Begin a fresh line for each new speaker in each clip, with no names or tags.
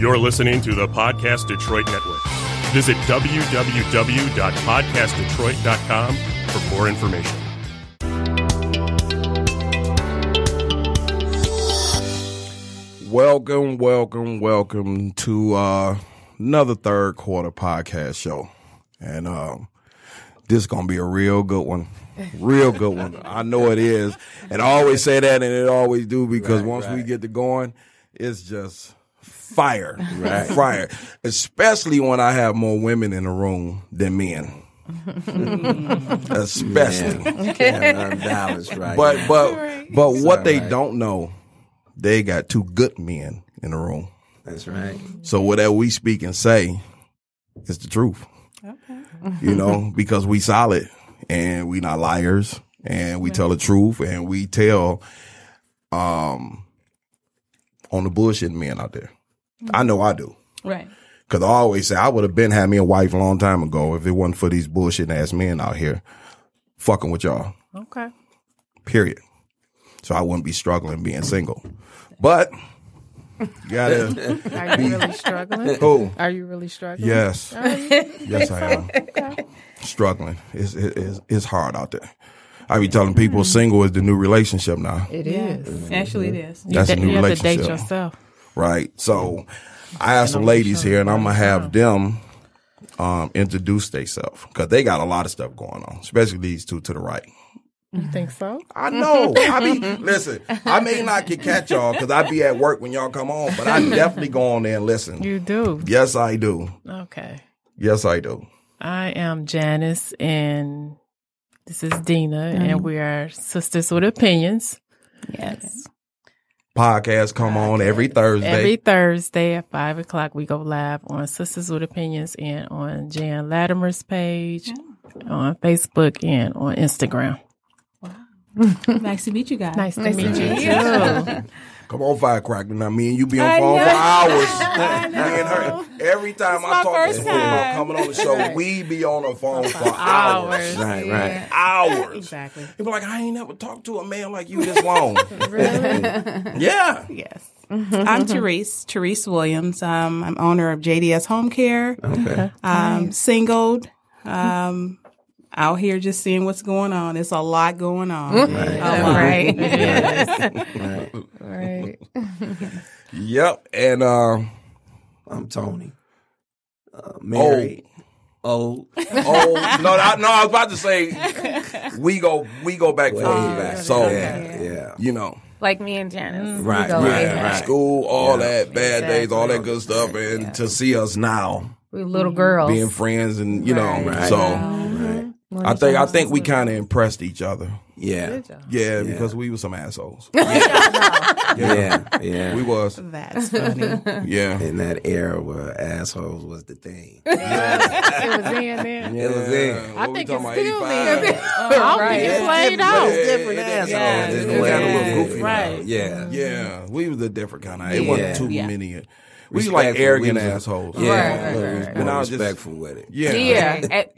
You're listening to the Podcast Detroit Network. Visit www.podcastdetroit.com for more information.
Welcome, welcome, welcome to uh, another third quarter podcast show, and um, this is gonna be a real good one, real good one. I know it is, and I always say that, and it always do because once we get to going, it's just fire, fire. Especially when I have more women in the room than men. Especially,
dollars, right?
but but but what they don't know, they got two good men in the room.
that's right.
So whatever we speak and say is the truth. You know, because we solid and we not liars and we tell the truth and we tell um on the bullshit men out there. I know I do.
Right.
Cause I always say I would have been had me a wife a long time ago if it wasn't for these bullshit ass men out here fucking with y'all
Okay.
period. So I wouldn't be struggling being single. But you gotta
Are you really struggling?
oh
Are you really struggling?
yes, yes I am struggling. It's it- it's it's hard out there. I be telling people single is the new relationship now,
Mm-hmm. It is.
Actually, it is.
Mm-hmm. That's a new
you have to date
relationship.
yourself.
right? So I have some ladies here, and I'm gonna have them um, introduce themselves because they got a lot of stuff going on, especially these two to the right.
You think so?
I know. I mean, listen, I may not get catch y'all because I be at work when y'all come on, but I definitely go on there and listen.
Mm-hmm. You do.
Yes, I do.
Okay.
Yes, I do.
I am Janice, and this is Dina, and we are sisters with opinions.
Yes.
Podcasts come on every Thursday.
Every Thursday at five o'clock, we go live on Sisters with Opinions and on Jan Latimer's page, on Facebook, and on Instagram.
Nice to meet you guys.
Nice to meet you too.
come on, Firecracker. Now, me and you be on phone for hours. Me and her. Every time I talk to
first
someone about
time.
coming on the show, we be on the phone for
Hours.
hours.
Right, right.
Hours.
Exactly.
They be like, I ain't never talked to a man like you this long. Yeah.
Yes.
I'm Therese, Therese Williams. Um, I'm owner of JDS Home Care.
Okay.
Um, singled. Um, out here just seeing what's going on. It's a lot going on.
Mm-hmm.
A lot.
Right.
Right.
right.
Yep. And uh,
I'm Tony. Uh, married. Old.
Oh no, I, no! I was about to say we go we go back for
Oh,
back. So
Yeah, yeah.
you know,
Like me and Janice.
Mm-hmm.
Right,
We go way
right,
back.
right.
school, all
Yeah.
that bad days, all that good stuff, and to see us now
We little girls.
being friends and you know,
Right.
so
Mm-hmm.
Right.
I think I think we kind of impressed each other.
Yeah.
Yeah, because we were some assholes.
Yeah. Yeah.
we was.
That's funny.
Yeah,
in that era where assholes was the thing.
It was in there.
It was in.
I
think
it's
still
yeah,
I don't think it played out.
Yeah.
Different
Yeah.
assholes.
Yeah.
in the
Yeah.
way
Got a
we
little
did,
goofy
you know.
Right.
Yeah.
yeah. We was a different kind of. It
Yeah.
wasn't too
Yeah.
many. We was like
Respectful.
arrogant
We was-
assholes.
Yeah.
Right,
we
right,
was
right.
more
And I was just-
respectful with it.
yeah,
Yeah. At-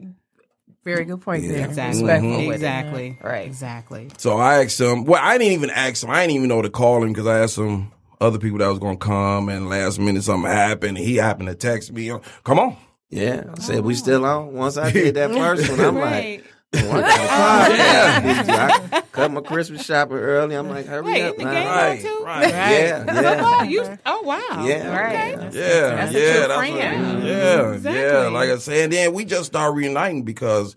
very good point there.
Mm-hmm.
Exactly.
Respectful with it.
Exactly.
Right.
Exactly.
So I asked him. Well, I didn't even ask him. I didn't even know to call him because I asked him other people that was going to come, and last minute something happened. And he happened to text me, "Come on."
Yeah. I said, we still on. Once I did that first one, I'm like,
Right.
what the
Ah.
fuck? Yeah. I cut my Christmas shopping early. I'm like, hurry
Wait,
up
in the
now.
game
Right,
too?
right.
Yeah. Yeah.
Oh, you, oh wow.
Yeah.
Right.
Yeah,
That's a
yeah,
true
that's what-
friend.
yeah, yeah.
Exactly.
Like I said, and then we just started reuniting because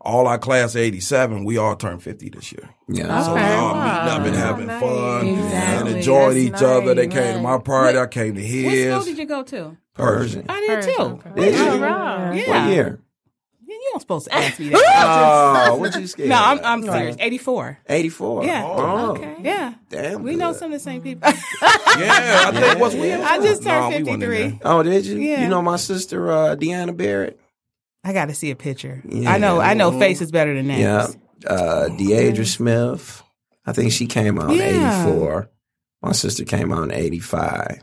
all our class of '87, we all turned 50 this year.
Yeah.
Oh,
So we all meeting up and having fun
Exactly.
and enjoying
That's
each other. They
nice.
came to my party. I came to
What school
his.
did you go to?
Persian.
I did too.
Did you? What
Yeah.
year?
You don't supposed to ask me that.
Oh, what you scared?
no, I'm,
of?
I'm serious. 84.
84.
Yeah.
Oh,
Yeah.
Damn.
We
good.
know some of the same people.
Yeah, I think was we. in-
I just
Nah,
turned
we wasn't in
53.
there.
Oh, did you?
Yeah.
You know my sister, uh, Deanna Barrett?
I got to see a picture.
Yeah.
I know. I know.
Mm-hmm.
Face is better than names.
Yeah. Uh, Deidre Smith. I think she came out in
Yeah.
84. My sister came out in 85.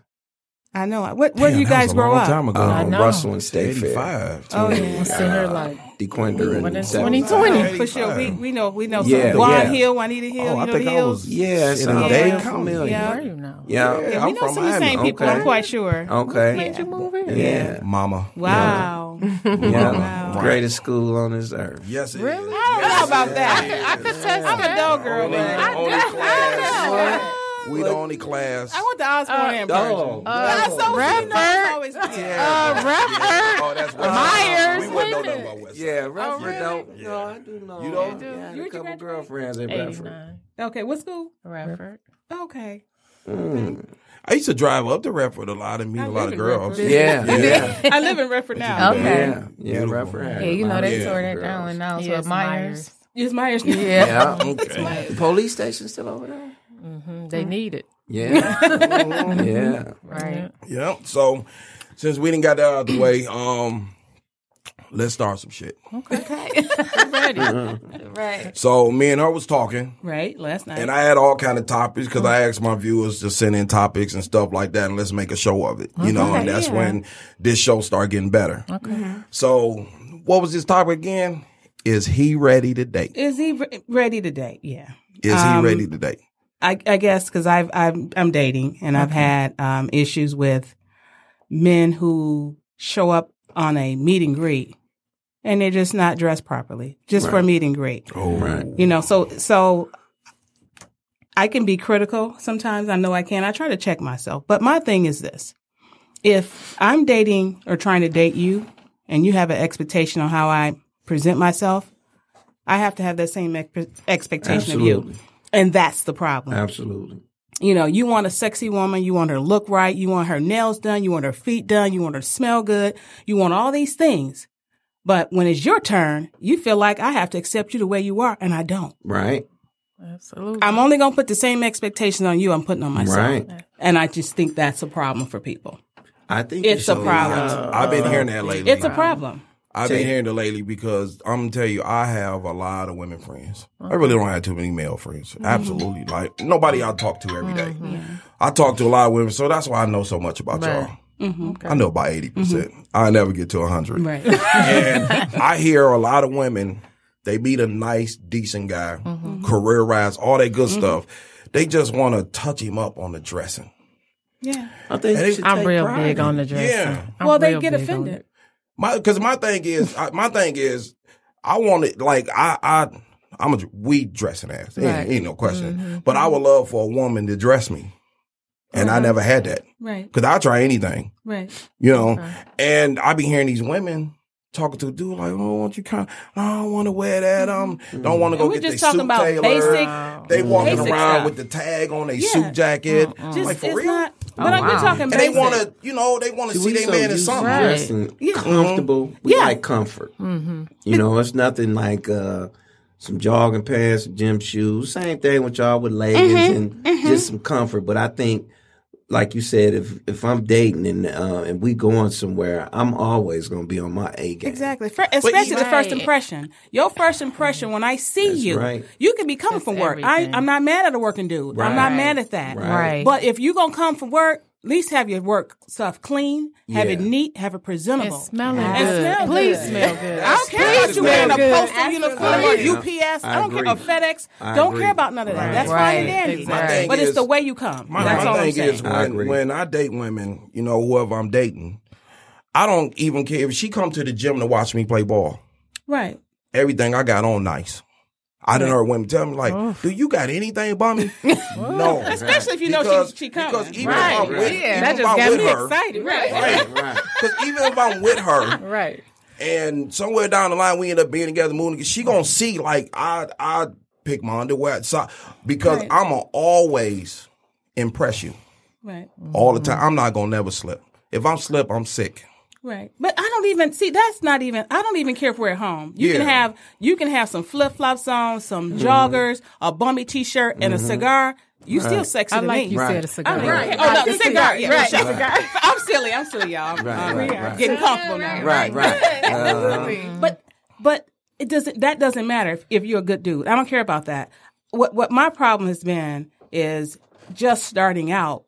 I know. What
Damn,
where did you
that was
guys
a
grow
long
up?
Time ago.
I know.
Um, Russell and State Fair.
85.
Oh
I'm
yeah.
sitting here like,
DeQuinder
When
and
it's
Dallas.
2020.
Oh, for sure. We we know we know
Yeah,
some Juan
yeah.
Hill, Juanita Hill,
Oh,
you
I
know
think
the
I
hills.
was
Yeah,
in
so
a
they
day
come
coming.
Yeah.
where are you now?
Yeah,
Yeah,
Yeah,
I'm
we know
from
some of the
Miami.
same
Oh,
people,
Okay.
I'm quite sure.
Okay.
Did you move in?
Yeah.
Mama.
Wow.
Yeah.
Wow.
Greatest school on this earth.
Yes, it is.
Really?
I don't know about that. I'm a dog girl,
Only-
but I,
only class.
We the only class.
I went to Osborne and
Oh.
Virgin.
Dog.
I so you know, it's always
Yeah.
oh, that's what
Myers.
We wouldn't know nothing about West.
Yeah, Rufford don't. No, I do know. You don't?
do?
I had
You
a
would you
couple
graduate?
girlfriends at Rufford.
89.
Oh, Okay, what school?
Radford.
Okay.
I used to drive up to Redford a lot and meet a lot of girls.
Yeah, yeah,
I live in Redford now.
Okay.
yeah. Yeah,
Beautiful.
Rufford. had
Yeah, you
a
know
lot
they
of
tore that
girls.
down and now
Yes,
it's Myers.
It's Myers.
Yeah.
Yeah,
Okay.
The police station still over there?
Mhm, They need it.
Yeah, yeah.
Right.
Yeah. So since we didn't got that out of the way, um, let's start some shit.
Ready.
Right.
So me and her was talking,
Right, last night.
and I had all kind of topics because I asked my viewers to send in topics and stuff like that, and let's make a show of it. You know, and that's when this show started getting better. Okay. So what was this topic again? Is he ready to date?
Is he re- ready to date? Yeah.
Is
Um,
he ready to date?
I, I guess because I've, I've I'm dating and I've had um, issues with men who show up on a meet and greet and they're just not dressed properly just for a meet and greet.
Oh,
Right.
You know, so so I can be critical sometimes. I know I can. I try to check myself, but my thing is this: if I'm dating or trying to date you, and you have an expectation on how I present myself, I have to have that same ex- expectation of
Absolutely.
you. And that's the problem
Absolutely.
you know, you want a sexy woman, you want her to look right, you want her nails done, you want her feet done, you want her to smell good, you want all these things. But when it's your turn, you feel like I have to accept you the way you are, and I don't.
Right.
Absolutely.
I'm only gonna put the same expectations on you I'm putting on myself.
Right.
And I just think that's a problem for people.
I think
It's
you
a
should,
problem.
I've been hearing that lately.
It's a problem.
I've been hearing it lately because I'm gonna tell you, I have a lot of women friends. I really don't have too many male friends. Absolutely, like nobody I talk to every day. I talk to a lot of women, so that's why I know so much about y'all.
Mm-hmm.
I know about eighty percent. I never get to hundred.
Right.
And I hear a lot of women. They meet a nice, decent guy, career rise, all that good stuff. They just want to touch him up on the dressing.
yeah.
I think
And
you
it-
should
I'm
take
real
pride
big
in
on the
it.
dressing.
Yeah.
I'm
Well, they
real
get
big on
offended.
it.
My because my thing is I, my thing is I want it like I I I'm a we dressing ass ain't,
Right.
ain't no question.
Mm-hmm.
But I would love for a woman to dress me, and
Uh-huh.
I never had that
Right.
because I try anything
Right.
you know. And I be hearing these women talking to a dude like, "Oh, won't you kind? No, I don't want to wear that. Um, don't want to go
we're
get
Mm-hmm. just
their
talking
suit
about
tailored.
basic-
They walking
basic
around
stuff.
with the tag on their
Yeah.
suit jacket,
Just
like for
it's
real. Oh,
not but I'm we're talking
and they
basic.
want to, you know, they want to see
we
their
so
man in
used to
something.
dressing comfortable. We
Yeah.
like comfort. You know, it's nothing like uh, some jogging pants, gym shoes. Same thing with y'all with leggings and just some comfort. But I think, like you said, if if I'm dating and uh, and we going somewhere, I'm always going to be on my A game.
Exactly. Fir- especially the first
Right.
impression. Your first impression when I see you,
right.
you can be coming from work. I,
everything.
I'm not mad at a working dude. I'm not
Right.
mad at that.
Right.
But if you're going to come from work, at least have your work stuff clean, have it
Yeah.
neat, have it presentable.
And smelling
And
good.
smell
Please
good.
smell good.
I don't care about you wearing a
good.
postal uniform, UPS. I,
I
don't care about
agree.
FedEx.
I
don't
agree.
care about none of that. That's
Right.
fine and dandy.
My
thing
But it's
is-
the way you come.
My,
That's
my
all I'm
thing
saying.
is
I
when,
agree.
when I date women, you know, whoever I'm dating, I don't even care if she come to the gym to watch me play ball.
right.
Everything I got on nice. I done heard women tell me like, "Do you got anything about me?" no,
Especially if you know she-
because,
she coming.
Because even
Right.
if I'm with,
Yeah.
even
That
if
just
I'm
got
with
me
her,
Excited, right.
Right, right.
because even if I'm with her,
Right.
and somewhere down the line we end up being together, moving, together, she gonna see like I I pick my underwear so, because
Right.
I'ma always impress you
Right.
all the time. I'm not gonna never slip. If I'm slip, I'm sick.
Right. But I don't even see that's not even I don't even care if we're at home. You
Yeah.
can have you can have some flip flops on, some
Mm-hmm.
joggers, a bummy t shirt and a cigar. You still sexy
I
to
like
me.
you said a
I
cigar.
don't even care. Oh no, the cigar. Yeah,
Right.
sure. I'm silly. I'm silly, y'all. I'm,
Right,
I'm
right, right.
getting comfortable now.
Right, right.
But but it doesn't that doesn't matter if, if you're a good dude. I don't care about that. What what my problem has been is just starting out.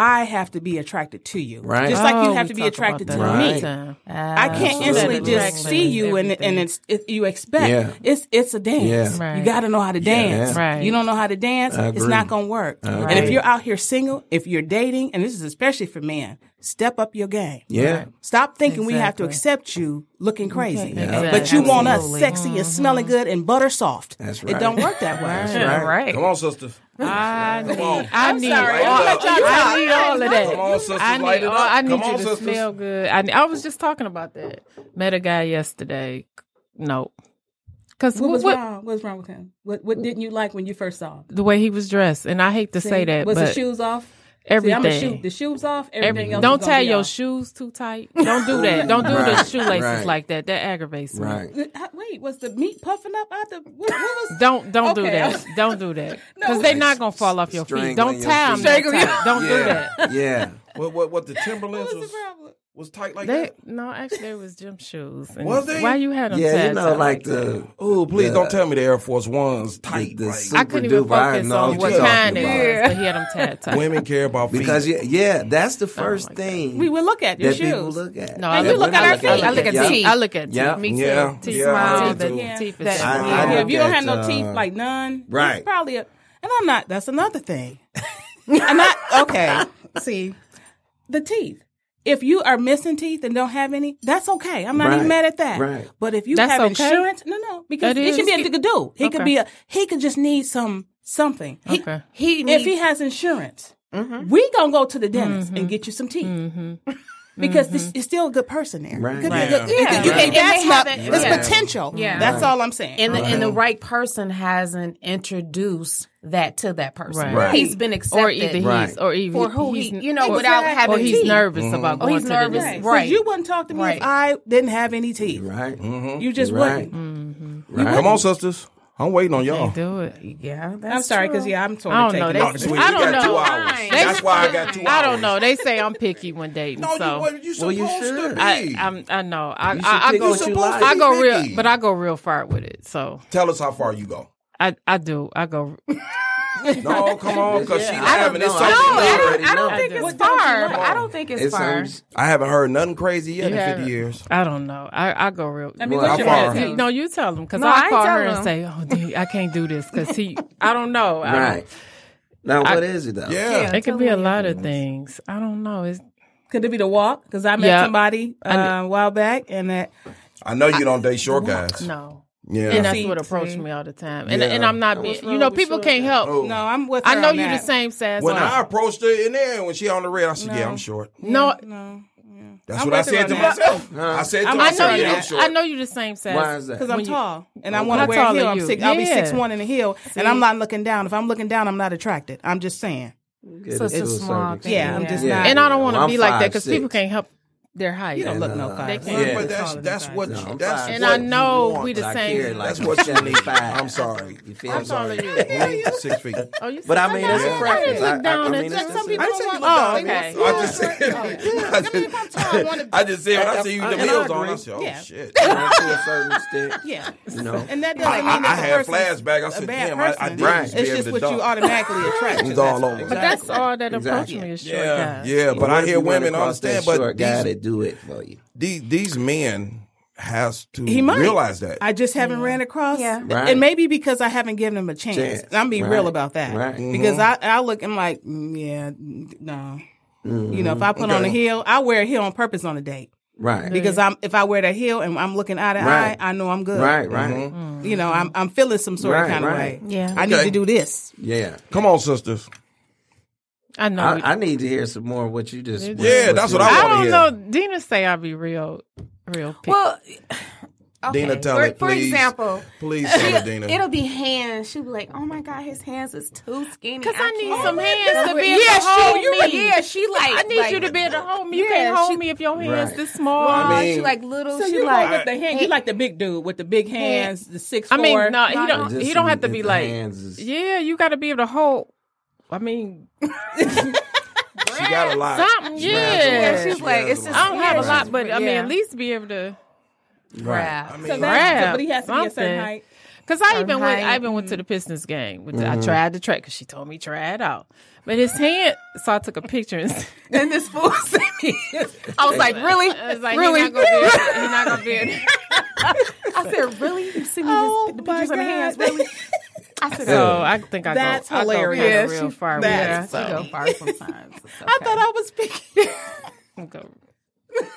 I have to be attracted to you.
Right.
Just like
Oh,
you have
we
to be
talked about
attracted to
that
Right.
me.
time.
I can't instantly
Absolutely.
just see you and and it's it, you expect
Yeah.
it's it's a dance.
Yeah.
You
Right.
got to know how to dance.
Right.
You don't know how to dance,
I
it's
agree.
not gonna work.
I
And if
agree.
you're out here single, if you're dating, and this is especially for men, step up your game.
Yeah.
Stop thinking we have to
Exactly.
accept you looking crazy,
Yeah.
but you want us
Absolutely.
sexy and smelling good and butter soft.
That's
It
right.
don't work that way.
Yeah, Mm-hmm. right.
Come on, sisters.
I need, I need,
sorry.
all,
I'll let y'all
I need all of that.
Come on, sisters.
I need,
light it
all,
up.
I need
Come
you
on,
to
sisters.
smell good. I, I was just talking about that. Met a guy yesterday. No, because
What
what,
was
what-
wrong? What was wrong with him? What what didn't you like when you first saw him?
the way he was dressed, and I hate to say that,
was the
but
shoes off?
everything.
See, I'm gonna shoot the shoes off. Everything
Every-
else.
don't
is gonna
tie
be
your
off.
shoes too tight. Don't do that. Don't do the
Right,
shoelaces
right.
like that. That aggravates me.
Right.
Uh, how- Wait, was the meat puffing up out the? What, what was?
Don't don't do
Okay.
that. Don't do that because they're not gonna fall off your
Strangling
feet. Don't
your
tie them.
feet.
That tight. Don't do that.
Yeah. Yeah.
What, what, what the Timberlands
What
was,
was the problem?
was tight like
They
that?
no, actually, it was gym shoes. And
Was they?
Why you had them?
Yeah, you
tied
know,
up
like
that?
the
Oh, please
the-
don't tell me the Air Force One's tight.
the
like,
I
super
couldn't even
duper, I
focus
know
on
what
what
you're talking
kind it
about.
was, but he had them tied tight.
women care about feet.
Because yeah, yeah, that's the first
like that.
thing
We would look at your
that people
shoes.
look at.
No,
That
I
you look
women
at our feet. I look at
Yeah.
teeth.
I look at
Yeah.
teeth. Me
Yeah.
too. Teeth
Yeah,
smile.
I
the
do.
teeth is
That-
small.
I
Yeah, if
don't
you don't
get,
have no
uh,
teeth, like none, it's
right.
Probably, a, and I'm not. That's another thing. I'm not okay. See, the teeth. If you are missing teeth and don't have any, that's okay. I'm not
Right,
even mad at that.
right.
But if you
That's
have
okay?
insurance, no, no, because
That
he could
is-
be a good dude. He
Okay.
could be a. He could just need some something. He-
Okay.
He
if
needs,
he has insurance,
Mm-hmm.
we gonna go to the dentist
Mm-hmm.
and get you some teeth because This, it's still a good person there.
Right.
Could be
Right.
a good-
Yeah.
it- you
Right.
can-
And they
that's not-
haven't-
it's
yeah.
potential.
Yeah.
that's all I'm saying.
and the, and the right person hasn't introduced that to that person.
Right. Right.
He's been accepted.
Or either
Right. Mm-hmm.
he's, or even
For who
he's,
he- you know, without
Exactly.
having
or he's
teeth. Oh,
nervous about going
he's
to the
nervous.
dentist.
So
Right.
you wouldn't talk to me
Right. Mm.
if I didn't have any teeth.
Right.
You just
Right.
wouldn't.
Right.
Come on, sisters. I'm waiting on y'all.
Do it.
Yeah, that's
I'm sorry,
true.
because yeah, I'm
I don't know.
totally taken.
They-
off.
This week
I
we
don't
got two
know.
hours.
Fine.
That's why I got two hours.
I don't know. They say I'm picky when dating.
No,
so.
you, what, you
Well,
supposed
you
to
should.
be.
I, I'm, I know. I, I,
should
I
pick
go.
what you like.
I go real,
Picky.
but I go real far with it. So
Tell us how far you go.
I, I do. I go.
No, come on, because
Yeah,
she
I don't
having this
know.
something.
I don't
I,
know.
already
I don't
know.
think
I do.
it's far. I don't think it's
It's
far.
sounds-
I haven't heard nothing crazy yet
Yeah.
in 50 years.
I don't know. I, I go real.
I mean,
Well,
what's
how
your
far?
attitude?
No, you tell him because
No, I
I
ain't
call
tell
her
him.
and say, "Oh, dude, I can't do this because he, I don't know." I don't-
Right. Now what is it though?
Yeah.
It could be a lot of things. I don't know. It's,
Could it be the walk? Because I met
Yeah.
somebody uh, a while back, and that
I know you don't date short guys.
no, and
Yeah.
that's what approached me all the time. And and I'm not.
What's
Being,
wrong
you know,
with
people
short
can't
guys?
help.
Oh.
no, I'm with.
I
her
know
on
you the
that.
same size.
When
so
I approached her in there, and when she on the red, I said, "Yeah, I'm short."
no,
No,
That's
I'm
what I
with her
said to
on that.
myself. I said to
I'm
I
with her
myself,
know
on
you.
"Yeah,
that.
I'm
I
short."
know you the same size.
Why is that?
because I'm tall and I want
How
to wear
tall
a heel.
are
I'm
you?
six. I'll be
Yeah.
six one in a heel, and I'm not looking down. If I'm looking down, I'm not attracted. I'm just saying.
Good,
So it's a
to
small
certain
thing.
Yeah, I'm
Yeah.
just
Yeah.
not.
And I don't want to
I'm
be like that because
5'6".
people can't help their height.
you don't look no
They
five.
can't.
Yeah.
But that's that's what
No, I'm
that's
fine.
and
what
I know
you want.
we the
I
same.
care, like
That's what you need.
75.
I'm sorry.
You feel
I'm
sorry.
taller than
Me,
you.
six feet.
Oh, you
But I
said-
mean, that's
didn't-
a preference.
I
I-
didn't look down
I- I
at
mean,
some
that's just-
people.
I didn't say
don't want-
you looked down.
Oh, okay.
I just said, I just, I just said, when I see you the
And I
wheels on,
agree.
I said, oh
Yeah.
shit.
You know, to a certain extent.
Yeah,
You know.
and that
I,
doesn't
I,
mean
I
that the
had
person's
flashback. I
a
said,
bad
damn, I, I
person.
did.
Right.
used to be
It's
able
just
to
what
dunk.
you automatically attract.
It's
That's
all
all.
over.
But that's all that approached
Exactly.
me is short
Yeah,
guys.
yeah. But
What
I
if
hear
you run
women I
across that
understand, but
short guy
these,
to do it for you.
these these men has to
He might
realize that.
I just haven't ran across.
Yeah.
Right.
And maybe because I haven't given him a chance.
Chance.
And I'm be
Right.
real about that.
Right.
Mm-hmm.
Mhm.
Because I, I look, I'm like, mm, yeah, mm, no. You know, if I put on a
Okay.
heel, I wear a heel on purpose on a date.
Right.
Because I'm if I wear that heel and I'm looking eye to
Right.
eye, I know I'm good.
Right, right.
You know, I'm I'm feeling some sort
Right,
of kind
right.
of way.
Yeah.
I need
Okay.
to do this.
Yeah.
Come on, sisters.
I know. we-
I, I need to hear some more of what you just
Yeah, that's
you-
what I
I
wanna
don't
hear.
know. Dina say I be real, real. Picky.
Well, okay.
Dina, tell
for,
it,
for
please.
example,
Please tell her,
it'll,
Dina.
it'll be hands. She'll be like, "Oh my god, his hands is too skinny."
Because I need
can't."
some hands to be able
yeah,
to hold
she, you
me.
Yeah, she like.
I need
like-
you to be able to hold me. You
Yeah,
can't hold
she-
me if your hands
Right.
this small.
Oh,
I mean-
she like little.
So
she
you
like.
like with the hand, you like the big dude with the big hands, the six
I mean, no, he
no,
don't.
just
He don't have to
in-
be
in
like.
hands is-
Yeah, you got to be able to hold. I mean,
She got a lot.
something.
She has a lot.
Yeah,
she's
She
like,
has
it's
a
just-
lot.
I don't have a lot, but I mean,
Yeah.
at least be able to.
Right.
So
mean,
that's,
Grab
but he has to be a
something.
certain height.
Cause I even went.
height.
I even went to the Pistons game. With the, I tried to track because she told me try it out. But his hand, so I took a picture and
And this fool sent me. I was like, really?
I was like,
really?
He's not gonna be. He's not gonna be. in-
I said, really? You sent me
Oh,
this, the
my
pictures of my hands?
God.
Really? I said, "Oh,
So I think I
That's
go. I go kinda
hilarious.
real far.
yeah,
That's
with it, so.
you go far sometimes. It's
I
okay.
thought I was picking.
Go.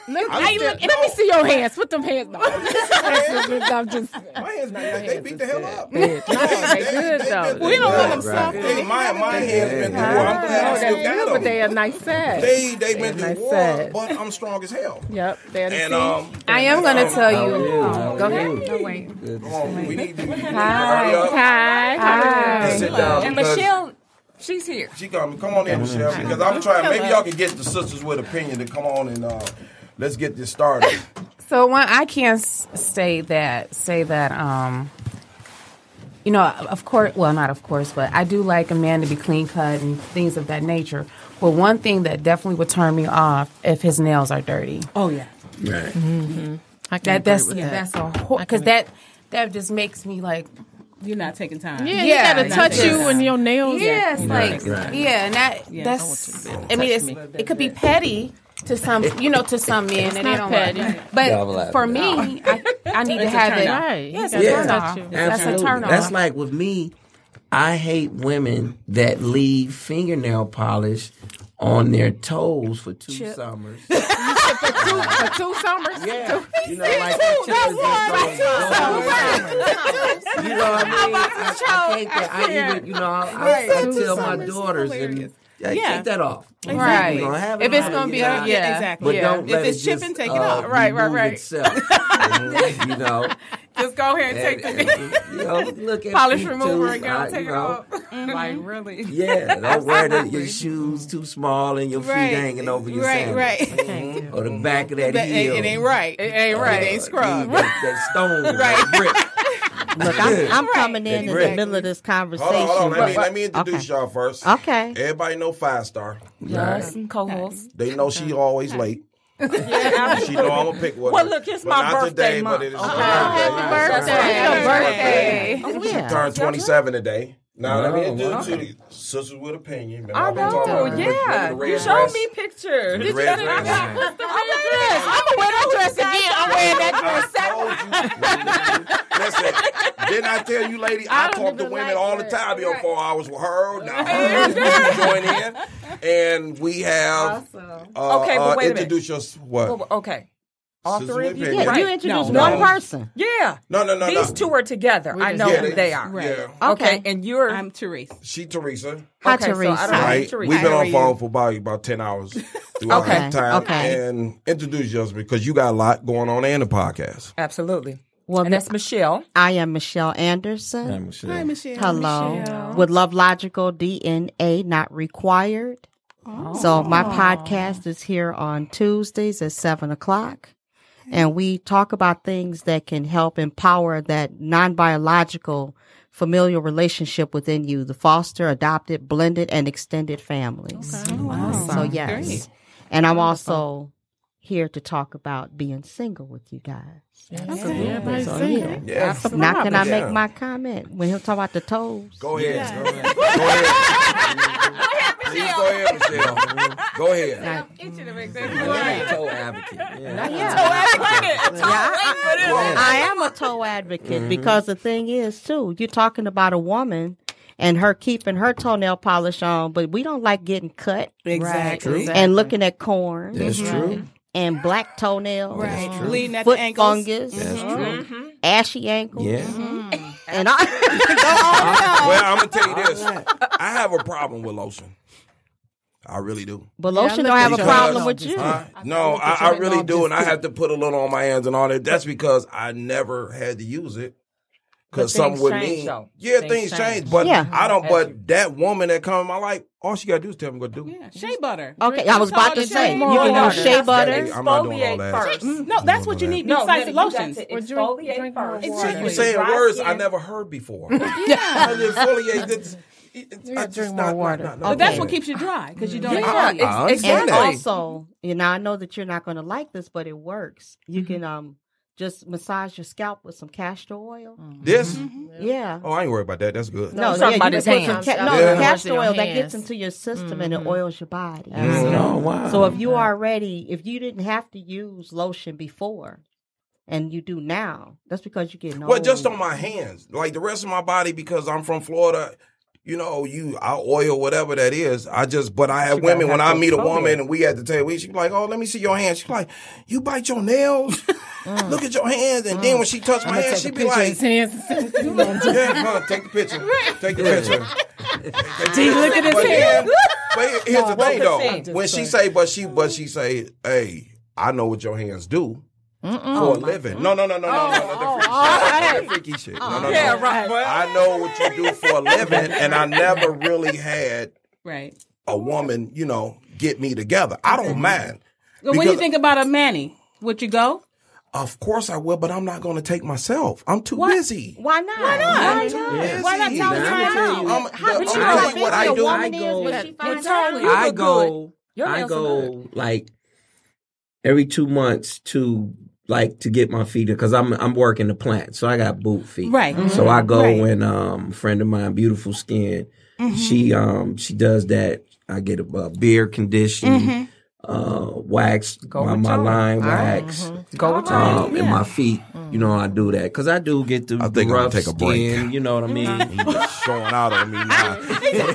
Look, hey, look, let me see your hands. Put them hands. No, I'm just- I'm just.
My hands, they beat the hell up.
Good. No, they good though.
We don't
Right,
want them
right.
soft.
Hey, my my hands been through. I'm glad I
Oh,
still
they
got
good,
them.
but they are nice size.
They they been
nice
through war,
size.
but I'm strong as hell.
yep, they're the
And
same.
um,
I am going to tell you.
Yeah, yeah.
Go ahead. No, wait.
Good to
come on, we need to, we need to
Hi.
hurry up.
Hi. Hi.
Sit down.
And
because
Michelle, she's here.
She coming. Come on in, Michelle, because I'm trying. Maybe y'all can get the sisters with opinion to come on and uh, let's get this started.
So one, I can't s- say that. Say that. Um, you know, of course. Well, not of course, but I do like a man to be clean cut and things of that nature. But one thing that definitely would turn me off if his nails are dirty.
Oh yeah.
I can
That that's
agree with
that's
that.
a because that that just makes me like
You're not taking time.
Yeah,
yeah,
he gotta touch
that's-
you and your nails.
yes, like yeah, and that
Yeah.
that's. I mean, it's, it could be petty. To some, you know, to some men, and
not
they don't
petty.
like.
Y'all will
But
laugh
for
at
me, I, I need to
It's a
have
turn
it.
off.
Right.
Yes,
He
it's
gotta
a turn
touch
off.
you.
That's a turn off.
That's like with me. I hate women that leave fingernail polish on their toes for two summers.
for two summers.
Yeah, you know, like the chickens that go- You know what I mean? I, I can't. That, I even, you know, I, I, I tell my daughters and yeah,
Yeah.
take that off.
Right.
You gonna have it
If it's
on,
gonna
you
be,
know?
a, yeah,
exactly.
But
yeah.
don't
If
let
it's
it
chipping,
just,
take it
uh,
off.
Right, right,
remove
right.
Itself. you know,
Just go ahead and take the
and, and, you know, look at
polish
feet
remover
too,
and go
uh,
I-
take
you
it
know,
off. Like really?
Yeah, don't wear the, your shoes too small and your feet
Right.
hanging over your
Right,
sandals.
right.
Or the back of that,
That
heel.
ain't, it ain't right. It ain't
Uh,
It ain't scrubbed.
That, that stone, that brick.
Look, I'm, I'm coming in in
Exactly.
the middle of this
Hold
conversation.
on, hold on. Let me
but-
let me introduce y'all first.
Okay.
Everybody know Five Star.
Yes, and co-host.
They know she always late. she know I'm gonna pick one.
Well, look, it's
But
my
not
birthday
today,
month.
but it is
Okay. Oh,
her birthday.
Happy
birthday.
birthday.
Oh,
She
yeah.
turned 27 today. Now let me
Oh,
Wow.
introduce you to the sisters with opinion. Remember,
I
I've been
know,
talking about the red-
yeah.
the red
You
dress.
showed me pictures.
The
Did you
red
get it?
dress.
I got the red
Yes,
dress.
I'm gonna wear that dress again. I'm wearing that dress.
I told you. Listen, didn't I tell you, lady? I,
don't
talk to
even
women
like
all the
it.
time. Be on four hours with her. Now her join in, and we have. Uh,
Okay, but
uh,
wait a minute.
introduce us. What?
Well, Okay. All
Sisters
three
with
of you?
opinion.
Yeah,
Right.
you introduced
No,
one
no.
person.
Yeah.
No, no, no,
These
no.
two are together. I
Oh,
know
Yeah,
who
they-
they are.
Yeah,
Okay.
Okay.
And you're
I'm Therese.
she Teresa.
Hi,
Okay, so I
Teresa.
don't-
Hi,
Right,
Teresa.
we've been
How are
on
you?
phone for probably about ten hours throughout
Okay,
that time,
okay.
and introduce us because you got a lot going on and the podcast.
Uh,
absolutely.
Well,
And that's Michelle.
I am Michelle Anderson.
Hi, Michelle.
Hello. With Love Logical DNA, not required. So my podcast is here on Tuesdays at seven o'clock. And we talk about things that can help empower that non biological familial relationship within you, the foster, adopted, blended, and extended families. So yes. And I'm also here to talk about being single with you guys.
Everybody's
So,
singing.
yeah.
Yeah,
Now can I
Yeah.
make my comment when he'll talk about the toes?
Go ahead. Go ahead. Go ahead. Please go ahead, Michelle. Go ahead.
Mm.
Toe advocate. Yeah.
I am a toe
Mm-hmm.
advocate because the thing is too, you're talking about a woman and her keeping her toenail polish on, but we don't like getting cut
Exactly.
and looking at corn
That's true.
and black toenails,
Right. Bleeding at
foot
the Mm-hmm. ankles.
fungus,
That's true.
ashy ankles, Mm-hmm.
Yeah.
Mm-hmm.
and I go on.
Well, I'm gonna tell you this. I have a problem with lotion. I really do.
But lotion
look
don't have
at
a
you.
problem with you.
Huh? no, I, I really do, and I have to put a little on my hands and all that. That's because I never had to use it. Because
But
something
things
with
change,
me,
though.
yeah,
Things
things,
change.
change. But
Yeah.
I don't. But that woman that come in my life, all she gotta do is tell me what to do.
Yeah. Shea butter.
Okay, I was about to
Shea
say you
butter.
can
Water.
use shea butter.
I'm not doing all that.
Exfoliate first.
No, that's what you need
No,
besides
Nita, you got
lotions.
to
drink-
exfoliate
drink more
first.
water.
You're saying
Dry
words I
skin.
never heard before. yeah, exfoliate. That's, it's, I just
drink
not-
more
not-
water.
not- not-
But that's
yeah.
what keeps you dry because you don't. Yeah.
Yeah, ex-
understand
And
exactly.
Mm-hmm.
also, you know, I know that you're not going to like this, but it works. You can um Just massage your scalp with some castor oil.
Mm-hmm.
This?
Yeah.
Oh, I ain't worried about that. That's good.
No,
I'm talking
yeah,
about
you
his
can put
hands.
Some ca- no,
Yeah.
the castor
Your
oil that gets
hands. Mm-hmm.
into your system and it oils your body.
Oh wow.
So if you already, if you didn't have to use lotion before, and you do now, that's because you get getting
Well, just
old.
on my hands, like the rest of my body, because I'm from Florida. You know, you I oil whatever that is. I just, but I have women when I meet a woman and we at the table, she's like, "Oh, let me see your hands." She's like, "You bite your nails? Look at your hands." And then when she touched my hands, she be like,
His hands is
"Yeah, come on, take the picture, take the picture."
look at his
But
hands.
then, but here- here's the thing
the same.
though. When she say, but she, but she say, "Hey, I know what your hands do." For a living. No, no, no, no, no, no, no. the freaky shit. The freaky shit. No, no, no.
Yeah, right.
I know what you do for a living, and I never really had
Right.
a woman, you know, get me together. I don't mind.
But when you
Because-
think about a Manny, would you go?
Of course I will, but I'm not going to take myself. I'm too busy.
Why not? Why not?
Busy.
Why
Now,
not tell me
I'ma tell
right now?
you,
I'm,
But
the only
you know how
thing
busy
what I
a
do,
woman
I
is
go-
when she finds
Natalia,
out.
you
I
look
go.
Your
I
nails
go
are
like every two months to like to get my feet because I'm I'm working the plant, so I got boot feet.
Right.
Mm-hmm.
So I go
Right.
and um, a friend of mine, beautiful skin. She um she does that. I get a, uh, beard condition, uh, wax my, my line wax.
Go with your
Um, and my feet, you know, I do that because I do get the
I think I'm gonna
rough
take a break.
skin, You know what I mean?
You just showing out on me now.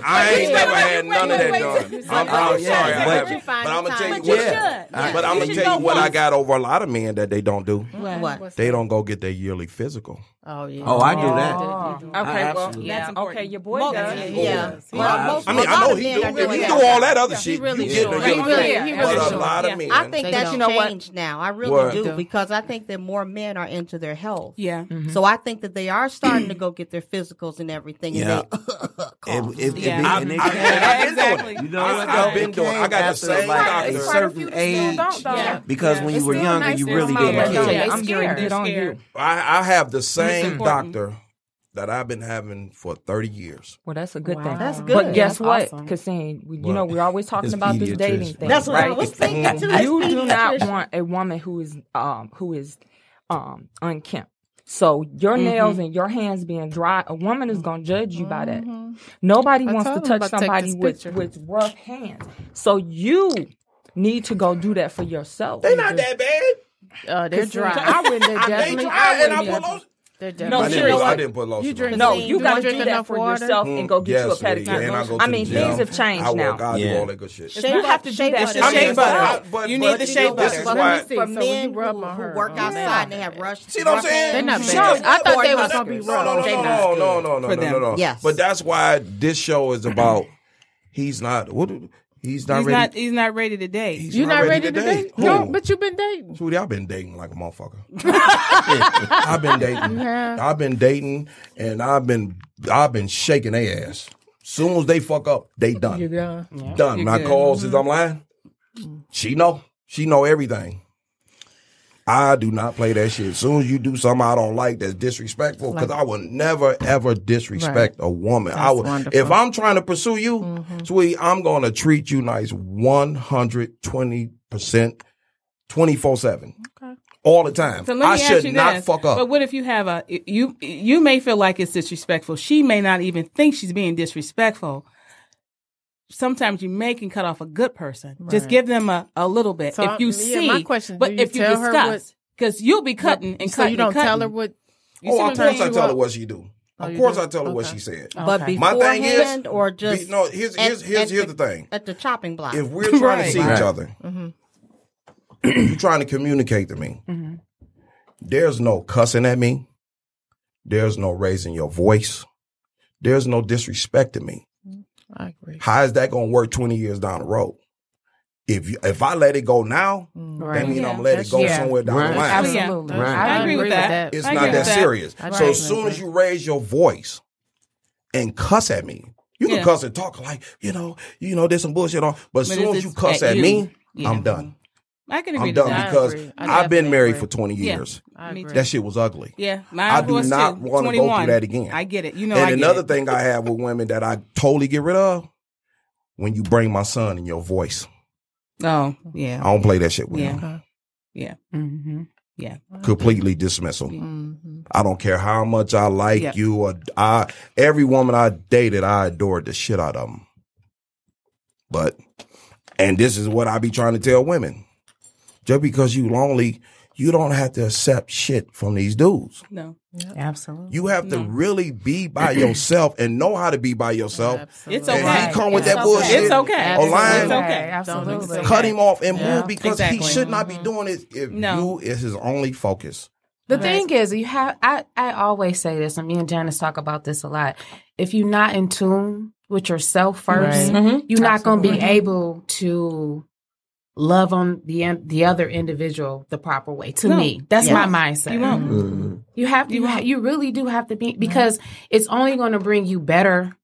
I ain't never had none of that done. I'm, I'm
yeah,
sorry, I
but-
haven't. But I'm gonna tell you
But you
what.
should.
I- But I'm gonna tell you what I got over a lot of men that they don't do.
What?
They don't go get their yearly physical.
Oh yeah.
Oh, I do that.
Okay, well,
Absolutely. Oh,
yeah. Okay, your boy does.
Yeah.
Well,
Most-
I mean,
a
I
lot
know
of
he
men
do.
are
If you
doing that.
do all that other shit,
really
you get
sure.
the
He
yearly
really-
physical.
he
But
really
a
sure.
lot of men.
I think
They
that
don't
you know
change.
what now. I really
What?
do because I think that more men are into their health.
Yeah.
Mm-hmm.
So I think that they are starting to go get their physicals and everything.
Yeah.
And they,
It- it- it-
Yeah.
it-
I-
and it
I-
came-
I've been doing it.
Exactly.
You know
I-
what?
I've
though?
been
It
doing- I
came
got the
after,
same
like,
doctor.
a
It's
certain age.
yeah.
Because when you were younger, you really didn't
though.
care.
They I'm scared. hearing good on you.
I, I have the same
important.
doctor that I've been having for 30 years.
Well, that's a good thing.
That's good.
But guess
That's
what,
awesome.
Cassine? We, you
What?
know, we're always talking
His
about this dating
pediatrician.
thing.
That's what I
right?
was thinking too.
You
That's
do not
pediatrician.
want a woman who is um who is um unkempt. So your nails and your hands being dry, a woman is gonna judge you by that. Nobody
I
wants to
told him
touch
about take
somebody
this
with
picture.
with rough hands. So you need to go do that for yourself.
They're not that bad.
Uh, they're dry.
I wouldn't.
They're
They
definitely.
try and I
wouldn't
put
be-
lotion.
They're
No,
I
you
definitely.
didn't, put-
know
I
what?
didn't put lotion.
You
on.
drink
No,
Cassine,
you
do
gotta
I
do
drink
that
enough
for
water?
yourself and go get you a
Yes, lady,
pedicure.
and I go to
I
the
mean,
gym.
things have changed
I
now.
work out, I do
Yeah.
all that good shit.
Shea
You have
butter-
to do
shea
that.
butter.
It's
I mean,
shea
but-
butter.
I- but-
You
but
need
you
the shea
know, this
butter.
is
But
why-
let me see, for
So when
men
you rub
who,
my
who
hair,
work
oh,
outside
man.
and have rush.
See what I'm saying?
They're not
She
bad.
was-
I thought they was gonna be
No, no,
rough. They
no,
not
no, no, no, no,
For
no, no,
them.
no.
Yes.
But that's why this show is about. He's not. What? He's not
He's
ready.
not he's not ready to date.
he's
You're not ready
to
today?
date.
No,
Who?
but you've been dating.
Sweetie, I've been dating like a motherfucker. I've been dating. I've been dating, and I've been I've been shaking their ass. Soon as they fuck up, they done.
You're Mm-hmm. gone.
done. When I
good.
call, says I'm lying. She know. She know everything. I do not play that shit. As soon as you do something I don't like that's disrespectful, because I will never ever disrespect a woman. I would
wonderful. Mm-hmm.
if I'm trying to pursue you, sweetie, I'm gonna treat you nice one hundred twenty percent, twenty four seven, all the time.
So let me
I
ask
should
you
not
this.
fuck up.
But what if you have a you you may feel like it's disrespectful. She may not even think she's being disrespectful. Sometimes you may can cut off a good person. Just give them a, a little bit.
So,
if you
yeah,
see,
my question,
but
do you
if you
tell her what-
discuss, because you'll be cutting and cutting.
So you don't
and cutting.
tell her what. You
oh,
see what
of
I'm
course I
saying?
tell her
You
what she do.
Oh,
Of
you
course
do?
I tell her what
Okay.
she said.
But
My thing is-
beforehand or just
Be- no, here's- here's- here's- here's the thing.
at the chopping block.
if we're trying to
Right. Mm-hmm.
see each
Right.
other, you're trying to communicate to me. There's no cussing at me. There's no raising your voice. There's no disrespecting me.
I agree.
How is that going to work 20 years down the road? If you, if I let it go now, that means I'm going to let it go
Yeah.
somewhere down the
Right.
line.
Absolutely.
Absolutely.
Right.
I agree with that.
It's
I
not
agree
that
with that.
serious.
I
So
agree
as soon
with
as
that.
you raise your voice and cuss at me, you can
Yeah.
cuss and talk like, you know, you know, there's some bullshit on. But as
But
soon
it's-
as you
it's
cuss
at
at
you.
me,
Yeah.
I'm done.
I can agree
I'm
to
done
that.
because
agree. I
I've been
definitely
married
agree.
for 20
Yeah.
years.
I agree.
That shit was ugly.
Yeah, mine
I do
was
not
too.
want to go
21.
through that again.
I get it. You know,
and
I get
another
it.
thing I have with women that I totally get rid of when you bring my son in your voice.
Oh
I
yeah,
don't play that shit with
yeah,
him.
yeah.
Mm-hmm.
Yeah.
completely dismissal.
Mm-hmm.
I don't care how much I like
Yep.
you or I. Every woman I dated, I adored the shit out of them. But, and this is what I be trying to tell women: just because you lonely, you don't have to accept shit from these dudes.
No. Mm-hmm.
Absolutely.
You have to really be by yourself and know how to be by yourself.
Absolutely.
It's okay.
And he come with
It's
that
okay.
bullshit.
It's
Oh,
okay.
Online.
It's okay.
Absolutely.
Cut him off and
Yeah.
move because he
Exactly. Mm-hmm.
should not be doing it if
No.
you is his only focus.
The thing is, you have. I, I always say this, and me and Janice talk about this a lot. If you're not in tune with yourself first,
Right.
you're not going to be able to love on the in- the other individual the proper way. To
No.
me, that's
Yeah.
my mindset.
You won't.
Mm-hmm.
Mhm.
You have you, ha- you really do have to be because it's only going to bring you better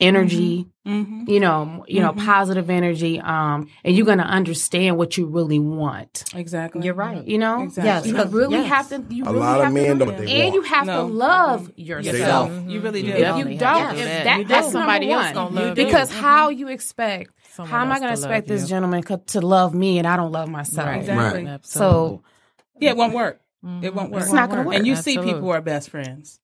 energy.
Mm-hmm.
You know, you know, positive energy. Um, and you're going to understand what you really want.
Exactly.
You're right.
You know,
Exactly.
you
Yes.
really
Yes.
have to. You
A
really
lot of
have to
men
know
don't.
that.
They
and you
want.
have to
No.
love yourself.
Mhm.
You really do.
If
Definitely have
you
to
don't,
do
if
that.
that,
You
that's
do.
somebody else
gonna
gonna
love you.
because how you expect
Someone
how am I
else
gonna
to
expect
love
this
you.
gentleman co- to love me and I don't love myself?
Right.
Exactly.
Right.
So
Yeah, it won't work. It won't work.
It's not gonna work.
And you see
Absolutely.
people who are best friends.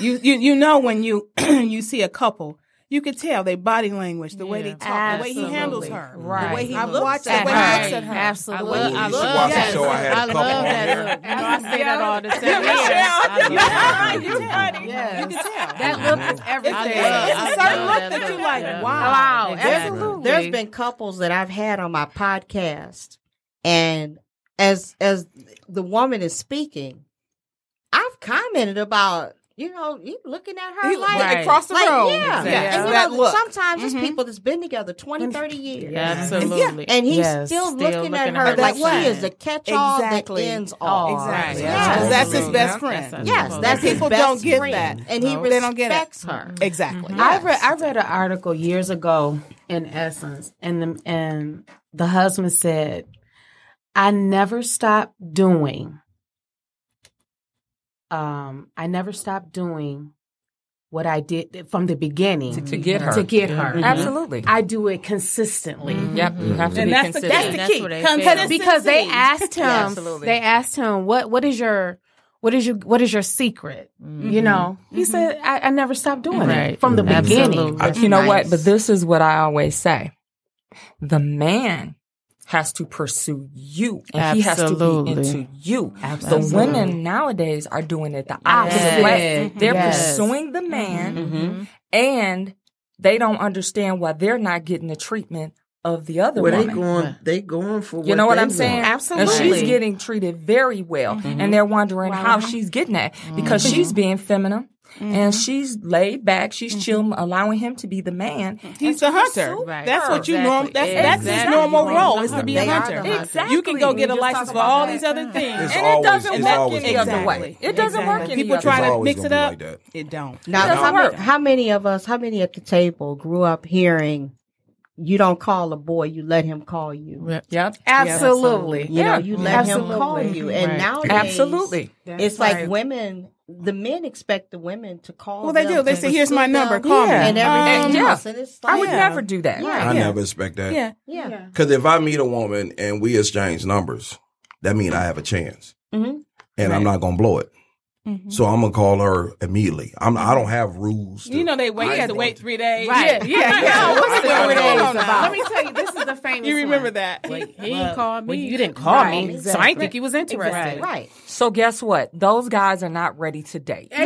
you, you you know when you you see a couple, you could tell their body language, the way they
Yeah.
talk, the way he handles her,
Right.
the way he
I looked
looks, the way
at
he looks
her.
at her.
Absolutely.
I love- I
you should
love
watch
that.
the show. I had a
I
couple
love
on
that.
here.
look. You know, I say that all the time.
Yeah,
Yeah,
Michelle,
I love
you're
that.
right. You funny.
Yes.
You can tell.
that look
Mm-hmm.
is everything.
I
It's
love-
a
I love
certain look
that
that you
look.
like,
Yeah.
wow.
Wow,
Exactly.
absolutely.
There's been couples that I've had on my podcast, and as as the woman is speaking, I've commented about you know you looking at her
He
like,
looked
Right.
across the
like,
room.
yeah,
Yes.
and you
That
know
look.
sometimes it's people that's been together 20, 30 years.
Yeah, absolutely.
And he's
Yes,
still,
still
looking, at her,
that
like
way.
she is the catch-all
Exactly.
that ends all.
Exactly.
Yes.
Because That's his
Absolutely.
best
That's
friend.
us.
Yes, that's his
People
best
don't get
friend,
that.
and he
They don't get it.
respects her.
Exactly.
I read I read an article years ago in Essence, and the and the husband said, "I never stopped doing. Um, I never stopped doing what I did from the beginning
To- to get her.
To get
Mm-hmm.
her.
Absolutely.
I do it consistently."
Mm-hmm.
Yep, you have to
And
be
that's the,
consistent.
that's the
That's
key.
what they
Consistency.
said.
because they asked him
Yeah, absolutely.
they asked him what what is your what is your what is your secret
Mm-hmm.
you know he said I, I never stopped doing
Right.
it from the beginning
Absolutely.
I- you know what? But this is what I always say: the man has to pursue you, and
Absolutely.
he has to be into you.
Absolutely.
The women nowadays are doing it the opposite
Yes.
way. They're
Yes.
pursuing the man,
Mm-hmm.
and they don't understand why they're not getting the treatment of the other
Well, they
woman.
going, they going for what
You know what
they
I'm saying?
want.
And
Absolutely.
she's getting treated very well.
Mm-hmm.
And they're wondering how she's getting that because
Mm-hmm.
she's being feminine
Mm-hmm.
and she's laid back. She's chill, allowing him to be the man.
He's a hunter.
Right.
That's what you
Exactly.
norm. That's that's his
Exactly.
normal
They
role
are
is to
the
be a
hunter.
hunter.
They are the hunter.
You can go
Exactly.
get a
We just
license
talked
for all
about
these
that.
other things.
It's
And
always-
it doesn't
it's
work
always
any
gonna
other
be like
way.
that.
It doesn't
Exactly.
work any
People
other
try
way.
to
always
mix
gonna
it
be
up.
like that.
It don't.
Now,
doesn't
how,
work.
how many of us, how many at the table grew up hearing, you don't call a boy, you let him call you.
Yep.
Yep.
absolutely
You know, you let him call
Absolutely.
you. And
Right.
nowadays,
Absolutely.
it's like women, the men expect the women to call
Well, they
them
do. They
to
say, "Here's
pursue
my number.
them
Call me."
And
Um,
everything
yeah.
else. And it's like,
I would
Yeah.
never do that.
Yeah.
I
Yeah.
never expect that.
Yeah.
yeah.
Because if I meet a woman and we exchange numbers, that means I have a chance,
Mm-hmm.
Mhm.
and I'm not gonna blow it.
Mhm.
So I'm gonna call her immediately. I'm I don't have rules. to-
You know they wait.
I
You have to
don't-
wait three days.
Right. Yeah, yeah. yeah.
No,
What's
I
the
know.
word
Hold
is
on now.
about? Let me tell you, this is the famous.
You remember
one.
that?
He ain't called me.
Well, you didn't call
Right,
me, so I
exactly.
didn't think you was interested.
Right.
So guess what? Those guys are not ready to date.
They're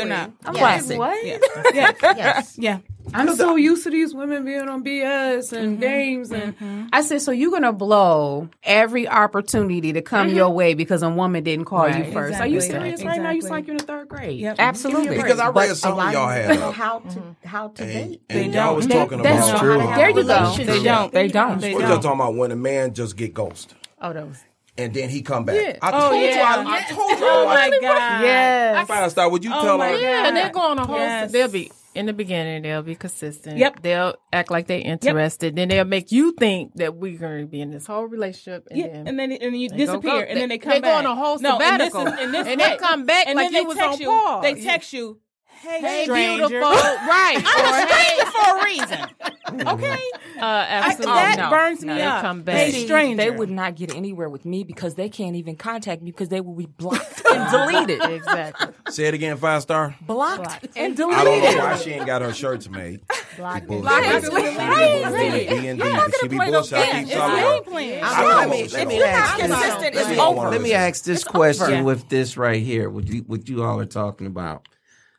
not.
I'm
Classic.
like, what?
Yeah.
Yes.
Yeah.
I'm so used to these women being on BS and games, and I said, so you're gonna blow every opportunity to come your way because a woman didn't call you
Right.
first. Are you
Exactly.
serious right now? You
Exactly.
sound like you're in the third grade.
Yep.
Absolutely.
Because I read
A lot
something y'all
of
had
people know
up,
how to, how to
and,
date.
and y'all was talking
That's
about.
true. There you go.
Relationship.
They don't.
They don't.
They
What y'all
don't.
talking about when a man just get ghosted
Oh, that was
and then he come back? I
Oh,
told you.
yeah.
I, I told you.
Oh my
I-
God.
yes.
Fire star, would you tell
my
her?
God.
Yeah, they're going a whole.
Yes.
They'll be in the beginning. They'll be consistent.
Yep.
They'll act like they're interested. Then they'll make you think that we're going to be in this whole relationship. And
Yeah,
then
and then and you
go,
disappear,
go.
and then
They-
they come
they go
back.
on a whole sabbatical.
and, this is, and, this
And they come back
and
like
then they
you was
text
on pause.
They text you, hey,
hey,
stranger.
beautiful, right?
I'm a stranger for a reason. Okay.
Uh, absolutely.
that
no.
burns
No,
me
they
up.
come
They
back.
Hey, stranger.
They would not get anywhere with me because they can't even contact me because they will be blocked and deleted.
Exactly.
Say it again, five star.
blocked,
I
and deleted.
don't know why she ain't got her shirts made. She bullshit.
Right,
She
right,
be
right.
bullshit. D and D,
You're not
but she
gonna
be
play no
bullshit. I
game.
keep
It's
telling
game
her. I
plan.
No,
don't know what
if
she
you're
don't
not
want.
consistent,
Let
it's
me-
over.
let
Let me
me
ask this question
Yeah.
with this right here. What you what you all are talking about?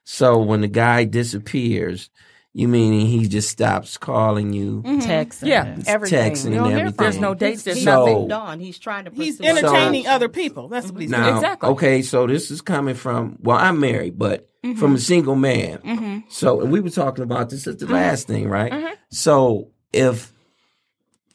So when the guy disappears, you mean he just stops calling you,
Mm-hmm.
Texting.
Yeah.
Everything.
texting, and
You don't
everything?
There's no dates. There's
He's
So-
nothing.
done. He's trying to.
He's
pursue another
entertaining
option.
other people. That's what he's doing.
Now,
Exactly.
okay, so this is coming from well, I'm married, but from a single man. So and we were talking about this at the last thing, right? So if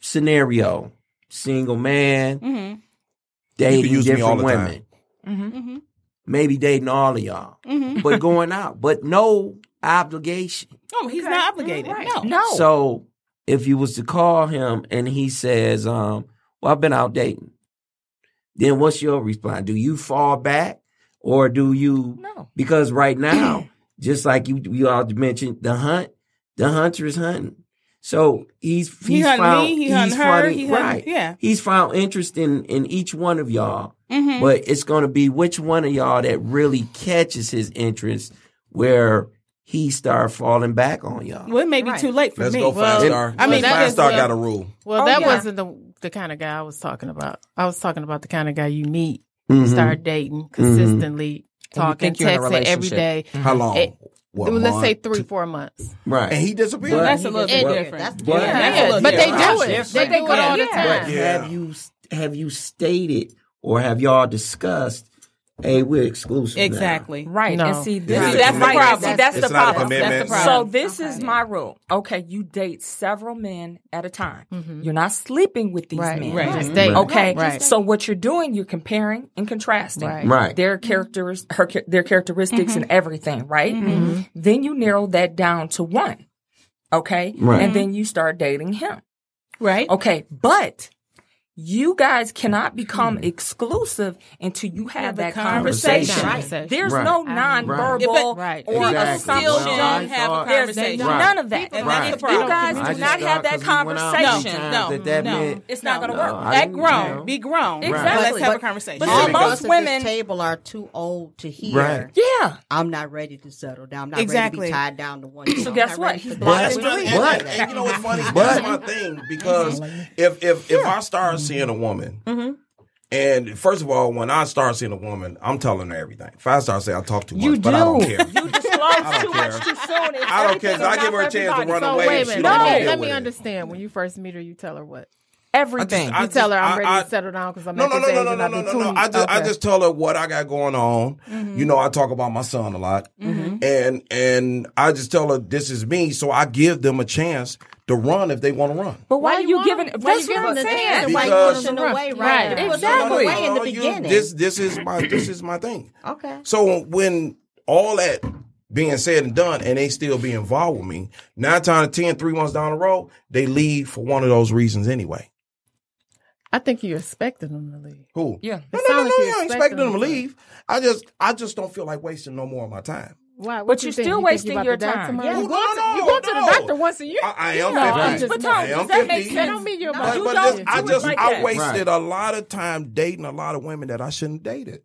scenario, single man
Mhm.
You can
dating
use me all
different
the
women,
time. Mm-hmm.
maybe dating all of y'all, but going out, but no obligation.
Oh, he's not obligated. No.
No.
So if you was to call him and he says, um, "Well, I've been out dating," then what's your response? Do you fall back or do you?
No.
Because right now, just like you, you all mentioned, the hunt, the hunter is hunting. So he's he's
He hunting
found
me, he
he's
hunting her,
finding-
he hunting-
right.
yeah.
he's found interest in in each one of y'all.
Mm-hmm.
Mm-hmm.
But it's going to be which one of y'all that really catches his interest, where he start falling back on y'all.
Well, it may be too late for
Let's
me.
go five star.
I mean, that
five
is
star
what-
got a rule.
Well,
Oh,
that
yeah.
wasn't the the kind of guy I was talking about. I was talking about the kind of guy you meet,
Mm-hmm.
Mhm.
start dating consistently, talking,
think you're in a
texting every
relationship.
day.
How long?
It-
What,
Let's
month?
say three, four months.
Right.
And he disappeared.
But-
That's a little bit
But-
different.
That's
But-
That's a little
but they
different.
do it. They
But they
do it all the
go- yeah.
time.
Yeah.
Have you have you stated or have y'all discussed? Hey, we're exclusive. now?"
Exactly.
Right.
No.
And see, this
not
is
a
that's the
commitment.
problem. See, that's
It's
the
not a
problem.
commitment.
That's the problem. So this is my rule. Okay, you date several men at a time.
Mm-hmm.
You're not sleeping with these
Right.
men.
Right.
Mm-hmm.
Just dating.
Okay.
Right.
So what you're doing, you're comparing and contrasting.
Right.
Right. Mm-hmm.
Their characters, her, cha- their characteristics, and everything. Right. Mm-hmm. Then you narrow that down to one. Okay.
Right.
And then you start dating him.
Right?
Okay, but you guys cannot become
Mm-hmm.
exclusive until you have
the
that
conversation.
conversation.
Conversation.
There's
Right.
no
Right.
nonverbal
Right.
or
People
Exactly.
assumption.
still
Well, I
don't have
thought-
a
There's
conversation.
Right.
none of that.
People-
Right.
that's the
You
problem.
guys
I
do
just
not
thought
have that
'cause we went out
No,
many
conversation.
times
no,
that that
no.
meant-
It's not going to
No,
work.
I
Act
didn't know.
grown. Be grown.
Exactly.
Let's have a
But-
conversation.
but
All of
most
us at
women-
this table are too old to hear.
Right.
Yeah.
I'm not ready to settle down. I'm not
Exactly.
ready to be tied down to one.
So guess what? He's blocked.
But-
and deleted.
But-
And you know what's funny? That's my thing because if if if I start seeing a woman,
Mm-hmm.
and first of all, when I start seeing a woman, I'm telling her everything. If I start saying I talk too much,
You
but I don't
do.
care.
You disclose
don't
too
care.
much too soon. It's
I don't care. 'cause
everything
I give her a
about
chance to
everybody.
run
So
away.
wait a
if she
minute.
don't wanna
No.
deal
let
with
me
it.
understand. When you first meet her, you tell her what?
Everything.
I
You tell her
just-
I'm
I-
ready
I-
to settle down because I'm
No,
at
no,
this
no, no,
age
no,
and
no,
I've
no,
been
no,
too
no. I just, I
okay. Mm-hmm.
just tell her what I got going on. You know, I talk about my son a lot, and and I just tell her this is me. So I give them a chance to run if they want to run.
But why, are you, giving?
why
That's
you
what I'm
giving the
saying.
Because-
Why you pushing away? Right.
Right.
You're pushing
Exactly.
away in the
you-
beginning.
this, this is my, this is my thing.
okay.
So when all that being said and done, and they still be involved with me, nine times out of ten, three months down the road, they leave for one of those reasons anyway.
I think you expected them to leave.
Who?
Yeah.
No, no,
It
no,
sound
no.
like you
I ain't
expect
expecting them
them
to
to
leave. I just, I just don't feel like wasting no more of my time.
Why?
But you're still wasting your time. Yeah.
You
No,
go
no,
to- you go to
no.
the doctor once a year.
I, I am
Yeah, Oh, I'm
50.
just-
But
I
Tom,
am
does that make
50.
sense?
That don't mean you're
No,
about
But,
to
you
but
don't
this,
do
I
it
just
like
I
that.
wasted a lot of time dating a lot of women that I shouldn't dated.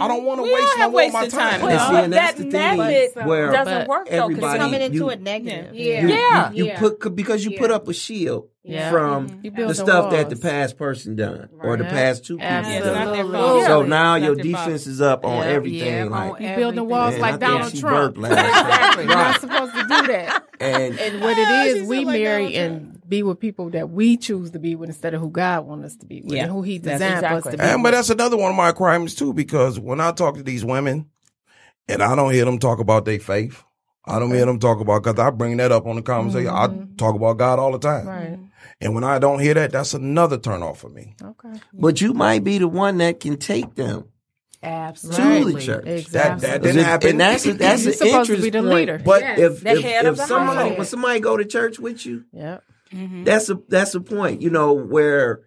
I don't want to
We all
waste no
have
more of my
wasted
time.
time.
And
Well,
see, and that's
that
the thing
method
where
doesn't
But
work though. 'cause
everybody-
it's-
Coming into
you-
it negative.
Yeah.
You,
Yeah.
you, you put because you put up a shield
Yeah. Mm-hmm.
from
You build
the
the
stuff that the
walls.
past person done or the
Right.
past two people
Yeah, it's not
done.
their
Absolutely.
fault.
So
Really?
now
Not
your
their fault.
defense is up on
Yeah,
everything.
yeah,
like,
on You building
man,
walls
I
like
thought
Donald
she
Trump.
worked last
You're not supposed to do that.
and
And what it is, we marry and be with people that we choose to be with instead of who God wants us to be with
Yeah.
and who He
That's
designed for us
exactly.
to be.
And but
with.
that's another one of my crimes too, because when I talk to these women, and I don't hear them talk about their faith, I don't hear them talk about because I bring that up on the conversation.
Mm-hmm.
I talk about God all the time,
Mm-hmm.
Right.
and when I don't hear that, that's another turn off for me.
Oh.
Okay.
but you might be the one that can take them to the
Absolutely.
church.
That
Exactly.
that didn't
It-
happen.
And that's a, that's
You're
an
supposed to
interest
be the
point.
leader.
But
Yes,
if
the
if,
head
if
of the
somebody
household.
when somebody go to church with you,
Yep.
that's a that's a point. You know where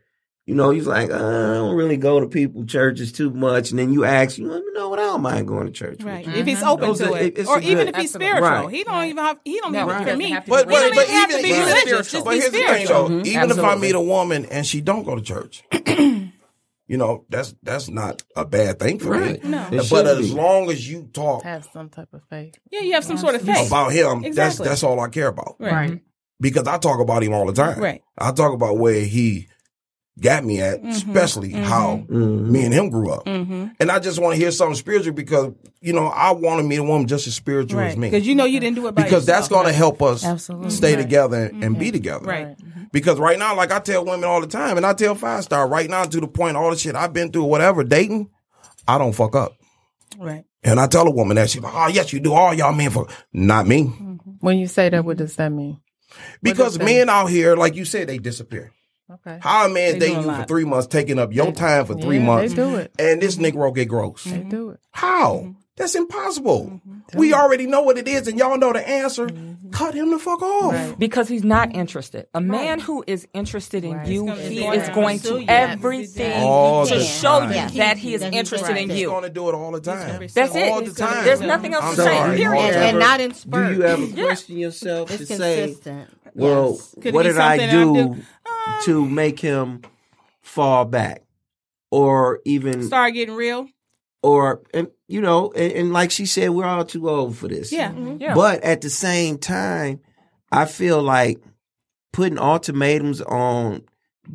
You know, he's like, uh, I don't really go to people churches too much. And then you ask, you know what? I don't mind going to church. with
Right.
you."
If he's open
Those
to
are-
it,
it's
or
a
even
good-
if he's
Absolutely.
spiritual,
Right.
he don't even have. He don't
No,
even
he
for
doesn't
me.
have to be
But,
But-
But,
We don't
but,
but,
but
even have to
even,
be
but-
religious. Just
but
be
here's the thing,
spiritual. Mm-hmm.
though. even if I
Absolutely.
meet a woman and she don't go to church, you know that's that's not a bad thing for
Right.
me.
No. It
But
should
as
be.
long as you talk
Have some type of faith.
Yeah, you have some sort of faith.
about him, that's
Exactly.
that's all I care about.
Right.
Because I talk about him all the time.
Right. Mm-hmm.
I talk about where he got me at, especially how me and him grew up. And I just want to hear something spiritual because you know I want to meet a woman just as spiritual
Right.
as me.
Because you know you didn't do it by
because that's
yourself. Mm-hmm.
going to help us
Absolutely.
stay
Right.
together and and be together.
Right.
Because right now, like I tell women all the time, and I tell five star right now to the point, all the shit I've been through, whatever dating, I don't fuck up.
Right.
And I tell a woman that she's like, oh yes, you do. All y'all men fuck. Not me,
Mm-hmm.
When you say that, what does that mean?
because
that?
men out here, like you said, they disappear.
Okay.
How a man
They do
date
a
you for
lot.
three months, taking up your time for three
Yeah,
months,
They do Mm-hmm. it.
and this nigga get gross.
They do it.
How? That's impossible. We already know what it is, and y'all know the answer. Cut him the fuck off.
Because he's not interested. A man who is interested in you,
gonna-
he
he's
is
gonna
going
pursue
to
you.
everything
Oh.
All
to
the
show you
time.
that he is
That he's
interested in
interested.
He's
you.
gonna do it all the time.
That's
all
it.
the time.
There's nothing else
I'm
to say.
sorry.
Period.
And,
Whatever.
and not in
Do
spurts.
you ever question yourself to
it's
say,
consistent.
well,
Yes.
Could it
what
be
did I
something that I
do to make him fall back? Or even,
Start getting real.
or, and, you know, and, and like she said, we're all too old for this.
Yeah.
Yeah.
But at the same time, I feel like putting ultimatums on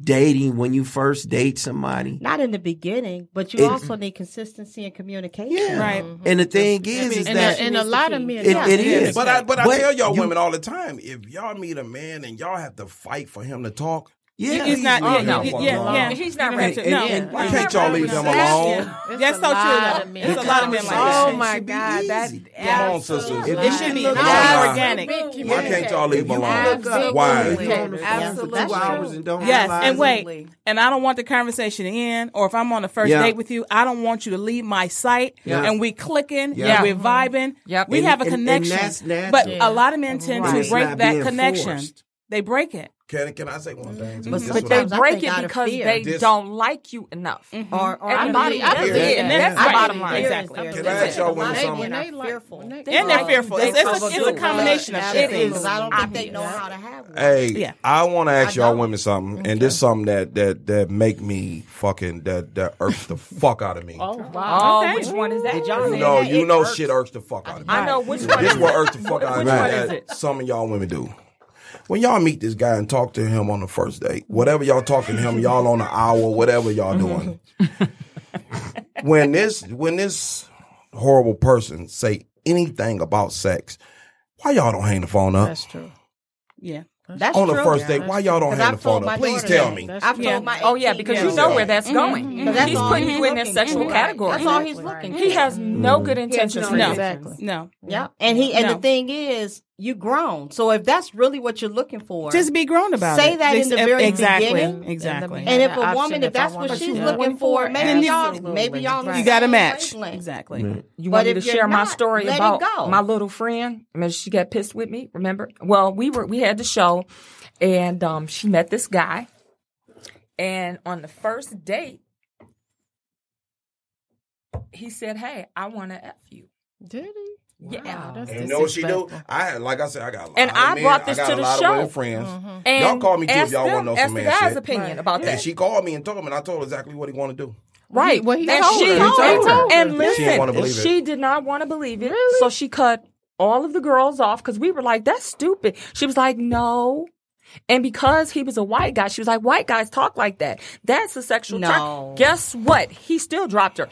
dating when you first date somebody.
Not in the beginning, but you
It-
also need consistency and communication.
Yeah.
Right.
And the thing is, is
And,
that
a, and a lot of men.
It-
don't.
it is.
But I but, I
But
tell y'all
you-
women all the time, if y'all meet a man and y'all have to fight for him to talk,
yeah,
It's not.
Oh,
yeah,
no.
yeah, yeah, yeah.
He's not
You don't
ready.
have
And-
to- No.
and-
why
Yeah.
can't y'all leave him
That's-
alone?
It's
That's
a
so
lot
true.
of
though.
men.
It's a lot of men like
Oh,
that.
my God, that- Come on, sisters.
If
It
you
should be
look
all
up-
organic.
Why can't y'all leave
If
him
you
alone?
look up-
Why?
You're on the phone for
Absolutely.
two hours and don't
Yes,
realize
and
it.
wait. And I don't want the conversation to end. Or if I'm on the first
Yeah.
date with you, I don't want you to leave my sight.
Yeah.
And we clicking.
Yeah.
Yeah, we're
Mm-hmm.
vibing.
Yep.
We
And-
have a
and- and
connection.
that's natural.
but a lot of men tend
And
to
it's
break
not
that
being
connection.
forced.
They break it.
Can can I say one thing?
But-
This
but
is
But
what
they
I-
Sometimes I
break
think
it
out of
because
fear.
they
Dis-
don't like you enough.
Mm-hmm.
Or, or
I believe- I believe
it, and
and
that's
that's
right.
bottom line.
Exactly.
Can I ask y'all one something?
When they
When they
are fearful,
like-
And they're fearful. It's, it's a,
They
it's a
overdo it.
combination of shit.
It is. Because I don't think they know how to have one.
Hey,
Yeah.
I want to ask
I
y'all
don't.
women something, and this something that that that make me fucking that that irks the fuck out of me.
Oh, which one is that?
you know, you know, shit irks the fuck out of me.
I know which one.
This
is
what
it?
irks the fuck out of
Which
me.
one is
that Some of y'all women do. When y'all meet this guy and talk to him on the first date, whatever y'all talking to him, y'all on an hour, whatever y'all doing.
Mm-hmm.
when this when this horrible person say anything about sex, why y'all don't hang the phone up
That's true.
Yeah.
That's
on the
true.
first date? Why y'all don't
Because I've
hang the phone
told my
up? Please
daughter
tell
that.
me.
That's
I've
true.
told my
Oh yeah, because you know where that's going.
Because that's
He's
all
putting
he's
you in that
looking
sexual
for.
category.
That's all he's looking
He
for.
has
Mm.
no good intentions. for
No.
you.
Exactly.
No.
Yep. And he and
No.
the thing is, you grown. So if that's really what you're looking for,
Just be grown about it.
Say that in
Just-
the very
exactly.
beginning.
Exactly.
and if
the
a
option
woman,
if
if that's
I
what
want
she's
to.
looking for,
Then
maybe
you-
y'all, maybe y'all, on the
You got to
same
match.
wavelength.
Exactly.
Mm.
But
You want me
if
to
you're
share my
not,
story
let it
about
go.
my little friend? I mean, she got pissed with me. Remember? Well, we were we had the show, and um, she met this guy, and on the first date, he said, "Hey, I want to f you."
Did he?
Yeah.
That's
And you know what she do?
disrespectful.
I had, like I said, I got a lot
And
of
I
men.
brought this
I got
to
a
the
lot
show. Mm-hmm.
of women friends.
And
y'all call me too if
ask
y'all
them-
want to know
ask
some
the
man
guy's
shit.
opinion about
And
that.
she called me and told me, and I told her exactly what he wanted to do.
Right.
Well, he
and
told
she
her. He
and,
told her.
and
She
listen,
didn't wanna believe it.
she did not want to believe it. So she cut all of the girls off because we were like, "That's stupid." She was like, "No." And because he was a white guy, she was like, "White guys talk like that. That's a sexual
No.
term." Guess what? He still dropped her.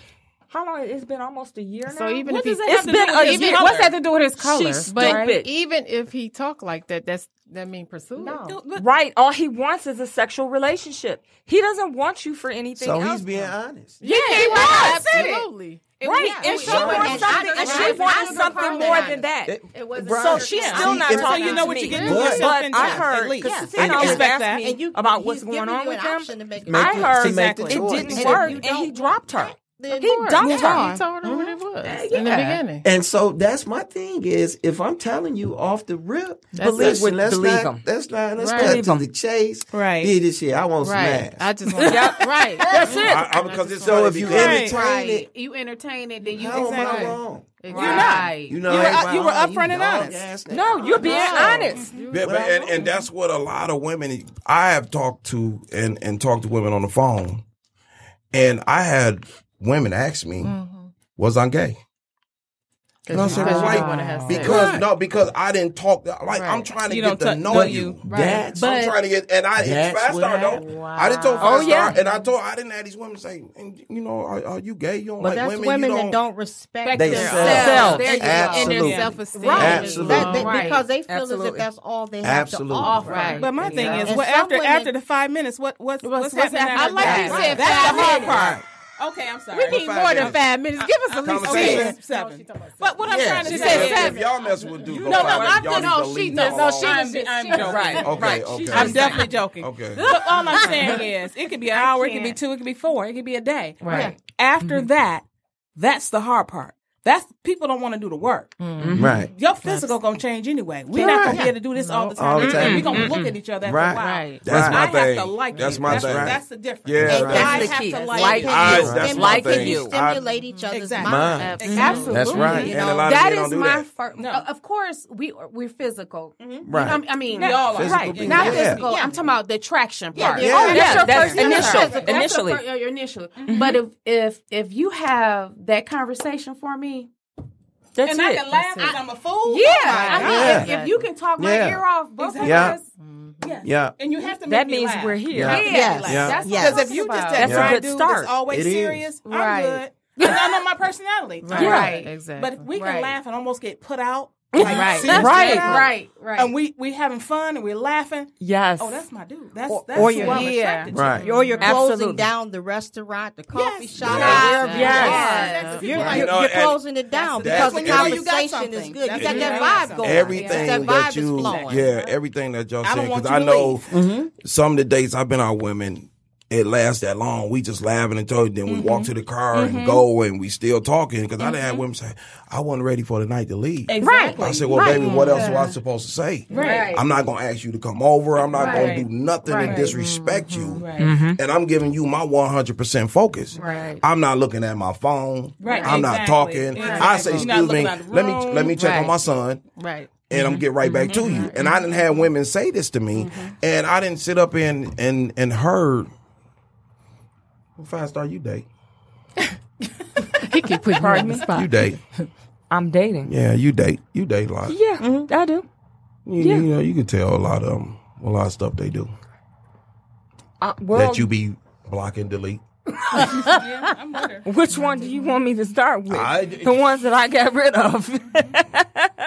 How long? It's been almost a year now.
So even if he,
it's been a
even,
year.
what's that to do with his color?
She's
But
stupid.
even if he talk like that, that's that mean pursue. No.
Right. All he wants is a sexual relationship. He doesn't want you for anything
So
else.
he's being honest.
Yeah, he was absolutely.
right.
Yeah,
and she
it was-
wants something.
I-
And
I-
she
I
wants
never
something
heard
more
that.
than that.
It was
So she's still
See,
not
and-
talking
So you know what
to
you're
me.
getting
But-
yourself into,
I
at
heard
least.
because
Yeah.
Casino was
Respect that.
asking
And you
about
he's
what's going
giving
on
you
with
an
them.
option to make it
I
work.
heard
To make the
it
choice.
didn't
And if
work,
you
and
don't
he
want
dropped her.
the
He
divorce.
dumped her.
Yeah.
You told her what it was in the
yeah.
beginning.
And so that's my thing is if I'm telling you off the rip,
That's
believe
it.
when let's
Believe
not
'em.
that's not let's
Right.
cut
Believe
to the chase.
Right.
Did this shit. I want
Right.
smash.
I just want to. Right.
That's it.
I, I'm because it's
so if you
because-
entertain it,
You entertain it, then you
how am I
exactly.
wrong?
Right.
You know,
You were-
everybody
you were
online,
upfront and
dog
honest.
ass nigga.
No, you're being honest.
Yeah, but- and, and that's what a lot of women I have talked to and, and talked to women on the phone. And I had women ask me,
Mm-hmm.
was I gay?
Because
No,
you
so
because you
like,
didn't want to have sex.
Because no, because I didn't talk like I'm
Right.
trying to
You
get
don't
to
t-
know
know
you.
you.
That's
I'm trying to get and I
That's
fast
what
star
happened.
though. I didn't tell
Wow.
fast
Oh, yeah.
star and I told I didn't have these women say, "And, you know, are, are you gay? You don't
But
like
that's
women,
women,
you
that don't respect
They
themselves.
sell.
Self.
There you go.
And
Absolutely.
their self esteem.
Right.
Absolutely.
That- that-
Right.
Because they feel as if
Absolutely.
that's all they have
Absolutely.
to offer.
Right.
But my thing is,
And
what
some
after
women-
after the five minutes, what what's what's,
what's
happening?
after that?
after that?
I like you said
That's
five
the hard
minutes.
part. Okay, I'm sorry.
We need more than five minutes. Give us at least
Conversation.
ten.
seven. But what I'm trying to
She
say
said
is,
if, if y'all mess with dude, go
no,
find
I'm
out, y'all
just-
need
no,
to
she
leave
just-
him
no,
alone.
she
I'm, be- I'm joking.
Right.
Okay, okay.
I'm definitely joking.
Okay.
But all I'm saying is, it could be an hour, it could be two, it could be four, it could be a day.
Right.
After that, that's the hard part. That's people don't want to do the work.
Right.
Your physical gonna change anyway. We're not gonna be able to do this all the time.
All the time.
We're gonna look at each other after
Right.
a while.
Right.
That's
Right.
my
I
thing.
have to like
that's
you.
my
that's,
thing.
That's the difference.
Yeah,
I
And right.
guys
have
That's the
to
key.
like,
Like
you.
I-
Can you
that's my
stimulate,
thing.
you stimulate
I-
each other's
Exactly.
mind.
Mine.
Absolutely.
That's right.
You
And a
know,
lot of
That
men
is
don't do
my
that.
first. Of course, we are- we're physical.
Right.
I mean- I mean,
We all are.
right.
Physical
being-
Not
Yeah.
physical. I'm talking about the attraction
Yeah,
part.
the Oh, attraction.
yeah, that's
initial.
initial,
initially.
initially.
oh, your initial. But if if if you have that conversation for me,
That's
And I
it.
can laugh because I'm a fool.
yeah,
Oh
I
my
mean,
God.
if, if you can talk my
Yeah.
ear off, both
Exactly.
of
Yeah.
us.
Yeah.
And you have to make
That
me
means
laugh.
we're here.
Yeah.
Yeah,
Yes.
like,
Yeah.
that's what
Yes.
I'm
Because if you
talking
just
about.
that
That's a
dry
good
dude
start.
that's always
It is.
serious, I'm
Right.
good. Because I know my personality.
Right.
I'm
Right.
good.
Exactly.
But if we can
Right.
laugh and almost get put out. Like,
Right.
seriously
Right.
put out,
right, right.
And we we having fun and we're laughing.
Yes.
Oh, that's my dude. That's
Or-
that's
or
who
your-
I'm
yeah.
attracted to.
Right.
Or you're closing
Absolutely.
down the restaurant, the coffee
Yes.
shop,
Yeah.
wherever you
Yes.
are.
That's the
You're,
people.
You
you're,
know,
you're
and
closing it down
that's
because the
when you know
you got
conversation is
something.
good. You
That's
got
when you
that
got
vibe
something.
going.
everything
that
that,
vibe is
you
flowing.
yeah everything that y'all
I
said
don't want
because
you
I
to
know
leave.
some of the dates I've been out with women it lasts that long we just laughing and talking then we
Mm-hmm.
walk to the car and go and we still talking because I done had women say I wasn't ready for the night to leave
Exactly.
I said well baby what else was I supposed to say
Right.
I'm not gonna ask you to come over I'm not
Right.
gonna do nothing to
Right.
disrespect
Mm-hmm.
you and I'm giving you my 100 percent focus
Right.
I'm not looking at my phone
Right.
I'm not
Exactly.
talking I say
Exactly.
excuse
You're not
me
looking at the
let me
room. Mm-hmm.
let me check on
Right.
my son
Right.
and I'm get right back to you. And I didn't have women say this to me, and I didn't sit up and and and heard. Well, five star, you date,
He could put you on the
you
spot.
date,
I'm dating.
yeah, you date, you date a lot.
Yeah,
Mm-hmm.
I do.
You, you know, you can tell a lot of 'em, a lot of stuff they do
Uh, well,
that you be block and delete.
which one do you want me to start with?
I-
the ones that I got rid of.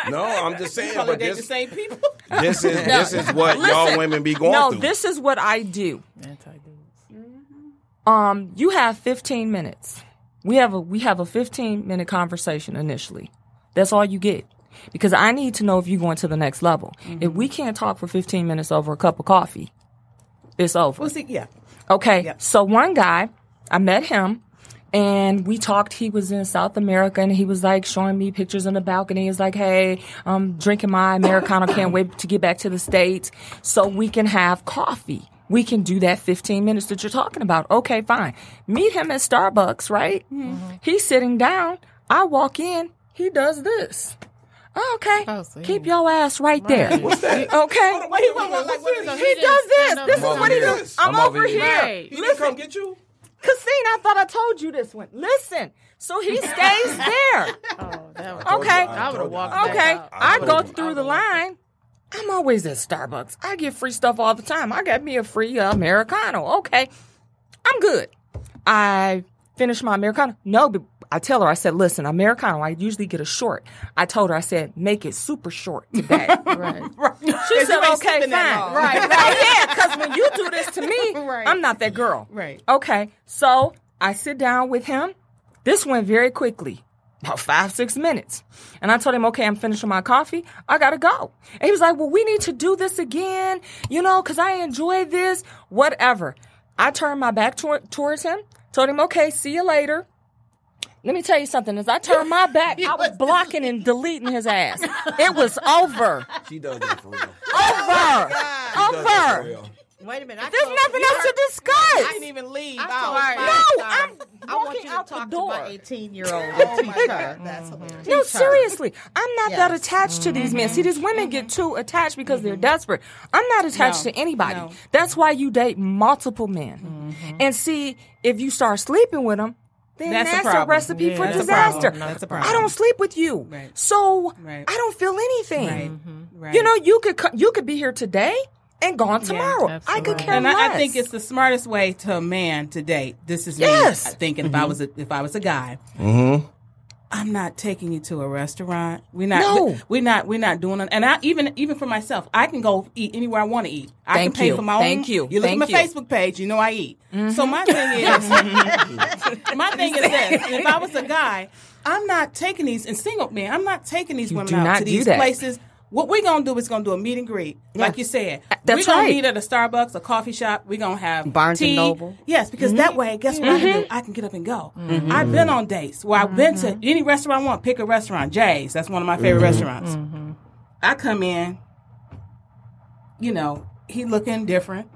No, I'm just saying,
Probably
but
date the
this
same people.
this is this is what y'all
Listen,
women be going
no,
through.
this is what I do.
Anti-dudes.
Um, you have 15 minutes. We have a we have a 15 minute conversation initially. That's all you get. Because I need to know if you're going to the next level.
Mm-hmm.
If we can't talk for 15 minutes over a cup of coffee, it's over.
Well, see, yeah.
Okay.
Yep.
So one guy, I met him and we talked. He was in South America and he was like showing me pictures on the balcony. He was like, Hey, I'm drinking my Americano. Can't wait to get back to the States so we can have coffee. We can do that 15 minutes that you're talking about. Okay, fine. Meet him at Starbucks, right? He's sitting down. I walk in. He does this. Okay.
Oh, so he-
Keep your ass right, there. What's that? Okay. He does this. This is what he does. I'm, over here.
Right.
You didn't come get you.
Cassine, I thought I told you this one. Listen, so he stays there.
Oh,
okay,
I would have walked. back
okay.
out.
I go through the line. I'm always at Starbucks. I get free stuff all the time. I got me a free uh, americano. Okay, I'm good. I finish my americano. No, but I tell her. I said, listen, americano. I usually get a short. I told her. I said, make it super short today.
Right.
She said,
ain't
okay, fine.
sleeping that long.
Right, right. yeah, because when you do this to me, I'm not that girl.
Right.
Okay, so I sit down with him. This went very quickly, about five, six minutes. And I told him, okay, I'm finishing my coffee. I got to go. And he was like, well, we need to do this again, you know, because I enjoy this, whatever. I turned my back toward towards him, told him, okay, see you later. Let me tell you something. As I turned my back, I was blocking and deleting his ass. It was over.
She does that for real.
Oh
Over. Over.
Wait a minute. I
There's
told
nothing
you-
else to discuss.
I didn't even leave.
I
Oh,
told my-
No,
sorry.
I'm
I want
walking
you to
out the
talk to my
door. Oh
18 year old and teach her.
That's hilarious.
Mm-hmm. No, seriously. I'm not that
Yes.
attached to these men. See, these women get too attached because they're desperate. I'm not attached
Mm-hmm. No.
to anybody.
No. Mm-hmm.
That's why you date multiple men. And see, if you start sleeping with them, then
That's a
that's, a,
problem.
recipe
Yeah,
for
that's a
disaster.
problem. That's a
I
problem.
don't sleep with you.
Right.
So
Right.
I don't feel anything.
Right. Right.
You know, you could co- you could be here today and gone tomorrow. I could
absolutely.
care
and
less.
I, I think it's the smartest way to a man to date. This is
Yes.
me thinking if I was a, if I was a guy. I'm not taking you to a restaurant. We're not.
No.
We're not. We're not doing it. And I even even for myself, I can go eat anywhere I want to eat. I
Thank
can pay
you.
for my
Thank
own.
you.
You look
Thank
at my
you. Mm-hmm.
Facebook page. You know I eat. So my thing is, my thing is this: if I was a guy, I'm not taking these. And single man, I'm not taking these
You
women
do
out
not
to
do
these
that.
places. What we're gonna do is gonna do a meet and greet, like you said.
Uh,
That's
we're gonna
right.
meet at a Starbucks, a coffee shop. We're gonna have
Barnes and
tea.
Noble. Mm-hmm.
Yes, because that way, guess what I can do? I can get up and go. I've been on dates where I've been
Mm-hmm.
to any restaurant I want. Pick a restaurant, Jay's. That's one of my favorite restaurants.
Mm-hmm.
I come in, you know, he looking different.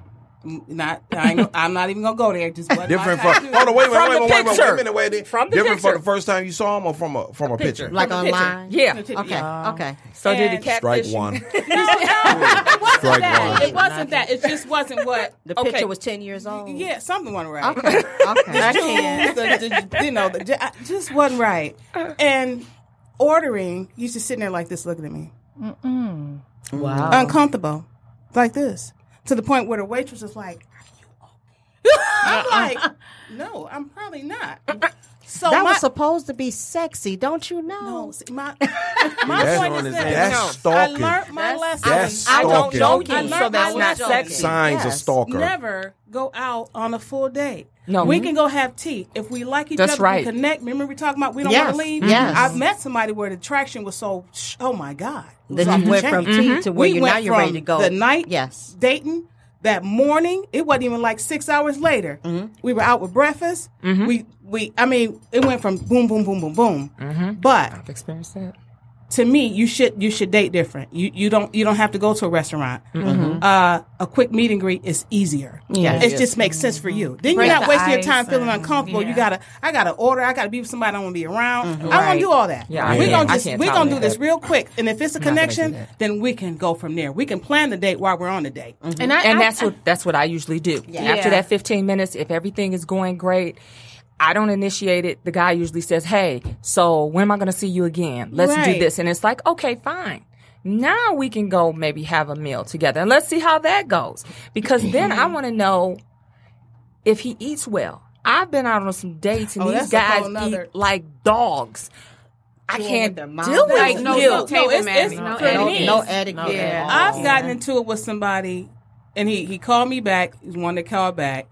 M- Not, I ain't, gonna- I'm not even gonna go there. Just wasn't my
Different from.
type
Hold on, wait, wait,
From
wait, wait, wait,
the
wait, wait a
picture.
minute, wait. a minute.
From the
Different
picture.
from the first time you saw him, or from a from a picture.
picture.
Like
From the picture.
online?
yeah.
to-
Okay. Okay.
So did he
And-
Strike
catfish? you?
one.
it wasn't
Strike
that.
one.
It wasn't that. It just wasn't what.
The
Okay.
picture was 10 years old.
Yeah, something wasn't right.
Okay. Okay.
Jews, the- the- you know, the, ju- I- just wasn't right. And ordering, you just sitting there like this, looking at me,
wow.
uncomfortable, like this, to the point where the waitress was like, "Are you okay?" I'm like, "No, I'm probably not." So
That
my,
was supposed to be sexy, don't you know?
no, see, my my
That's
point
on
is
his
that
That's
No.
stalking.
I learned my lesson.
That's
I don't
stalking.
know
I
you,
learned
so that's
my
not
lesson.
sexy.
Signs of
Yes.
stalker.
Never go out on a full date.
No.
Mm-hmm.
we can go have tea if we like each
That's
other.
right.
We connect. Remember, we talking about we don't
Yes. Mm-hmm.
want to leave.
Yes.
I've met somebody where the attraction was so. sh- Oh my god! It was
Then
off
you
the
went from
chain.
tea to where
Mm-hmm. we
you're
went
now you're ready
from
to go.
The night,
Yes.
dating that morning. It wasn't even like six hours later.
Mm-hmm.
We were out with breakfast. We we. I mean, it went from boom, boom, boom, boom, boom.
Mm-hmm.
But
Experienced that.
to me, you should you should date different. You you don't you don't have to go to a restaurant. Uh, a quick meet and greet is easier. Yeah, it just makes sense for you. Then
Break
you're not
the
wasting your time
ice
feeling
and-
uncomfortable. You
yeah.
gotta I gotta order. I gotta be with somebody I want to be around. I don't want
Right.
to do all that.
Yeah, I
we're
can't-
gonna
I
just
can't
we're gonna do
tolerate
this
that.
real quick. And if it's a
gonna do
connection,
that.
then we can go from there. We can plan the date while we're on the date.
And I,
and
I-
that's what that's what I usually do. After that 15 minutes, if everything is going great, I don't initiate it. The guy usually says, "Hey, so when am I going to see you again? Let's do
Right.
this." And it's like, "Okay, fine." Now we can go maybe have a meal together and let's see how that goes. Because then I want to know if he eats well. I've been out on some dates and
Oh,
these
that's a whole
guys
nother-
eat like dogs. I can't
with their
deal
mouth.
with
like no,
you.
no table
No, it's-
manners.
it's-
no,
for
No,
me.
etiquette.
no etiquette.
Yeah.
at all.
I've gotten into it with somebody, and he he called me back. He's one that called back.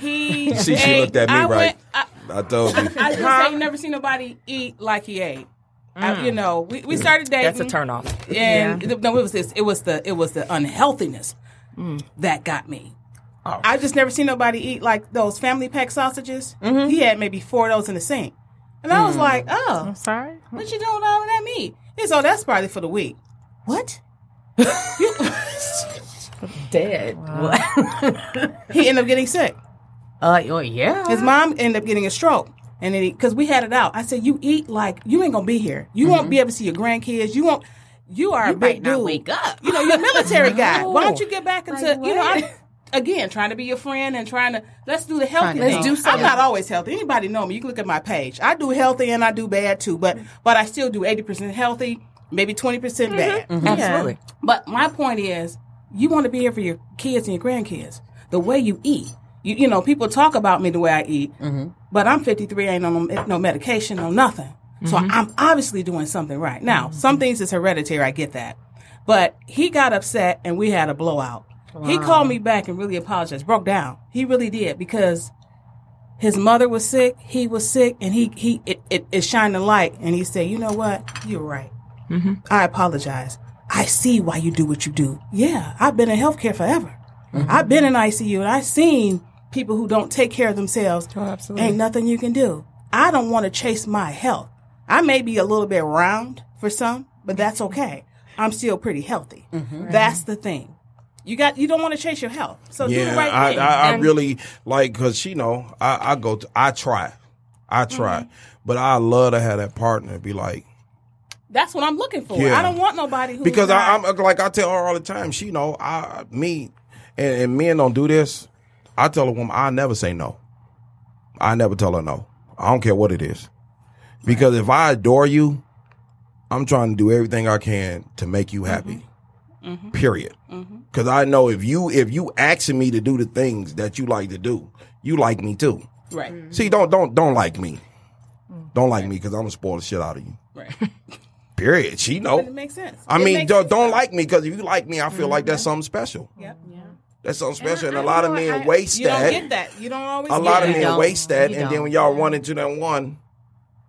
He
See, she
ate-
looked at me
I
right.
went- I-
I told you.
I just ain't never seen nobody eat like he ate. I- you know, we, we started dating.
Mm. That's a turnoff.
And the- no, it was this. It was the it was the unhealthiness
Mm.
that got me.
Oh.
I just never seen nobody eat like those family pack sausages.
Mm-hmm.
He had maybe four of those in the sink, and I
Mm.
was like, oh,
Sorry.
what you doing with all of that meat? He said, oh, that's probably for the week. What? You-
dead.
he ended up getting sick.
Uh, oh yeah.
His mom ended up getting a stroke. And then, because we had it out, I said, "You eat like you ain't gonna be here. You won't be able to see your grandkids. You won't. You are a
Mm-hmm. You
big
might not
dude.
wake up.
You know, you're a military guy. Why don't
No.
you get back into you know? I'm, again, trying to be your friend and trying to let's do the healthy.
Let's
thing.
do
I'm not always healthy. Anybody know me? You can look at my page. I do healthy and I do bad too, but but I still do eighty percent healthy, maybe twenty percent bad.
Mm-hmm.
Absolutely.
But my point is, you want to be here for your kids and your grandkids. The way you eat, you you know, people talk about me the way I eat, but I'm 53, ain't on no, no medication, no nothing. So I'm obviously doing something right. Now, some things is hereditary. I get that, but he got upset and we had a blowout. He called me back and really apologized, broke down. He really did because his mother was sick, he was sick, and he he it, it, it shined a light, and he said, "You know what? You're right. I apologize. I see why you do what you do. Yeah, I've been in healthcare forever. I've been in ICU, and I've seen people who don't take care of themselves. absolutely, ain't nothing you can do. I don't want to chase my health. I may be a little bit round for some, but that's okay. I'm still pretty healthy. That's the thing. You got you don't want to chase your health. So do the
Yeah,
right
I,
thing.
I, I really like because she know I, I go to, I try, I try, but I love to have that partner and be like
that's what I'm looking for.
Yeah.
I don't want nobody who
because I, I'm like I tell her all the time. She know I me and, and men don't do this. I tell a woman I never say no. I never tell her no. I don't care what it is because if I adore you, I'm trying to do everything I can to make you happy. Period. Because I know if you if you asking me to do the things that you like to do, you like me too.
right.
See, don't don't don't like me. Don't like me because I'm gonna spoil the shit out of you.
Right.
Period. She know.
It makes sense.
I
It
mean,
makes
don't,
sense.
don't like me because if you like me, I feel like that's something special.
Yep.
That's something
I-
special, and,
I
a lot of
know
men
I-
waste
You don't
that.
get that. You don't always
A
get
lot of
that.
men
don't.
waste that,
You
and then
don't.
when y'all run into that one,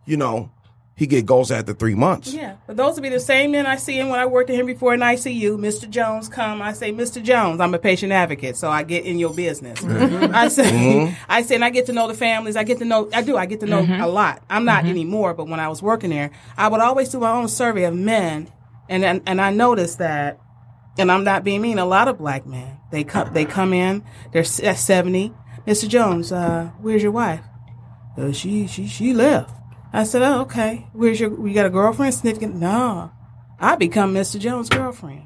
you know, he get goes after three months.
Yeah, but those would be the same men I see in when I worked at him before in ICU. Mr. Jones come, I say, Mr. Jones, I'm a patient advocate, so I get in your business. I say, I say, and I get to know the families. I get to know, I do, I get to know a lot. I'm not anymore, but when I was working there, I would always do my own survey of men, and and, and I noticed that, and I'm not being mean. A lot of black men they come they come in, they're s- at seventy. Mr. Jones, uh, where's your wife? Uh, she she she left. I said, oh okay. Where's your? You got a girlfriend? Sniffing? No, I become Mr. Jones' girlfriend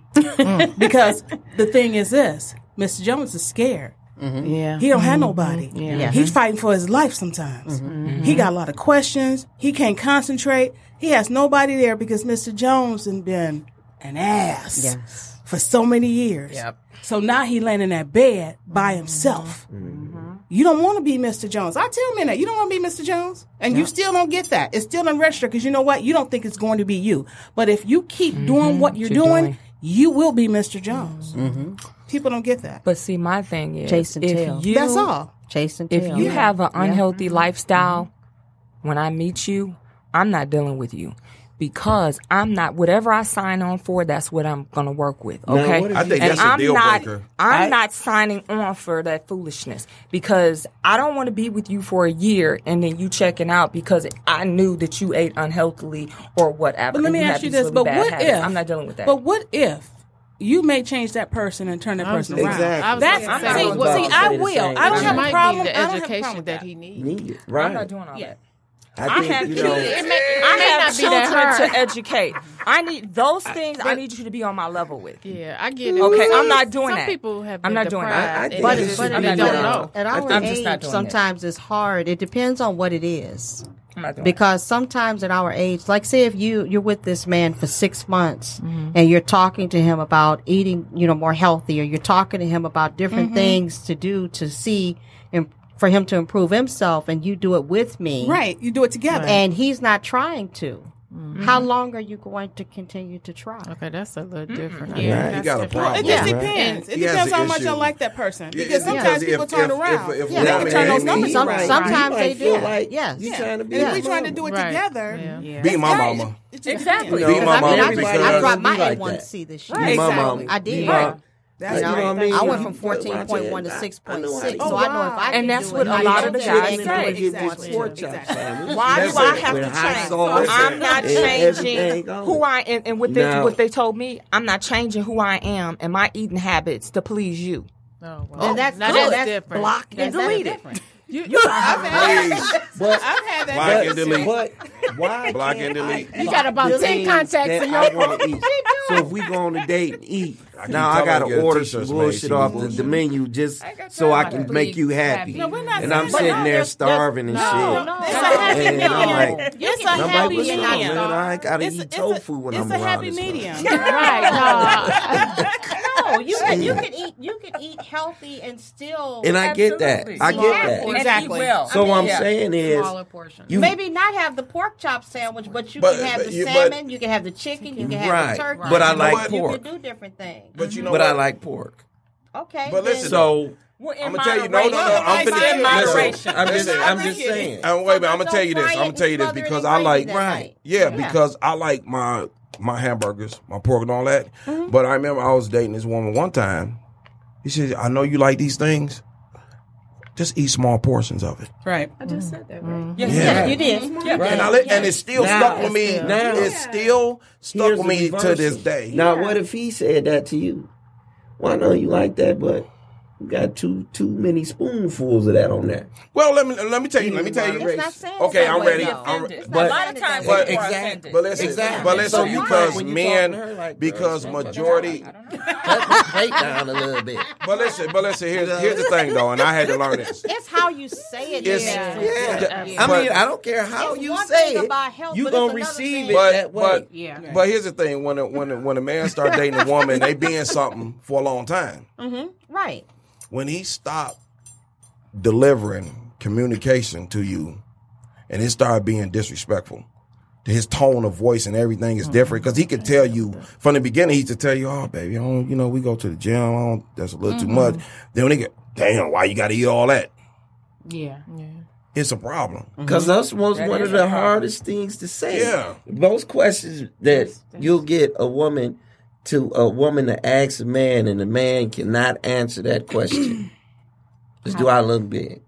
because the thing is this: Mr. Jones is scared.
Yeah.
He don't have nobody. He's fighting for his life sometimes. He got a lot of questions. He can't concentrate. He has nobody there because Mr. Jones has been an ass
Yes.
for so many years.
Yep.
So now he laying in that bed by himself. You don't want to be Mr. Jones. I tell men that you don't want to be Mr. Jones, and you still don't get that. It's still unregistered because you know what? You don't think it's going to be you. But if you keep doing what you're,
you're
doing,
doing.
you will be Mr. Jones. People don't get that.
But see, my thing is,
Chase and
if
tail.
you
That's all.
Chasing
if
tail.
you have an unhealthy
Mm-hmm.
lifestyle, when I meet you, I'm not dealing with you because I'm not whatever I sign on for. That's what I'm gonna work with. Okay,
what if I
think you-
and
that's a
I'm
deal
not.
breaker.
I'm
I-
not signing on for that foolishness because I don't want to be with you for a year and then you checking out because I knew that you ate unhealthily or whatever.
But let me
have
ask you
these
this:
really
But
bad
what
habits.
if
I'm not dealing with that?
But what if you may change that person and turn that person around?
Exactly.
I was
That's
gonna
see,
say,
I was
well, see,
about to
I
say the
will.
same
I don't
thing.
it
have
might
a problem.
be the
I don't have a problem
education
with
that
that.
he needs.
Need it, right?
I'm not doing all that.
I think
have
you
to-
know.
It may, it
I
may
have
not be
children
that
to
hard.
educate. I need those things. I need you to be on my level with.
Yeah, I get it.
Okay,
Some-
I'm not doing
some
that.
people have.
I'm
been
not doing that.
deprived
I- I
and
think
they-
it's-
they
I'm
don't
not-
know.
At our
I'm just not
age,
doing that.
sometimes it's hard. It depends on what it is.
I'm not doing
because sometimes at our age like say if you you're with this man for six months and you're talking to him about eating you know more healthy or you're talking to him about different things to do to see and for him to improve himself and you do it with me
Right. You do it together.
and he's not trying to how long are you going to continue to try
Okay, that's a little different.
Right. You
that's
got a
different.
problem.
It just
Yeah.
depends. It
He has
depends
an
how much I
issue.
like that person. Because
because
sometimes
if-
people turn
if-
around.
if- if
yeah, they
woman
can turn those
ain't
numbers
me-
Some-
around.
sometimes
You might
they
feel
do.
Like
Yes.
You
Yeah.
trying to be
And if
my
we trying to
mama.
do it
Right.
together,
Yeah.
Be my mama.
It's
Exactly.
You
Be
know,
my
I mean,
mama
I,
everybody
dropped- I
because-
dropped my
be like that.
A1C this year.
Be
Right.
my
Exactly.
mama.
I did.
Be my-
That's
You know
the
what I
right
mean?
thing.
I went from
Put my
14.1 to
chest.
6.6.
I- I know I did.
so Oh, I know if I
And
can
that's
do it,
what a
I
lot
know
of the
they
guys
can do it.
say.
Give you pork
Exactly.
chops, man.
Why do
Listen,
I have to
with hot
change?
sauce
I'm not
and everything
changing
on
who
it.
I am and what they,
No.
what they told me. I'm not changing who I am and my eating habits to please you.
Oh, well.
And that's,
Now
good.
that's different.
block
And
and
delete
delete
it.
You,
Please,
But
I've had that.
Black and delete.
But why
Block
can't
and delete.
I
You
got
eat
about
the
10
things
contacts
that
in
I want to eat. So if we go on a date and eat, now I
telling
gotta
her to get
order
t-shirts
some
made. She was
bullshit off the,
bullshitting.
the menu just
got
so I
time.
can make you happy.
No, we're
not
and I'm
saying
sitting
that.
there
That's-
starving and shit.
It's a happy
And
medium.
I'm like,
it's a
I'm like,
happy
what's up,
medium.
man? I ain't gotta
It's a-
eat
it's a-
tofu when
it's
I'm
a
around
happy
this person.
medium.
right.
No, Oh, you can, you can eat you can eat healthy and still
And I get that. I get that.
And eat
Exactly.
well.
So what I'm
Yeah.
saying is,
Smaller portion.
you
maybe not have the pork chop sandwich, but you
But-
can have
but
the
you- but-
salmon, you can have the chicken, you can have
Right.
the turkey.
But I
You
like
can- You
pork.
can do different things.
but you know
but
what?
I like pork.
Okay.
But
then-
listen,
So
We're in
I'm gonna tell you, no, no,
moderation.
no. I'm
It's
finna Listen,
in moderation.
I'm just,
listen.
I'm just saying.
And Oh, wait a minute, I'm
Don't
gonna tell you this.
fry
I'm
it
gravy
and
tell you this
smother it
because
in
I
gravy
like
that night.
Yeah,
Yeah.
because I like my my hamburgers, my pork and all that.
Mm-hmm.
But I remember I was dating this woman one time. He said, "I know you like these things. Just eat small portions of it.
Right.
I just said that.
Yes.
Yeah.
You did.
And, I let, and it still
Now,
stuck with me.
now-
it still stuck
Here's
with
the
me to
reversal.
this day.
Now, what if he said that to you? Well, I know you like that, but you got too too many spoonfuls of that on there.
Well, let me let me tell you. Let me tell you.
It's not saying
Okay,
it's that
I'm
way,
ready.
though.
I'm
It's
re-
not-
but-
a lot of times
but-
people are
exactly.
offended.
But listen,
Exactly.
but listen,
So you
because
talk- when you
men,
talk to her like that,
because
it's okay.
majority,
Cut the plate down a little bit.
but listen, but listen. Here's here's the thing though, and I had to learn this.
It's how you say it.
It's-
that makes it
yeah.
different.
I
But-
mean, I don't care how
It's
you
one
say
thing
it.
about health,
you
but
gonna
it's another
receive
thing.
it
But-
that way.
but-
Yeah.
But here's the thing: when a, when a, when a man start dating a woman, they being something for a long time.
Right.
When he stopped delivering communication to you, and it started being disrespectful. His tone of voice and everything is different because he could
Mm-hmm.
tell you from the beginning. He could tell you, "Oh, baby, I don't, you know, we go to the gym. I don't, that's a little
Mm-hmm.
too much." Then when they get, "Damn, why you got to eat all that?"
Yeah.
It's a problem.
Because
Mm-hmm.
that's was one
is
of the
a problem.
hardest things to say.
Yeah.
Most questions that you'll get a woman to a woman to ask a man, and the man cannot answer that question. Is do I look big?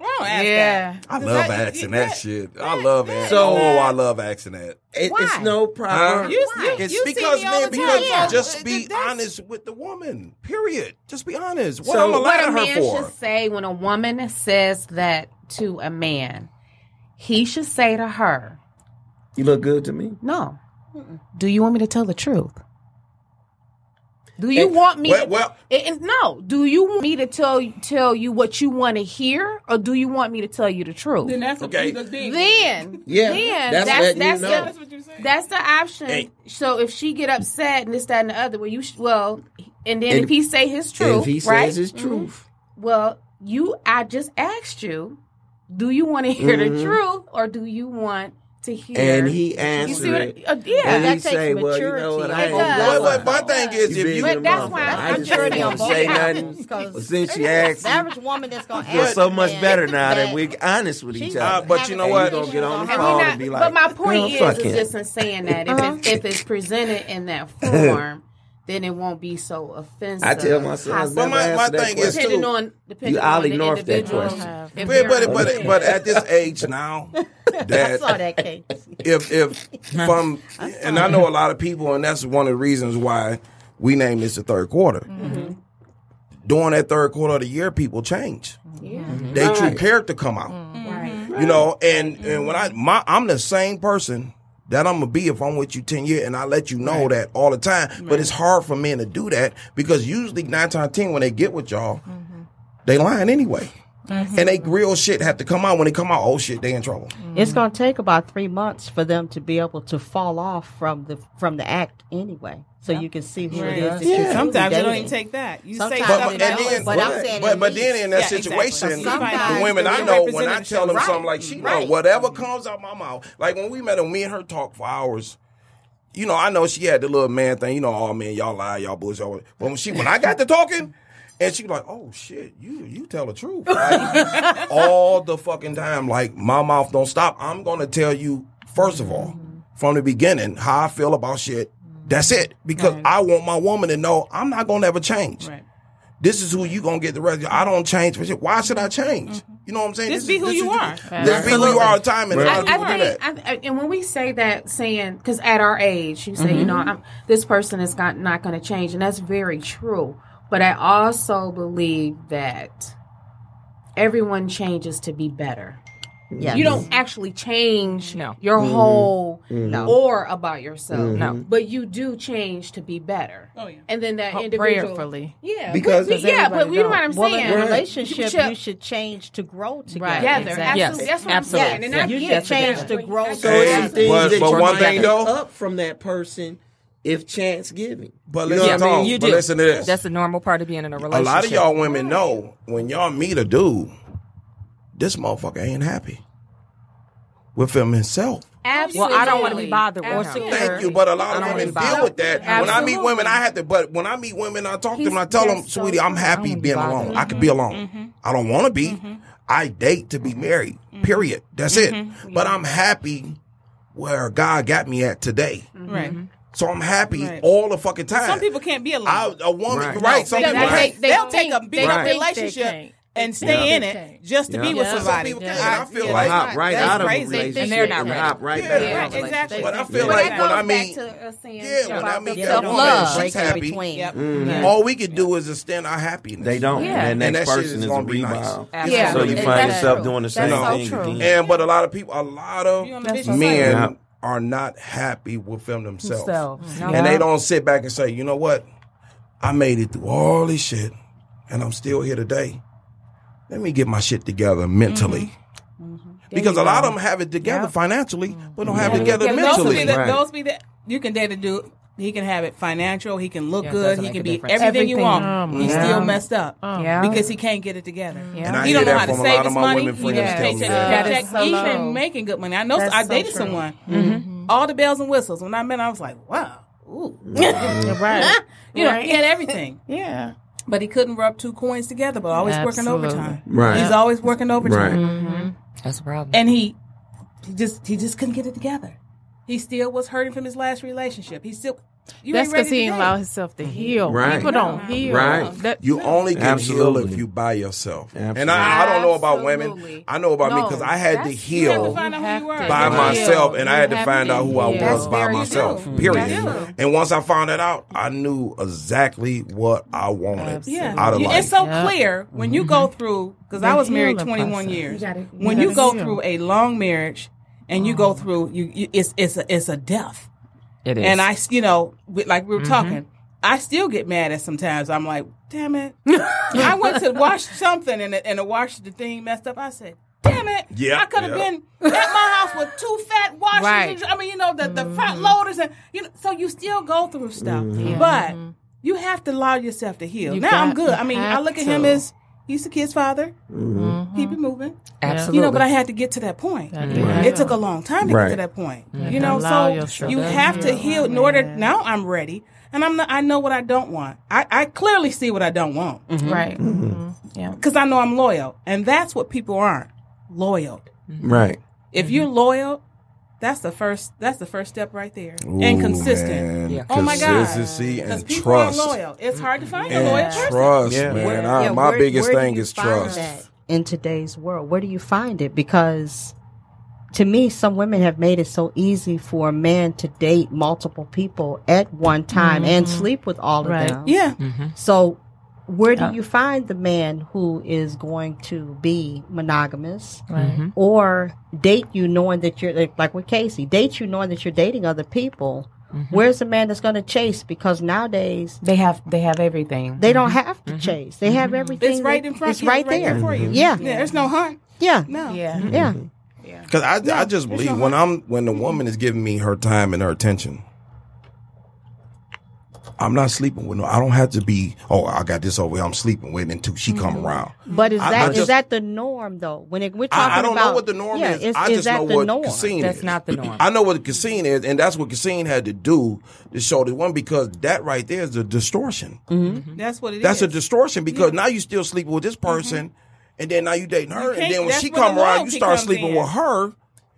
I don't ask
Yeah.
I
Does
love
that-
asking
yeah,
that shit. I love asking.
So-
oh, I love asking that.
It,
Why?
it's no
Huh?
problem.
You- you-
Uh-huh. It's
see
because
me all
man,
the
because
time.
just
Yeah.
be
That's-
honest with the woman. Period. Just be honest. What
So-
I'm
What a
allowing her
man
for.
should say when a woman says that to a man, he should say to her,
You look good to me.
No. Do you want me to tell the truth? Do you want me?
well-
to,
well-
it, it- no. Do you want me to tell tell you what you want to hear, or do you want me to tell you the truth?
Then
Then,
that's
Okay.
okay. That's big.
Yeah,
then
that's
that's
letting
that's,
you know.
the,
that's what you're saying.
that's the option.
Hey.
So if she get upset and this that and the other, well you sh- well, and then
And-
if he say his
And
truth,
if he
right? Mm-hmm.
says his truth,
well, you I just asked you, do you want to hear the truth, or do you want to hear?
Mm-hmm. and he
you see
answered
what,
it,
uh, yeah.
and
that
he
takes
say, "Well, you know
maturity.
what? I
It
ain't
does.
gonna
Well,
lie.
but my thing is,
You
if
big
you
than a
But that's why
motherfucker. I
I'm
just
sure
ain't
they
gonna
don't
say
have
nothing.
'Cause
But since she
the
asked,
average woman that's gonna
We're
ask
so
a
much
man
better now that
that
we're honest with
she's
each other.
Uh, but you know
having
what?
issues
Gonna get on the
her
And
phone.
own.
we're
to
not,
be
but
like,
my
"Girl,
point
fuck
is,
it."
is just in saying that if, it's, if it's presented in that form, then it won't be so offensive.
I tell my sons,
But
never
my-
answer
my
that
thing is,
question.
depending
too,
on depending
you
on
Ollie
the
North that
individual.
question.
If
but,
they're
but, but,
upset.
but at this age now,
I saw
that
that case.
if if from and I know a lot of people, and that's one of the reasons why we named this the third quarter.
Mm-hmm.
During that third quarter of the year, people change. They true character come out.
Mm-hmm.
You know, and and when I my I'm the same person that I'm gonna be if I'm with you ten years, and I let you know that all the time. But it's hard for men to do that because usually nine times out of ten when they get with y'all, they lying anyway. And they real shit have to come out when they come out. Oh shit, they in trouble.
It's going to take about three months for them to be able to fall off from the from the act anyway, so you can see who it is that you're truly
Sometimes you don't even
dating.
take that. You
Sometimes
say
But,
But-
something
but, and
else.
then,
But
but,
I'm saying
but,
at
but
least.
then in that
Yeah, exactly.
situation,
Sometimes
the women I
the
know, when I tell them
representation-
something like she know,
Right.
whatever comes out my mouth, like when we met her, me and her talked for hours. You know, I know she had the little man thing. You know, oh man, y'all lie, y'all bullshit. Y'all... But when she, when I got to talking, and she was like, oh shit, you you tell the truth Like, all the fucking time. Like my mouth don't stop. I'm gonna tell you first of all from the beginning how I feel about shit. That's it because I want my woman to know I'm not gonna ever change
Right.
this is who you gonna get the rest. Of. I don't change for shit. Why should I change? You know what I'm saying?
Just
This
Mm-hmm. be who
this
you are.
Just be who you are all the time. And a lot of
I,
people do
I
that.
think, I, I- and when we say that, saying because at our age, you say, you know, I'm, this person is got, not going to change, and that's very true. But I also believe that everyone changes to be better.
Yeah.
You don't actually change
No.
your whole
No.
or about yourself,
No.
but you do change to be better.
Oh, yeah.
and then that
Ho-
individual,
prayerfully.
yeah,
Because-
we, we, yeah, but we know what I'm
well,
saying.
in a relationship,
Right.
you should change to grow together.
Right.
together,
Exactly.
absolutely.
Yes.
That's what
Absolutely.
I'm saying, and
Yes.
I
You
get
should
that.
change to grow
I
So
get
Hey,
that.
some things
but-
that
but
you
one
might
thing
pick
though-
up from that person if chance given.
But
You know
listen,
what I mean?
Tom,
you
but
do.
listen to this.
That's a normal part of being in a
a
relationship.
lot of y'all women know when y'all meet a dude, this motherfucker ain't happy with him himself.
Absolutely.
Well, I don't want to be bothered with
Absolutely.
him.
Thank you, but a lot
I
of
don't
women
wanna be
deal with that. When I meet
Absolutely.
women, I have to. But when I meet women, I talk to them. I
He's-
tell them,
that's so
sweetie, I'm
true. I don't
happy
wanna be
being
bothered.
alone. I could be alone. I don't want to be. I date to be married. Period. That's it. But I'm happy where God got me at today.
Right.
So I'm happy
Mm-hmm. Right.
all the fucking time.
Some people can't be alone.
I, a woman,
Right.
right? some
They-
people,
they-
right.
they
They'll
think-
take a big
Right.
relationship
can't.
and stay
Yeah.
in it just to
Yeah.
be with
Yeah. Some
somebody.
people can't. I feel like-
Or hop right
that's
out of
crazy.
a relationship.
And they're not
or
ready.
Hop right
Yeah,
back
right,
out of a relationship.
exactly.
But I
Yeah.
feel
But
like
that
when I mean,
to us saying
yeah, when I meet that
Self
woman,
love.
she's
Breaks in
happy.
between.
Yep.
All we can do is extend our happiness.
They don't.
Yeah.
And that
And
next
that shit
person
is
is a
gonna be nice.
rebound.
Yeah.
So you
That's
find
true.
yourself doing the
That's
same
so
thing
true.
again.
And but a lot of people, a lot of
You on the bitch
men
society.
Yeah.
are not happy within themselves,
Themselves.
and
Uh-huh.
they don't sit back and say, "You know what? I made it through all this shit, and I'm still here today. Let me get my shit together mentally." Because a lot of them have it together financially, but don't have it together
Yeah, those
mentally.
be the,
Right.
those be the, you can date a dude. He can have it financial. He can look
Yeah, it
good.
doesn't
He
make
can
a
be
difference.
everything, you
Everything.
want.
Um,
He's
yeah. Um, Mm.
still messed up
Yeah.
because he can't get it together.
And I
He
hear
don't know how
that
to
from a lot
save
of
his
my
money. He
women friends.
doesn't
tell
pay
me
check
that.
to
That
check,
is so low.
even making good money. I know
That's
I
so
dated
true.
someone. Mm-hmm. All the bells and whistles. When I met, him, I was like, wow, ooh,
Right.
you know, he had everything,
Yeah.
but he couldn't rub two coins together. But always
Absolutely.
working overtime.
Right.
He's always working overtime,
Right.
That's a problem.
and he, he just he just couldn't get it together. He still was hurting from his last relationship. He still. You
That's
ain't ready
because he
to
didn't
date.
allow himself to heal.
Right.
People don't heal.
Right.
That-
You only can heal
Absolutely.
if you by yourself. And
Absolutely.
I, I don't know about women.
Absolutely.
I know about me
No,
because I had to
that's-
You have
heal.
to find out who you
You
are.
have to
by
Yeah.
myself and I
You
had to
have
find
to.
out who I
Yeah.
was
That's
by
very
myself.
true.
Period.
You do.
And once I found that out, I knew exactly what I wanted
Yeah.
out of
You-
life.
It's so
Yep. Mm-hmm.
clear when you go through because I
The
was married
healing
21
process.
years.
You gotta- you
when you
gotta
go
heal.
through a long marriage and you go through you, you it's it's a, it's a death.
it is.
And I, s- you know, with, like
Mm-hmm.
we were talking, I still get mad at sometimes. I'm like, damn it. I went to wash something and the, and the wash the thing messed up. I said, damn it.
Yeah,
I could have
yeah.
been at my house with two fat washers.
Right.
And, I mean, you know, the, the
Mm-hmm.
front loaders. and you know, So you still go through stuff.
Mm-hmm.
But you have to allow yourself to heal.
You
now I'm
got-
good.
you
I mean, I
have
look at him
to. Mm-hmm.
as he's the kid's father. Keep it moving.
Absolutely.
You know, but I had to get to that point.
Right.
It took a long time to
Right.
get to that point. You know,
Allow
so
yourself
you
to
have to heal
heal.
in order. Now I'm ready, and I'm not, I know what I don't want. I, I clearly see what I don't want because
Mm-hmm. Right. Mm-hmm.
I know I'm loyal, and that's what people aren't loyal.
Right.
If you're
Mm-hmm.
loyal, that's the first. That's the first step right there, and consistent.
Man,
Yeah.
Oh my God.
Consistency
Because
and
people aren't
trust.
loyal. It's hard to find a loyal
And
person.
trust,
Yeah.
man.
Where-
I,
Yeah,
my
where-
biggest
where do
thing
you
is
find
trust.
that in today's world where do you find it because to me some women have made it so easy for a man to date multiple people at one time and sleep with all
Right.
of them
Yeah,
so where do you find the man who is going to be monogamous
Mm-hmm.
or date you knowing that you're like, like with Casey, date you knowing that you're dating other people? Where's the man that's going to chase? Because nowadays
They have they have everything.
they
Mm-hmm.
don't have to chase. They have everything.
it's right
that-
in front.
It's
you,
right, there.
for you.
Yeah.
yeah. There's no hunt.
Yeah.
No.
Yeah.
Mm-hmm.
Yeah.
Because I, I just believe when I'm when the woman is giving me her time and her attention, I'm not sleeping with no. I don't have to be. Oh, I got this over here. I'm sleeping with until she come around.
But is
I-
that
I
is
just-
that the norm though? When it, we're talking
I, I don't
about
know what the norm
yeah,
is.
Is,
I
is
just
that
know
the
what
norm?
Cassine
That's
is.
not the norm.
I know what Cassine is, and that's what Cassine had to do to show the one because that right there is a distortion.
That's what it is.
That's a distortion because now you still sleeping with this person, and then now you dating her, and
can't-
then when
that's
she
where the
come around, you
loyalty
start
comes
sleeping
in.
with her.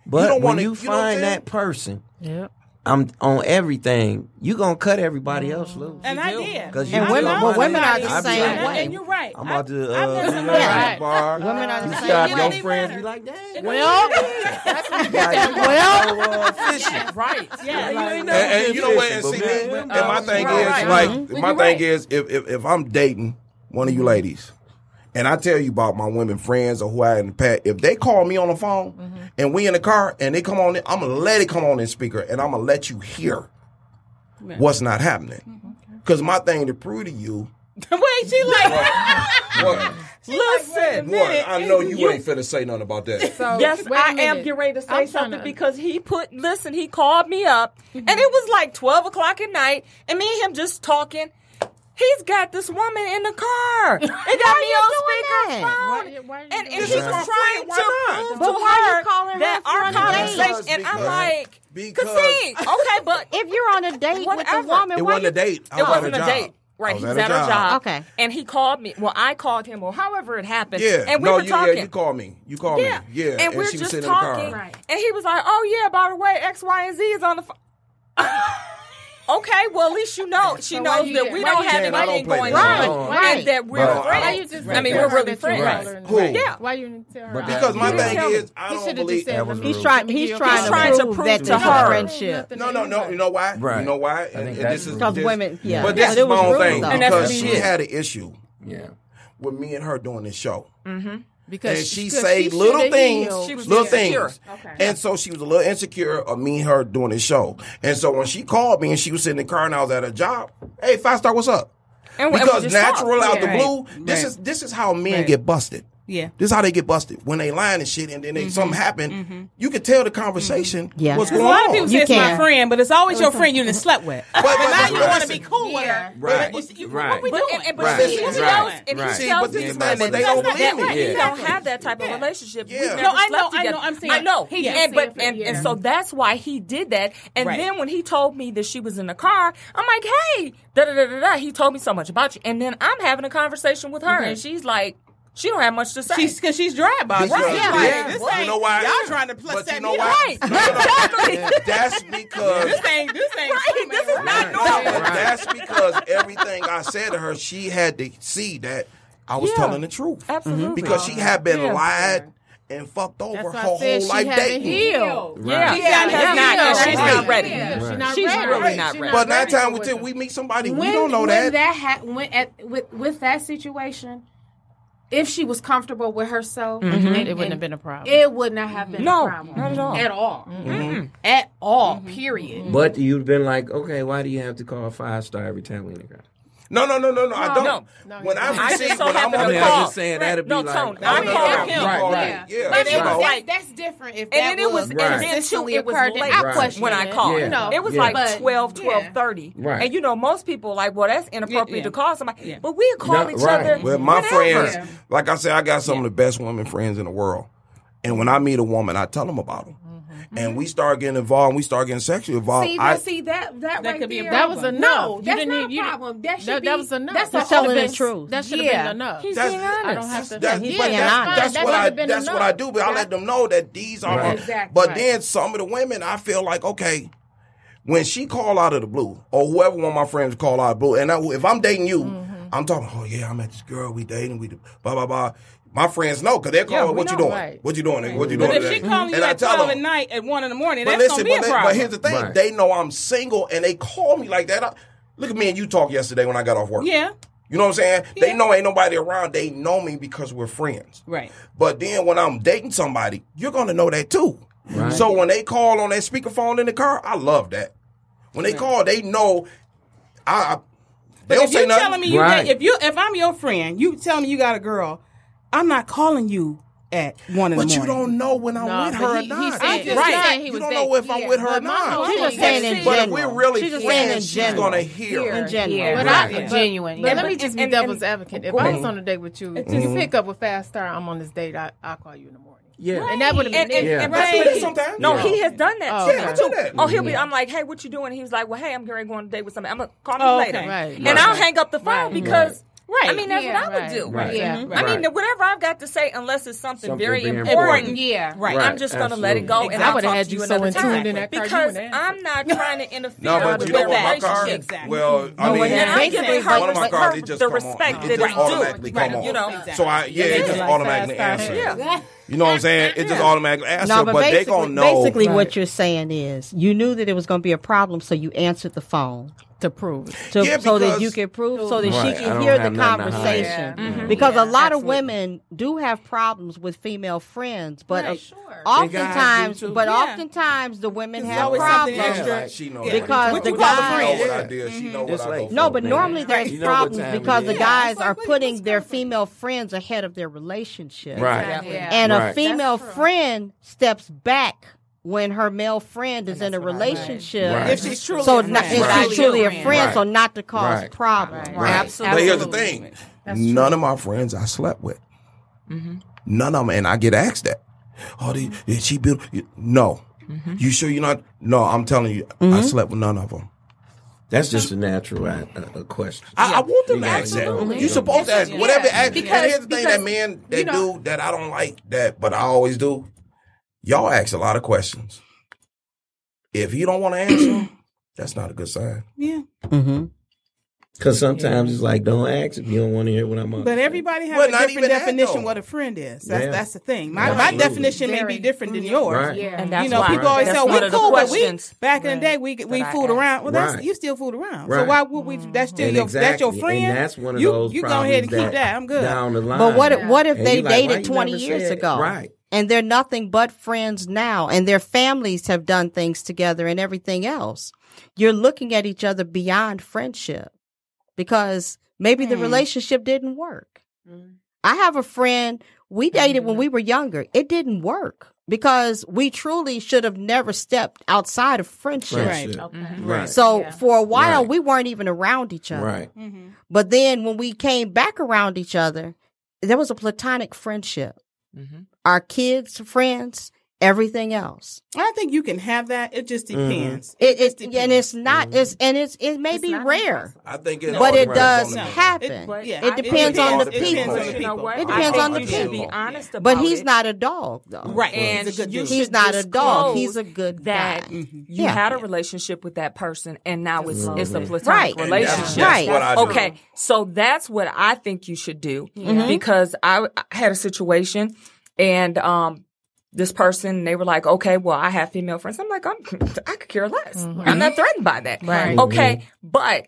But
don't
when
wanna-
you
you know what I'm
find
saying?
that person,
Yep.
I'm on everything. You gonna cut everybody else loose.
And I did.
'Cause
And
you
women-
know
well,
my
women
name.
are the
I be
same
like,
way.
And you're right.
I'm about to.
I've
Uh,
done
you
some
know,
of
at
that.
the bar.
Women are the
you
same
stop
way.
your
They
friends.
matter.
You like, dang.
Well,
well, fishing.
right.
Yeah, you
And, and
ain't
Yeah,
you know what? And
but
see,
man,
and
uh,
my thing
right,
is
right.
like
Mhm.
my thing
You're right.
is if, if if I'm dating one of you ladies, and I tell you about my women friends or who I had in the past, if they call me on the phone
Mm-hmm.
and we in the car and they come on, in, I'm gonna let it come on in speaker and I'm gonna let you hear what's not
Mm-hmm.
happening. Because my thing to prove to you,
Wait, she like,
what,
listen.
what I know you ain't finna say nothing about that.
Oh,
Yes,
Wait a
I am
minute.
getting ready to say
I'm trying
something
to-
because he put, listen, he called me up and
Mm-hmm.
it was like 12 o'clock at night and me and him just talking. He's got this woman in the car. It got me on
doing
speakerphone.
that?
and and
It's
she was
her
trying
friend,
to
why not?
prove
But
to
why you
her
calling
that
her
our
friend?
conversation.
Because-
And I'm
because-
like,
because-
Cassine, okay, but
If you're on a date with a
Whatever.
woman,
It
why
wasn't
you-
a date. I
it
was at
wasn't a
job.
date.
I
Right,
was
he's at a job.
Okay.
And he called me. Well, I called him, or however it happened.
Yeah,
And we
no,
were
you,
talking.
yeah, you called me. You called
Yeah.
me. Yeah,
And, we're
she was
just
sitting
talking.
in the car.
And he was like, oh, yeah, by the way, X, Y, and Z is on the phone. okay, well at least you know she
why
knows
you
that
get-
we
why
don't
you
have
get-
anything
I don't play
going
that.
on,
Right, right.
and that we're
But-
Why you
friends.
just?
I mean,
tell
we're
her
really
that you
friends.
call her and-
Who?
Yeah.
Why you didn't tell her?
But
I-
Because my
You
thing
tell me.
is, I
You
don't
should've
believe.
just said,
That was
"Let me
He's
give
trying.
you
He's
a
trying,
call."
to,
Trying
prove
to prove
that
to
they
her.
have friendship.
Nothing
No, no, no.
anyway.
You know why? You
Right.
know why? And,
think
and
that's
this is
rude.
Because
this-
women, yeah.
But
yeah,
this
it
is
was
my own
rude,
thing
though.
And that's
because
what it
she
is.
had an issue
Yeah.
with me and her doing this show.
Because
and she
because
say
she
little
shoulda
things,
healed.
She was
little
insecure.
things, and so she was a little insecure of me and her doing the show. And so when she called me and she was sitting in the car and I was at her job, hey, five star, what's up?
And we- and we
because
just
natural
talked.
out the
Yeah,
blue,
right,
this
right.
is this is how men
Right.
get busted.
Yeah. Mm-hmm.
this is how they get busted when they lying and shit, and then they, something happened. You can tell the conversation
Yeah.
what's
Yeah.
A
going
lot of
on.
people say
Oh, You
it's my
can.
friend, but it's always your friend you done slept with.
but, but-
Now
but
you want to be
listen.
cool with her.
Right.
What
Right.
we doing? And, but
Right.
if she
Right.
tells, if
Right.
she
See,
tells
but this
these
is my-
women,
but they
that's
don't
not that
believe
right.
me.
You
Yeah.
don't have that type of relationship.
Yeah.
We've never
No,
I
slept
know, I know,
together.
I'm saying-
I know.
He just
and, but,
said for-
and, and
yeah.
so that's why he did that. And
Right.
then when he told me that she was in the car, I'm like, hey, da da da da da. He told me so much about you. And then I'm having a conversation with her, and she's like, she don't have much to say.
Mm-hmm. She's because she's dry about
Because-
right.
yeah.
Like,
Yeah.
this
Well, you
ain't-
know why?
Y'all trying to plus
But
set
you know
me
why?
right.
No, no, no.
Exactly.
That's because
This ain't this ain't
Right. This is not
No,
normal.
but that's because everything I said to her, she had to see that I was
Yeah.
telling the truth.
Absolutely.
Mm-hmm. Because she had been
Yeah.
lied and fucked over
That's why
her
I
whole
said she
life
haven't
dating.
healed.
Yeah,
She's not-
Yeah.
she's not-
Yeah. she's
Right.
not ready.
Yeah, She's not
She's
ready.
really not
She's
ready.
But nine
ready
times
for
with ten,
it.
we meet somebody
when,
we don't know
when
that.
that, ha- when at, with with that situation, if she was comfortable with herself,
It wouldn't have been a problem.
It would not have been
No,
a problem.
not at all.
At all. At all. Period.
But you've been like, okay, why do you have to call five star every time we in the car?
No, no, no, no, no. I don't. When I'm
I
received,
just so
when I'm
happened
on
to
the
call.
I'm
call.
just saying
Right.
that'd be
no,
like-
Tony,
No,
I
no, no,
called
no,
him.
you called
Right.
him. Yeah,
But
you
it was
know.
like-
That's different if that
and then it was,
would
and then too,
consistently
it was
occurred, then
late
I question
when I
it.
called.
You know,
It was
Yeah.
like
but-
12,
yeah.
12,
Right.
And you know, most people like, well, that's inappropriate
Yeah.
to call somebody.
Yeah.
But we call
Yeah,
each
right.
other.
Well, my
whatever.
friends, like I said, I got some of the best women friends in the world. And when I meet a woman, I tell them about them. And we start getting involved. We start getting sexually involved.
See,
I,
that, see that that, right
could be a
there-
That was enough.
No,
You
that's
didn't
not
need- you
a
didn't-
problem. That should
That,
be
that was enough.
That's
That
a
should've
whole
telling the
been-
truth.
That should have
Yeah.
been enough.
He's
That's-
being
I
honest.
don't have to.
That's,
yeah,
but that's,
fine.
that's,
That
what I
would've been
that's what
enough.
I do. But I let them know that these are.
Right.
Exactly.
But
Right.
then some of the women, I feel like okay, when she call out of the blue, or whoever one of my friends call out of the blue, and I, if I'm dating you,
Mm-hmm.
I'm talking. Oh yeah, I met this girl. We dating. We do- blah blah blah. My friends know because they call. her,
we
what, you
know,
doing?
right.
What you doing? nigga? What you doing?
But if
today?"
she calling you
And I
at
tell
twelve at
them,
night at one in the morning,
But
that's
listen, but,
gonna be
they-
a
but
problem.
here's the thing:
Right.
they know I'm single, and they call me like that. I, look at me and you talk yesterday when I got off work.
yeah,
You know what I'm saying? They
Yeah.
know ain't nobody around. They know me because we're friends.
right.
But then when I'm dating somebody, you're gonna know that too.
Right.
So when they call on that speakerphone in the car, I love that. When they call, they know. I, I they don't
If
say
you
nothing.
telling me you
Right.
date- if you if I'm your friend, you tell me you got a girl, I'm not calling you at one in
but
the
you
morning.
don't know when I'm
No,
with
but
her
he-
or
he
not.
said-
he just
said
right.
he
You
was
don't know
dating-
if I'm with her or
But my whole
not.
She was saying in
But if
general.
we're really
She just saying in
friends, she's
general.
gonna hear.
in general.
Yeah,
But
Right.
I,
Yeah.
but,
genuine.
But
yeah.
let me just be
and-
devil's
and-
advocate. If I was on a date with you, if you pick up a fast star, I'm on this date. I I call you in the morning.
Yeah.
and that would have been
And, and,
it.
Yeah.
and
That's what
that's what
it is
he-
sometimes.
No,
Yeah.
he has done that.
Oh,
too.
Yeah, I
okay. do that.
Oh, he'll be. I'm like, hey, what you doing? And he was like, well, hey, I'm getting to go on a date with somebody. I'm gonna call
Oh,
you
okay.
later,
Right.
and
Right.
I'll hang up the phone because.
Right.
I mean, that's
Yeah,
what I would
right.
do.
Right.
Yeah.
I mean,
Right.
whatever I've got to say, unless it's something,
Something
very,
very
important,
important.
Yeah.
Right.
Right.
I'm just gonna let it go.
Absolutely.
And
I
I'll
would've
talk
had
to
you
you
so
another
in tune
time
in that car, you
because
wouldn't answer.
I'm not trying to interfere
No, but
with
you know
their
what? My car.
relationship.
Exactly.
Well, I
No,
mean,
when
And I'm
Basically,
giving
one
her
of my cars,
respect,
it just
the
come
respect
on.
that
it just
is
automatically
due.
come on.
You know,
So I, yeah, it just
like
automatically
fast
answer.
fashion.
yeah.
You know what I'm saying? It just automatically answer,
No,
but,
but,
they
basically,
gonna know.
basically what you're saying is you knew that it was going to be a problem, so you answered the phone
to prove it.
to,
Yeah,
so that
because-
you can prove, so that
Right,
she
I
can
don't
hear
have
the
nothing to hide.
conversation. Because
Yeah,
a lot
absolutely.
of women do have problems with female friends, but
Right,
uh,
sure.
They guys do
oftentimes,
too.
but
Yeah.
oftentimes the women
There's
have
always something
problems.
Yeah,
extra.
like, she knows
Because
what
the
you call a
guy-
friend. She know
Yeah.
what I did. She know what
It's
I
like-
go
No,
for,
but
man.
normally there's
You know what
problems
time it
because
is.
the
Yeah,
guys
it's like,
are
wait,
putting
what's
their
going on?
female friends ahead of their relationship.
Right.
Yeah.
And
Right.
a
That's
female friend steps back when her male friend is in a relationship.
Right.
If she's truly
so
a
not,
friend.
if
Right.
she's truly a
Right.
friend, so
Right.
not to cause
Right.
problems.
But here's the thing: none of my friends I slept with, none of them, and I get asked that. Oh, did, did she build? you- No, you sure you're not? No, I'm telling you, I slept with none of them.
That's just a natural uh, uh, question.
I, I want them to ask
Absolutely.
that. You supposed to ask whatever. they Ask.
Because-
and here's the thing
because,
that men that
you know-
do that I don't like that, but I always do. Y'all ask a lot of questions. If he don't want to answer,
That's not a good sign.
Yeah.
Mm-hmm.
Because sometimes it's like, don't ask if you don't want to hear what I'm on.
But everybody has
Well,
a
not
different
even that,
definition
though.
what a friend is. That's
Yeah.
that's the thing. My my
Absolutely.
definition may be
Very
different than yours.
Right.
Yeah.
And that's
you know,
why
people always
that's
say
one
we
of the
cool, but we
questions.
back in the
Right.
day we we
That I
fooled
asked.
around. Well, that's
Right.
you still fooled around. So
Right.
why would we? That's still
And
your that's your
exactly.
friend.
And that's one of
you,
those
You go ahead and
problems
keep that. I'm good.
Down the line.
But what if, what if
And
they
you like, why
dated
you
20
never
years
said-
ago?
Right.
And they're nothing but friends now, and their families have done things together and everything else. You're looking at each other beyond friendship because maybe the relationship didn't work. I have a friend, we dated when we were younger. It didn't work because we truly should have never stepped outside of friendship.
Friendship. Right.
So for a while,
Right.
we weren't even around each other.
Right.
But then when we came back around each other, there was a platonic friendship.
Mm-hmm.
Our kids, friends, everything else.
I think you can have that. It just
Mm-hmm.
depends.
It, it,
depends.
and it's not it's and it's it may
It's
be
not
rare,
I think Mm-hmm. it,
but
all
it
depends
does
on the-
happen.
but-
yeah,
it
I-
depends on the
it depends
people.
on the
You know what?
It depends
I
on the
think you should be
people.
honest about
But he's
it.
not a dog though.
Right.
And
He's a good
you
dude.
He's
should
not a dog.
disclose
He's a good
that
guy.
you
Yeah.
had a relationship with that person and now it's it's a platonic
Right. And
that's-
relationship.
That's
Right.
what I do.
Okay, so that's what I think you should do because I, I had a situation and um this person they were like, okay, well I have female friends. I'm like, I'm I could care less. I'm not threatened by that.
Mm-hmm. Right.
Okay, but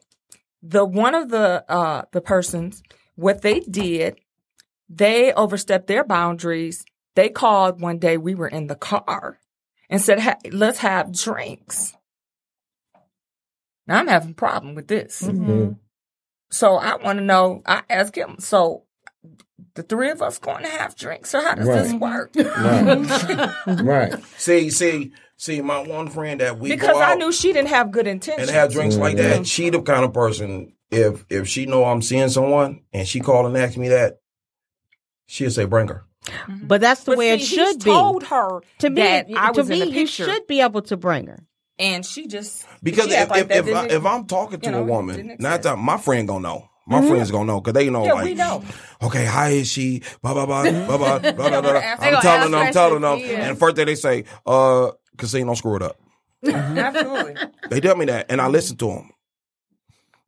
the one of the uh the persons what they did they overstepped their boundaries. They called one day we were in the car and said, "Hey, let's have drinks." Now I'm having a problem with this.
Mm-hmm.
So I want to know. I asked him. So the three of us going to have drinks. So how does this
Right.
work?
Mm-hmm.
Mm-hmm.
Right.
See, see, see, my one friend that we
Because
go
I
out
knew she Mm-hmm. didn't have good
and
intentions.
have drinks like that. She the kind of person if if she know I'm seeing someone and she call and ask me that, she'll say bring her.
But that's the
mm-hmm. But
way
see,
it should
he's
be.
Told her
to me,
that I
to
was
me,
in the
you
picture,
should be able to bring her.
and she just
Because
she act
if
like
if,
that
if, I,
didn't-
if I'm talking to
you know,
a woman,
didn't
nine
exist.
times my friend gonna know. My friends gonna know because they know
Mm-hmm. Yeah,
like
we know.
okay, how is she? Blah blah blah blah blah blah blah. blah.
gonna ask- they
I'm
gonna
telling them,
ask
I'm telling them,
questions, yeah.
and the first thing they say, uh, casino screwed up.
Mm-hmm. absolutely.
They tell me that, and I listen to them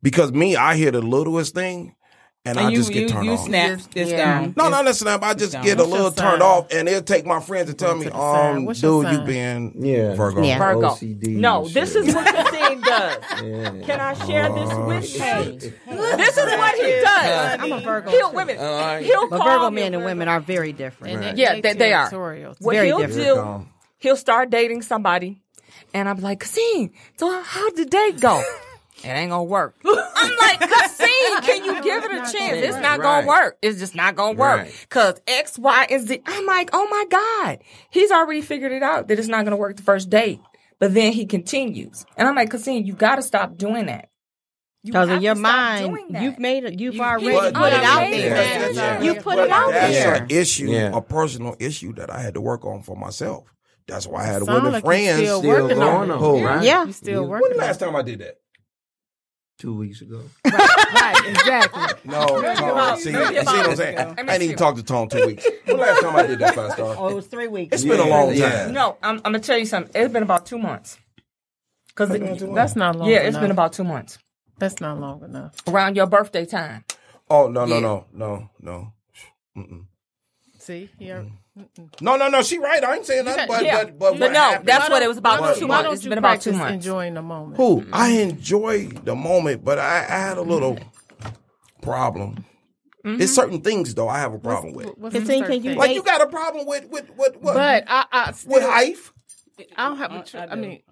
because me, I hear the littlest thing, and,
And
I
you
just get
you,
turned
you
off.
snap this
Yeah.
down.
No, no, listen up. I just
down.
get a
What's
little
your sign?
turned off, and it'll take my friends and tell me,
to the side.
um,
What's your
dude, you
sign?
being
Yeah.
Virgo.
Yeah.
Virgo.
OCD
no,
and
this
shit.
is what the thing does.
Yeah.
Can I share
Oh,
this with you? This is what he does.
I'm a Virgo.
He'll women.
All right.
He'll
But
call
Virgo
you-
men and women are very different.
And
Yeah, they- they are.
territorial.
What
very
he'll
different.
do, he'll start dating somebody, and I'm like, Cassine, so how did the date go? It ain't gonna work. I'm like, Cassine, can you give it a chance? It's not gonna
Right.
work. It's just not gonna work.
Right.
Cause X, Y, and Z. I'm like, oh my God. He's already figured it out that it's not gonna work the first date. But then he continues. And I'm like, Cassine, you gotta stop doing that. You
Because
have
in
to
your
stop doing
mind,
that.
you've made it. You've
You
already
keep
put it out there.
on making
Yeah, yeah,
You
yeah.
put it out
That's
there.
an issue,
Yeah.
a personal issue that I had to work on for myself. That's why I had
Sound
women
like you
friends.
still
Still
working
going
on it.
on. Right?
Yeah.
You still
When the
working on it.
last time I did that?
Two weeks ago.
Right, exactly.
No, Tom, see, see
Think
what
about
I'm
it.
saying? I
Let me
ain't
see.
even talked to Tom two weeks. When the last time I did that five star?
it was three weeks.
It's been a long
Yeah.
time.
No, I'm, I'm gonna tell you something. It's been about two months. Cause it-
That's not long
yeah,
enough.
it's been about two months
That's not long enough.
around your birthday time.
Oh no no
Yeah.
no no no.
See, yeah.
No, no, no. She right. I ain't saying nothing. But
Yeah.
but but,
But
what
no,
happened-
that's what it was about.
But-
two
Why
months.
don't
It's
you
been about
practice
two months.
enjoying the moment?
Mm-hmm.
Who I enjoy the moment, but I, I had a little
Mm-hmm.
problem. It's certain things though I have a problem with.
What's
The
the
thing
third
can you
Like you got a problem with with with what
But I, I, still,
with hype.
I don't have. a tr- I, mean,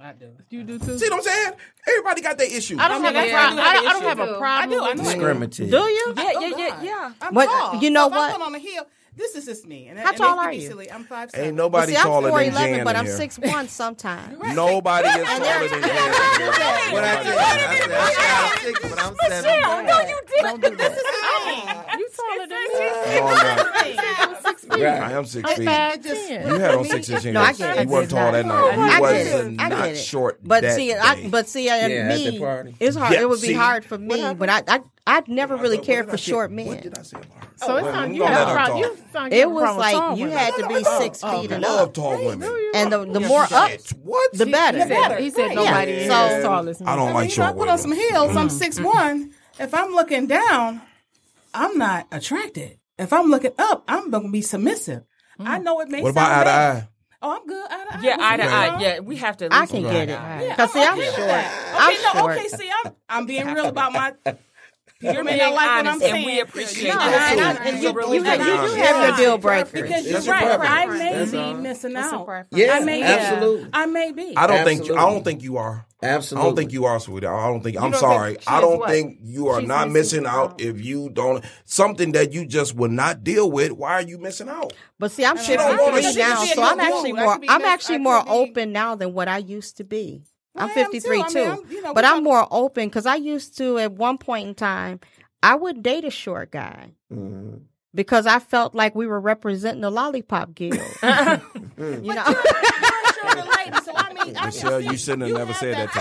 you do too.
See what I'm saying? Everybody got their issue.
I don't have a
yeah,
problem.
I
I,
do
I don't have
have issue.
a problem.
I do, I know.
Discriminative.
Do you?
Yeah, yeah, yeah, yeah.
I'm
But,
tall.
you know
So if
what?
I'm going on a hill. This is just me. And,
How
and
tall
it can
are
be
you?
Silly. I'm five.
Ain't
Well,
nobody
see, I'm
taller
four
than
eleven,
Jan
but
in
I'm
here.
six one sometimes.
Nobody is taller than Jan. in here.
What I said, I said, I said, I'm seven.
No, you didn't.
Don't do that.
You
She's taller than me.
I am six feet. You had on six inches.
No, I get it.
You weren't tall that night.
Oh, I
You
get it.
wasn't
I get
not
it.
short.
But
that
see,
day.
I, but see, and
Yeah, at the
me,
party.
it's hard.
Yeah,
it would
see?
be hard for me. But I, I, I've never really cared for short
What
men.
did I say about her?
So it's not you.
Don't let her
Have a
talk.
problem. You sound you
It
have a
was
problem with Oh,
like
tall
you
women.
had to be six feet
I
and
love
up,
tall women.
and the the more up,
What?
the better.
better.
He said
Yeah.
nobody in here is
So-
tall as me.
I don't like
if I
short
put on some
women.
heels, I'm six one. If I'm looking down, I'm not attracted. If I'm looking up, I'm gonna be submissive. I know it may.
What about eye
sound
to
bad.
eye?
Oh, I'm good. Eye to eye.
Yeah, eye to
What's
eye.
wrong?
Yeah, we have to. At
I
least
can
go
get
eye
it.
to eye.
Yeah,
Cause see, I'm
okay with
short.
that.
I'm
Okay, no,
short.
okay. See, I'm I'm being real about my.
You're
You're
being
may not like what I'm
honest, and
saying.
we appreciate
Yeah,
that.
and I-
too.
and
It's
you-
a really
you have,
good
you
honest.
do have your deal
Because
breakers.
you're
That's your
right.
preference.
I may
That's
be
all.
missing
That's a
out.
preference.
Yeah,
I may
absolutely.
I may be.
I don't think I
Absolutely.
don't think you are. I
Absolutely.
don't think you are, sweetheart. I don't think I'm
don't
sorry.
think she
I
is
don't
what?
think you are
She's
not
missing
missing out if you don't something that you just will not deal with. Why are you missing out?
But see, I'm
She don't want it.
53
She
now,
could be a
so I'm
good
actually
woman. I
more
could be
I'm
nice. I
actually
could
more
be-
open now than what I used to be. I'm
I am too.
53
I mean,
too,
I'm- you know,
but
we
I'm
talk-
more open because I used to at one point in time I would date a short guy
Mhm.
because I felt like we were representing the lollipop guild. you know,
You're a lady, so I mean, I
Michelle, you shouldn't have never said that to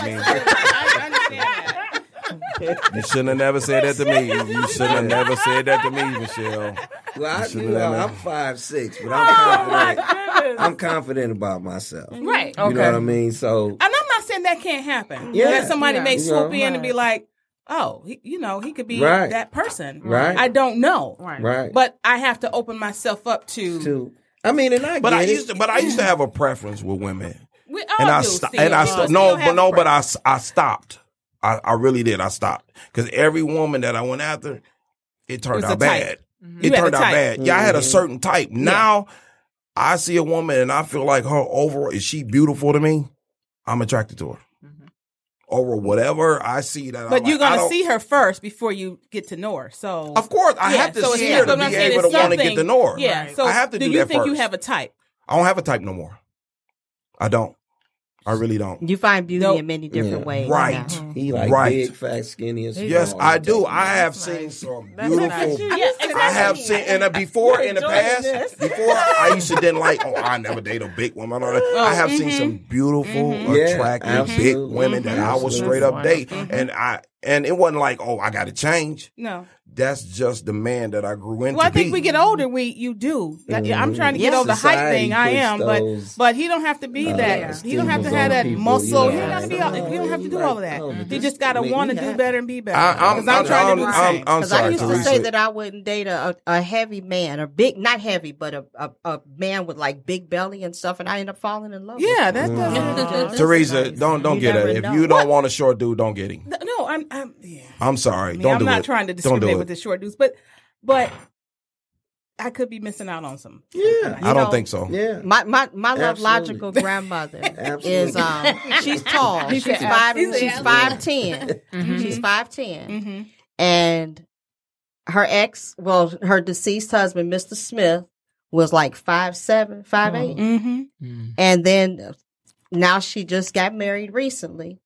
I understand that.
me. You shouldn't have never said that to me. You shouldn't have never said that to me, Michelle.
Well, I,
should
you
let
know,
her-
I'm five six, but I'm confident. I'm confident about myself. You
Right. Okay.
know what I mean? So
And I'm not saying that can't happen.
Yeah.
that somebody may
You
swoop
know,
in and be like, "Oh, he, you know, he could be
Right.
that person."
Right.
I don't know.
Right.
right.
But I have to open myself up to.
to I mean, and I
But
get
I
it.
used to but I used to have a preference with women.
we all
and I
do,
sto-
Steve.
and I
We all
sto- no,
still
but
have
no, but I
friends.
s- I stopped. I, I really did. I stopped because every woman that I went after, it turned
was a
out bad.
type. Mm-hmm.
It
You had a
turned out
type. Mm-hmm.
bad. Yeah, I had a certain type. Now I see a woman and I feel like her overall is she beautiful to me. I'm attracted to her. Over whatever I see that.
Mm-hmm. But
I'm
you're
like, I
gonna
don't-
see her first before you get to know her. So
Of course, I
Yeah,
have to
so
see
it's-
her to
but I'm
be
saying
able to
it's
want to get to
something-
know her.
Yeah. So
I have to
do,
do,
you
that
think you
first.
have a type?
I don't have a type no more. I don't. I really don't.
you find beauty
Nope.
in many different
Yeah.
ways.
Right.
now.
He like
Right.
big, fat, skinny. and
Yes,
small.
I do. I have seen some beautiful. I have seen and uh, before in the past. Before I used to didn't like. Oh, I never date a big woman. I don't know. I have seen some beautiful,
Yeah,
attractive big
absolutely.
women that I would
Absolutely.
straight up date, and I and it wasn't like oh I got to change.
No.
That's just the man that I grew into.
Well, I think
being.
we get older. We you do. That- yeah,
Mm-hmm.
I'm trying to get
Yeah.
over the height
Society
thing. I am,
puts
but
those,
but he don't have to
Uh,
uh,
be that. He don't have to
stigmas
have
on
that
people,
muscle.
you know,
he don't have to be.
like,
All, he don't have to do
like,
all of that.
oh, but
he
this-
just gotta
I mean,
want to
we
do
have-
better and be better.
I, am
'Cause I'm trying to do the same.
I'm,
Because
sorry,
I used to
Teresa.
say that I wouldn't date a, a heavy man, a big, not heavy, but a, a, a man with like big belly and stuff, and I end up falling in love.
yeah, that
Mm-hmm.
doesn't.
Teresa, don't don't
You
get
never
it. If
know.
you don't want a short dude, don't get him.
No, I'm. I'm yeah.
I'm sorry.
I mean,
don't
I'm
do
not
it.
trying to
Don't do
discriminate
it.
with the short dudes, but but I could be missing out on some.
Yeah,
I don't
know,
think so.
yeah.
My my my love
Absolutely.
logical grandmother
Absolutely.
is um she's tall. She's five she's five ten. She's five
Mm-hmm.
And her ex, well, her deceased husband, Mr. Smith, was like five seven, five eight.
Mm-hmm.
And then uh, now she just got married recently.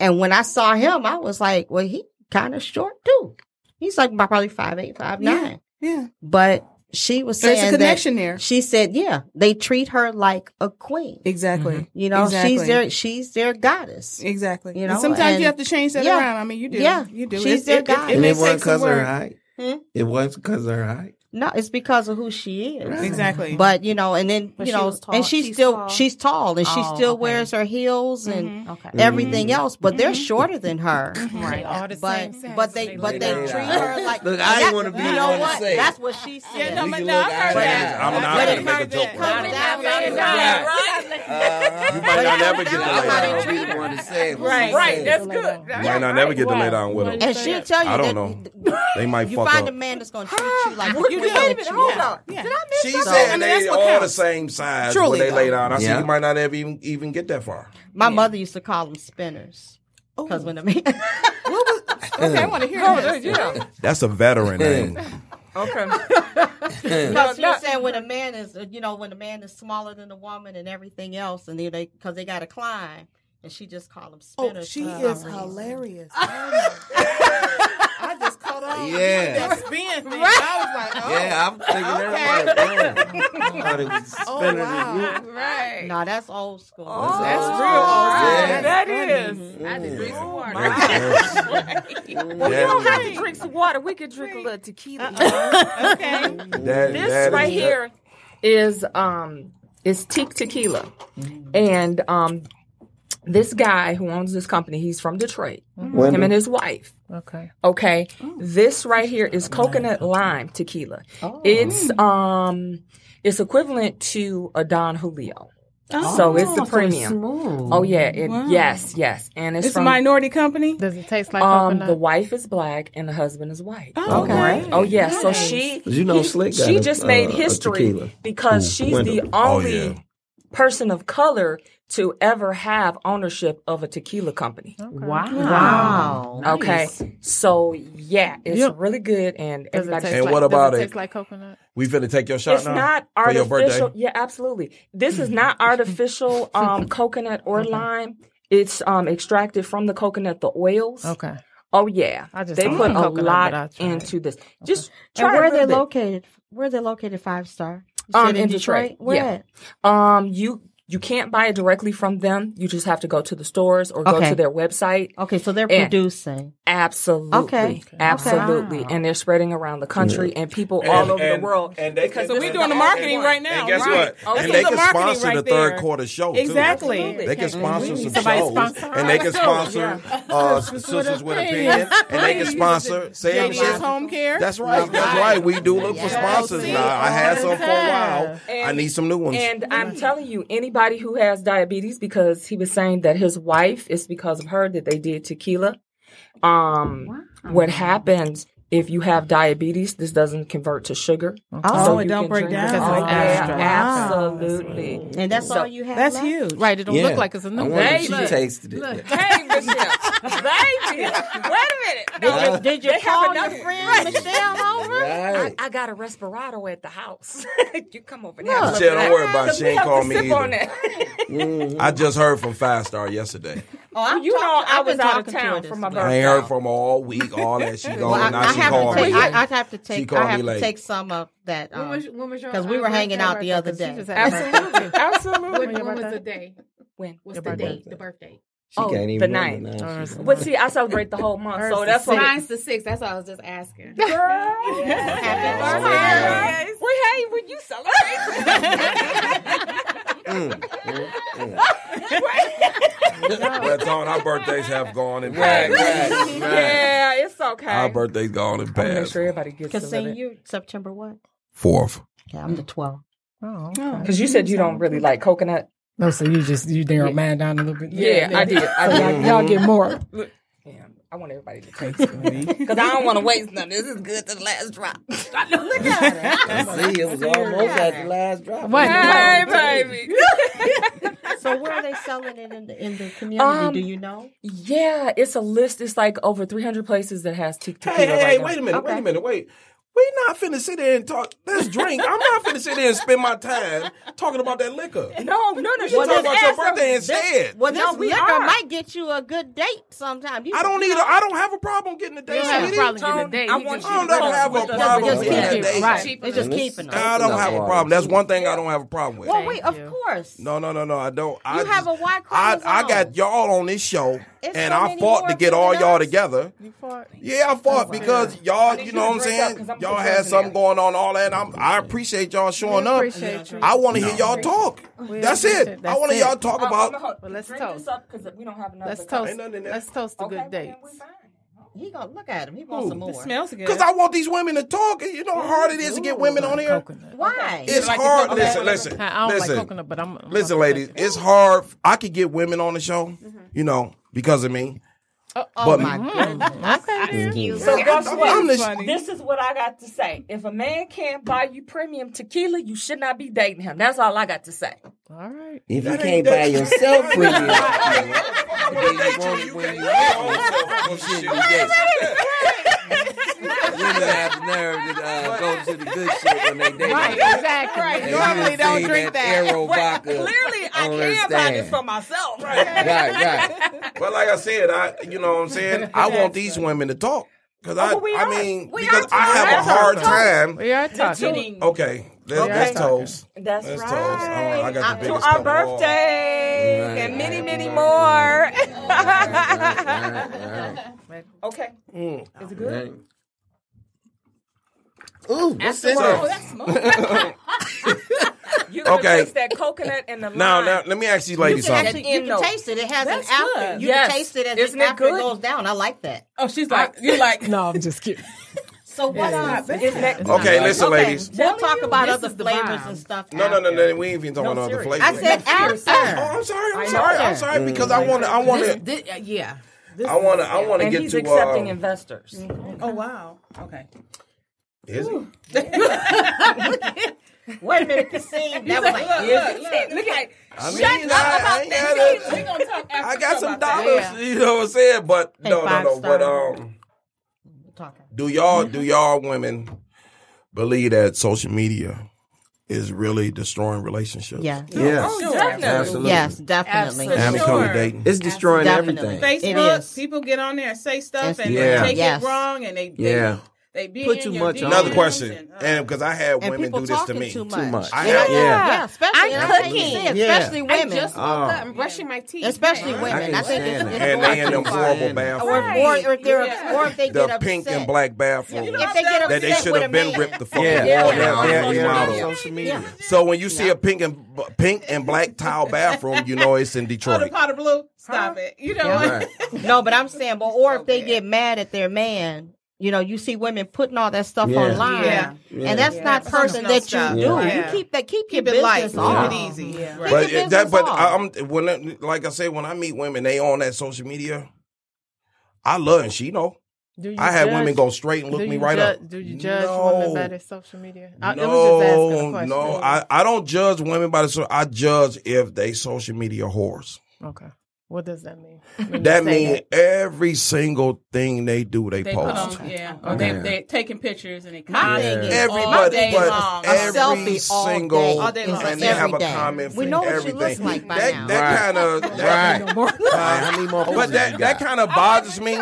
And when I saw him, I was like, well, he kind of short too. He's like about probably five eight, five nine.
Yeah,
But she was
there's
saying
a connection there.
that she said, yeah, they treat her like a queen.
Exactly.
You know,
Exactly.
she's their she's their goddess.
Exactly.
You
And
know,
sometimes
and-
you have to change that
Yeah.
around. I mean, you do.
Yeah.
You do.
She's
It's-
their
it-
guy.
It, it,
and
may
it
take
wasn't
some
because of her
work.
height.
Hmm?
It wasn't because of her height.
No, it's because of who she is.
Exactly.
But you know, and then
But
you
she
know,
was tall-
and she's,
she's
still
tall?
she's tall, and she
Oh,
still
okay.
wears her heels and
Mm-hmm.
Okay.
Mm-hmm.
everything else. But they're shorter than her,
They all the
but
same size.
but they but they
lay
treat
down.
her like.
Look, I
that-
didn't wanna be
You
the
know
one to
what?
say it.
That's what she said.
Yeah, no,
You
but
can
no,
look
I've
at
heard
it.
that.
I'm not
I've
gonna make a
heard
joke
that.
right
Come down
Right.
there.
Uh,
You might not ever get to
That's
lay
how
down.
they
I
treat
didn't want to say it. but
Right.
she
Right.
said it.
That's good.
You might not never get to lay down with them.
And she'll tell you
I don't
that
They might
you
fuck
find
up.
a man that's going to treat you like
You
you
did.
did.
Hold on.
She
something?
said
I mean,
they
that's what
all the
counts.
same size
Truly,
when they lay
though.
down. I said
Yeah.
you might not ever even, even get that far.
My mother used to call them spinners because when a man.
Okay, I want to hear that.
Yeah.
That's a veteran name.
Okay.
Because you're saying when a man is, uh, you know, when a man is smaller than a woman and everything else, and they they because they got to climb,
Mm-hmm. Uh,
Oh,
and she just called them spinners.
Oh, she
for some
is
reason.
hilarious. I just hold on.
Yeah.
That spin thing. I was like, oh.
Yeah, I'm thinking that. I'm like, man, I thought it was
Oh,
spinning
wow.
the
Right.
No, that's old school.
Oh,
That's real.
Yeah.
That is.
I just drink some water.
Well,
Yeah.
we don't have to drink some water. We could drink a little tequila.
Okay.
That-
This
that
right
is-
here is um is Teak Tequila, and um this guy who owns this company, he's from Detroit. Him and his wife.
Okay.
Okay, this right here is coconut lime tequila. It's um it's equivalent to a Don Julio. so it's the premium. oh yeah, it, yes, yes, and it's,
It's a
from
minority company.
Does it taste like
um
coconut?
the wife is black and the husband is white.
Oh, okay.
Oh yeah, so she
'Cause you know
he-
Slick got
she
a-
just
uh,
made
a tequila.
history because she's the
Wyndham.
Oh,
only
yeah.
person of color to ever have ownership of a tequila company.
wow.
Wow.
Okay, so yeah, it's
Yep.
really good, and
Does it
everybody.
taste
And
like,
what
does
about it?
Taste like coconut.
We finna take your shot
It's
now
not
for your
artificial.
birthday.
Yeah, absolutely. This is not artificial um, coconut or lime. It's um, extracted from the coconut, the oils.
Okay.
Oh yeah,
I just
they
don't
put
like
a
coconut, but I'll
lot
try it.
into this. Just try
And where
a
are they
little bit.
located? Where are they located? Five star. You
Um,
said
in Detroit.
Where?
Yeah.
at?
Um, you you can't buy it directly from them. You just have to go to the stores or go
Okay.
to their website.
Okay, so they're
Yeah.
producing.
Absolutely,
Okay.
absolutely, and they're spreading around the country and people all over
and-
the world.
and they
because
can-
So
this
we're
is
doing the
all
marketing
they
right
want.
now.
And guess
right?
what?
Okay.
And they
That's
can
the marketing
sponsor
right
the third
there.
quarter show too.
Exactly.
Absolutely.
They can sponsor some
somebody
shows,
sponsor
and they
us.
can sponsor uh, Sisters with Opinion, and they can sponsor Sam
JDS
Shep.
Home Care.
That's right. That's right. We do look for sponsors
see?
now. I had some for a while. I
And-
need some new ones.
And I'm telling you, anybody who has diabetes, because he was saying that his wife it's because of her that they did tequila. Um, what happens if you have diabetes? This doesn't convert to sugar.
Oh,
So
it
you
don't
can
break
drink
down.
it.
Because
Oh,
it's
yeah,
extra.
absolutely.
and that's
So-
all you have.
That's
left?
huge.
Right. It don't
Yeah.
look like it's a
I
new
wonder if
one.
she
Look.
tasted it.
Hey, Michelle. Thank you. Wait a minute. No,
Did you, did you
they
call
have
your
another.
friend Michelle over?
I,
Right.
I got a respirato at the house. you come over there.
Michelle, don't worry about it. She ain't called me either.
Mhm.
I just heard from Five Star yesterday.
Oh, I'm
You know,
talking-
I
I've
was
been
out of
talking to her
town
this
for my
week.
birthday.
I ain't heard from her all week. All that she gone.
Well, I,
now
I
she
have
called
to take.
me.
I, I have to take. I
called
have
me
to
late.
take some of that. Um,
when was your
'Cause we
uh,
were hanging
birthday,
out
birthday?
the other
'Cause she
day.
just had her birthday.
Absolutely. Absolutely.
When,
your
when was the
birthday?
day?
When?
What's
Your
the
birthday.
date? The birthday.
She
Oh,
can't even
the
remember
ninth.
now.
Or
She-
something.
But see, I celebrate the whole month, so that's what.
Mine's the sixth. That's what I was just asking.
happy
Well,
birthday.
hey, when you celebrate.
Well, Dawn, our birthdays have gone and
Right,
passed.
right, right.
Yeah, it's okay.
Our birthdays gone and
I'll make
passed.
sure everybody gets
Because
some of
saying
it.
you September what?
Fourth.
Yeah, I'm the 12th.
Oh,
Because you said you don't really like coconut.
No, so you just you narrowed mine down a little bit.
Yeah, I did. I did.
Y'all get more.
Yeah, I want everybody to taste it. Because I don't want to waste none. This is good to the last drop. Look at it.
See, it was almost at the last drop.
What?
Hey, baby.
So where are they selling it in the in the community?
Um,
Do you know?
yeah, it's a list. It's like over 300 places that has tea tequila.
Hey, hey, hey, wait
right now.
a minute, wait a minute, wait. We not finna sit there and talk. Let's drink. I'm not finna sit there and spend my time talking about that liquor.
No, no, no.
You
You
talk
just
about your
asked
birthday instead.
Well, no,
this
we
liquor
are.
might
might get you a good date sometime.
I don't need. A, I don't have a problem getting a date,
don't have a
sweetie.
problem.
Tone,
Get a date.
I
He
want
just-
you
I
to
don't
come
have a
with us.
problem
Just
with
keep
that
it,
date.
right.
It's just keeping them.
I don't have a problem. That's one thing I don't have a problem with.
Well, wait, of
you.
course.
No, no, no, no. I don't. I
You
just-
have a Y
I, I
chromosome.
got y'all on this show,
It's
and
so
I
many
fought
more
to get all
than
y'all
us.
together. Yeah, I fought because y'all, you
you
know
to
what I'm
dress up,
saying.
'cause I'm
Y'all
put
had
yours in
something
there.
going on, all that. I'm, I appreciate y'all showing up.
appreciate you.
I want to hear y'all talk. That's it.
appreciate it.
I want to
That's it.
y'all talk about.
Well, let's
drink
toast.
this up because we don't have another.
Let's
cup.
toast.
nothing in there.
Let's toast a
Okay,
good
well, then
date.
we fine.
He gonna look at him. He wants some more.
Smells good.
Because I want these women to talk. You know how hard it is to get women on here.
Coconut.
Why?
It's
like the
hard.
coconut?
Listen, listen,
I don't like
listen.
coconut, but I'm. I'm
Listen,
gonna
ladies,
take it.
it's hard. I could get women on the show, you know, because of me.
oh
but-
my goodness. Excuse
So
me.
guess
I'm-
what?
I'm the-
Funny.
This is what I got to say. If a man can't buy you premium tequila, you should not be dating him. That's all I got to say.
All right.
If you can't buy yourself premium, then you want it when you want it. You shouldn't be dating. Women have the nerve to uh, go to the good shit when they date.
Right. Exactly.
And you
Normally
done
don't
seen
drink that.
Aero vodka
Clearly, I
on her
can buy this
stand.
for myself.
Right, right.
But like I said, I you know what I'm saying? I want these women to talk. Because
Oh,
I,
but we
I
are.
mean,
We
because
are
I have a
talking.
hard
Toast.
time.
We are talking.
Kidding.
Okay, let's,
We are
let's
talking.
toast.
That's
Let's
right.
toast. All right, I got the
to
biggest
our
cup of all.
birthday
Right,
and many,
happy
many
birthday.
more. okay.
Mm.
Is it good?
Ooh, what's
After-
that?
Oh, that's smooth. you gotta
Okay.
taste that coconut and the lime.
Now, now, let me ask you ladies
can
something.
actually-
Actually, you
End note.
can taste it. It has
That's
an after.
good.
You
Yes.
can taste it as
Isn't
an
it
after
good?
it goes down. I like that.
Oh, she's like, you're like,
No, I'm just kidding.
So what? are-
Isn't that-
Okay, listen,
okay,
ladies.
We'll talk about
this
other
is the
flavors
bomb.
and stuff.
No, no, no,
after.
no. We ain't even talking about other flavors.
I said
Oh,
after.
I'm sorry. I'm
know
sorry. I'm
that.
sorry because I want to. I want to.
Thi- uh, yeah.
I want to. I want to
And
get
he's
to.
accepting
uh,
investors.
oh, wow. Okay.
Is he?
Wait a minute, Cassine. That was like
Look, look, look at
I mean, I, I ain't got a- I got some dollars. You know what I'm saying? But
Hey,
no, no,
five
no. But
star.
um,
talking.
do y'all do y'all women believe that social media is really destroying relationships?
Yeah.
Yes,
Oh, definitely.
absolutely.
Yes, definitely.
And
Absolutely.
becoming
Sure.
dating.
It's destroying
Definitely.
everything.
It is.
Facebook, people get on there and say stuff
That's
and
Yeah.
they take
Yes.
it wrong and they, they,
Yeah.
they be
Put
in
too
your
much on
DMs
Another question,
and, uh,
and because I had
And
women
people
do this to
talking
me.
too much.
Too much.
I
Yeah,
have-
yeah. especially
I'm
and like you
cooking.
said,
Yeah.
I
especially women.
just woke
Oh.
up. I'm brushing my teeth.
especially
Right.
women. I,
I
think it's,
understand
it's
that.
and they in
going
them
too far.
horrible bathrooms.
Or,
Right.
or if they're
Yeah.
or if they get
The
upset.
pink and black bathroom
If they get upset
that they should
with a
have been
man.
ripped the fucking
Yeah,
wall
yeah,
down
yeah,
and
yeah.
remodeled.
Social media.
So when you see a pink and b- pink and black tile bathroom, you know it's in
Oh, the
Detroit.
pot of blue. Stop it. You know
Yeah.
what?
Right.
No, but I'm saying, but or if they get mad at their man, you know, you see women putting all that stuff
Yeah.
online,
Yeah.
Yeah.
and that's not something
Personal
that you
stuff.
do.
Yeah.
You keep that keep,
Keep
your
it
business
light.
on.
Keep it easy.
But
Right.
your
it- that,
business
but
off.
I- I'm when I- like I said, when I meet women, they on that social media. I love and she know.
Do you
I had
judge-
women go straight and
do
look me
you
right
ju-
up.
Do you judge
no,
women by their social media? I, it was just asking a
No,
question.
no, I, I don't judge women by the. So I judge if they social media whores.
Okay. What does that mean? when you
That
say
means every single thing they do, they,
They put
post.
on, yeah. Or they,
Yeah.
they're taking pictures and they
My
comment.
thing is
All
Everybody,
day
but
long. A
every
selfie all day.
single,
All
day long.
and they have a
Every day.
comment for
We know what you
everything.
look like by
that
now.
that kind of,
Right. How many more
but that that kind of bothers me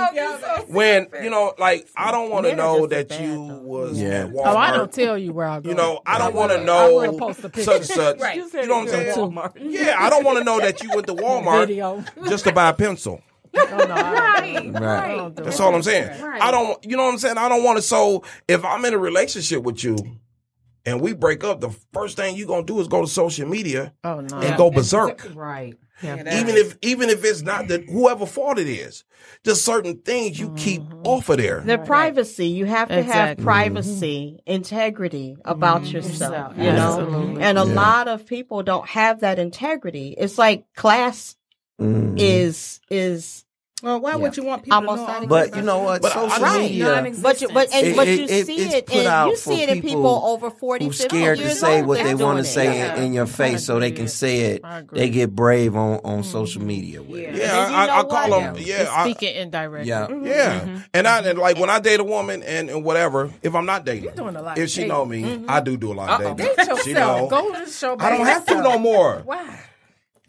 when you know, like I don't want to
Men are
know
just as
that
bad,
you
though.
was
Yeah.
at
Oh,
Walmart.
Oh, I don't tell you where I go.
You know, I don't want to
wouldn't- I wouldn't
know
post a picture.
such and such.
Right.
You know what I'm saying?
too.
Yeah, I don't want to know that you went to Walmart
Video.
just to buy a pencil.
No, Oh, no, I don't.
Right.
Right.
Right.
That's all I'm saying.
Right.
I don't, you know what I'm saying? I don't want to. So if I'm in a relationship with you and we break up, the first thing you going to do is go to social media
Oh no.
and go berserk.
Right.
Even if even if it's not the whoever fault it is, just certain things you keep off of there.
The privacy you have to have
Exactly. Mm-hmm.
privacy, integrity about
Mm-hmm.
yourself, you
Yeah.
know.
Absolutely.
And a lot of people don't have that integrity. It's like class
Mm.
is is,
Well, why would you want people
Almost
to know? all
not
this
But you know what?
But I-
Social
Right.
media.
but you, but and,
It-
but
it-
you
it-
see
it's
it,
put
and you
out for
see it in people
people
over 40,
who
50
scared to
years
say
old
what they
that's
want to
doing it.
say
Yeah.
in, in your face so they can say it.
I agree.
They get brave on, on social media with it.
yeah, Mm-hmm.
And you
I, I, I
know
call
what?
them.
It's
Yeah,
It's
I,
speaking indirectly.
Yeah.
Yeah, and I and like when I date a woman and, and whatever, if I'm not dating,
doing a lot
if
of
she
dating.
know me, I do do a lot of dating.
Date
She
yourself.
know.
Go to the show. by
I don't have to
yourself.
no more.
Why?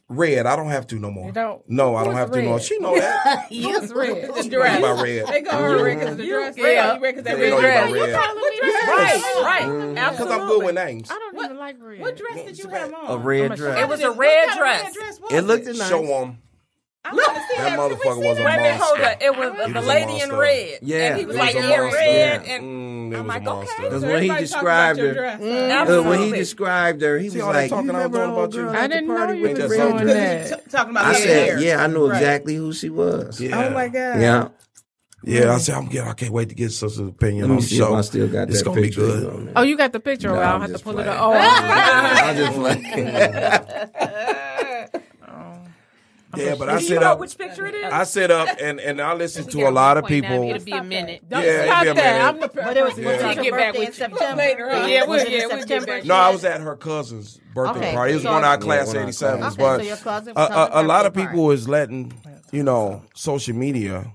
Red, I don't have to no more.
You don't?
No, I
Who's
don't have to no more.
Red?
She know that.
Yes, red.
The
Red
dress.
by red.
They go over because of the dress.
Yeah.
They know you because that
They know
red
you by
dress.
red.
Right, right.
Because
Absolutely.
I'm good with names.
I don't even like red.
What dress did you have on?
A red
sure.
dress.
It was a
What
red
kind of
dress.
was
It looked nice.
Show them.
Look, that,
That motherfucker was a
Wait a minute, hold
monster.
up. It was
He
the
was a
lady in
monster.
red.
Yeah,
And he was
he was
like,
a
yeah,
monster.
red.
Yeah.
And
Mm, it was
like,
a monster.
okay. Oh
Because when he described her, uh, when he
Absolutely.
described her, he was
all that
like,
talking
you
I was
remember
doing
old
about you?
girl
I
at the
didn't know
party
you
with
was
that
doing
soldier?"
that.
talking about
I
red hair.
said, yeah, I knew
Right.
exactly who she was. Yeah.
Yeah.
Oh my god.
Yeah, I said I'm good. I can't wait to get sister's opinion
Let
on
me
the
see if
show.
I still got
It's
that
gonna be
picture.
good.
on there.
Oh, you got the picture.
No,
well, I
I'm
don't have to
just
pull it
playing.
up. Oh, I-
I just like,
Yeah, but I
Do you
sit
know
up.
which picture it is?
I sit up and and I listen to a lot of people.
It'll be a minute.
don't
Yeah, it'd
stop
be a
that. I'm
minute.
the per-
But it was, was
Yeah.
it your
Get back
birthday in
with you.
September?
Later, huh?
Yeah,
Yeah,
was
we'll-
it in
yeah, we'll get
September?
back to
No, I was at her cousin's birthday
Okay,
party. It was
so-
one of our
Yeah,
class
one of our
87s.
class.
but
Okay, so your cousin
a,
was
a, a
having
lot of
birthday
people is letting, you know, social media,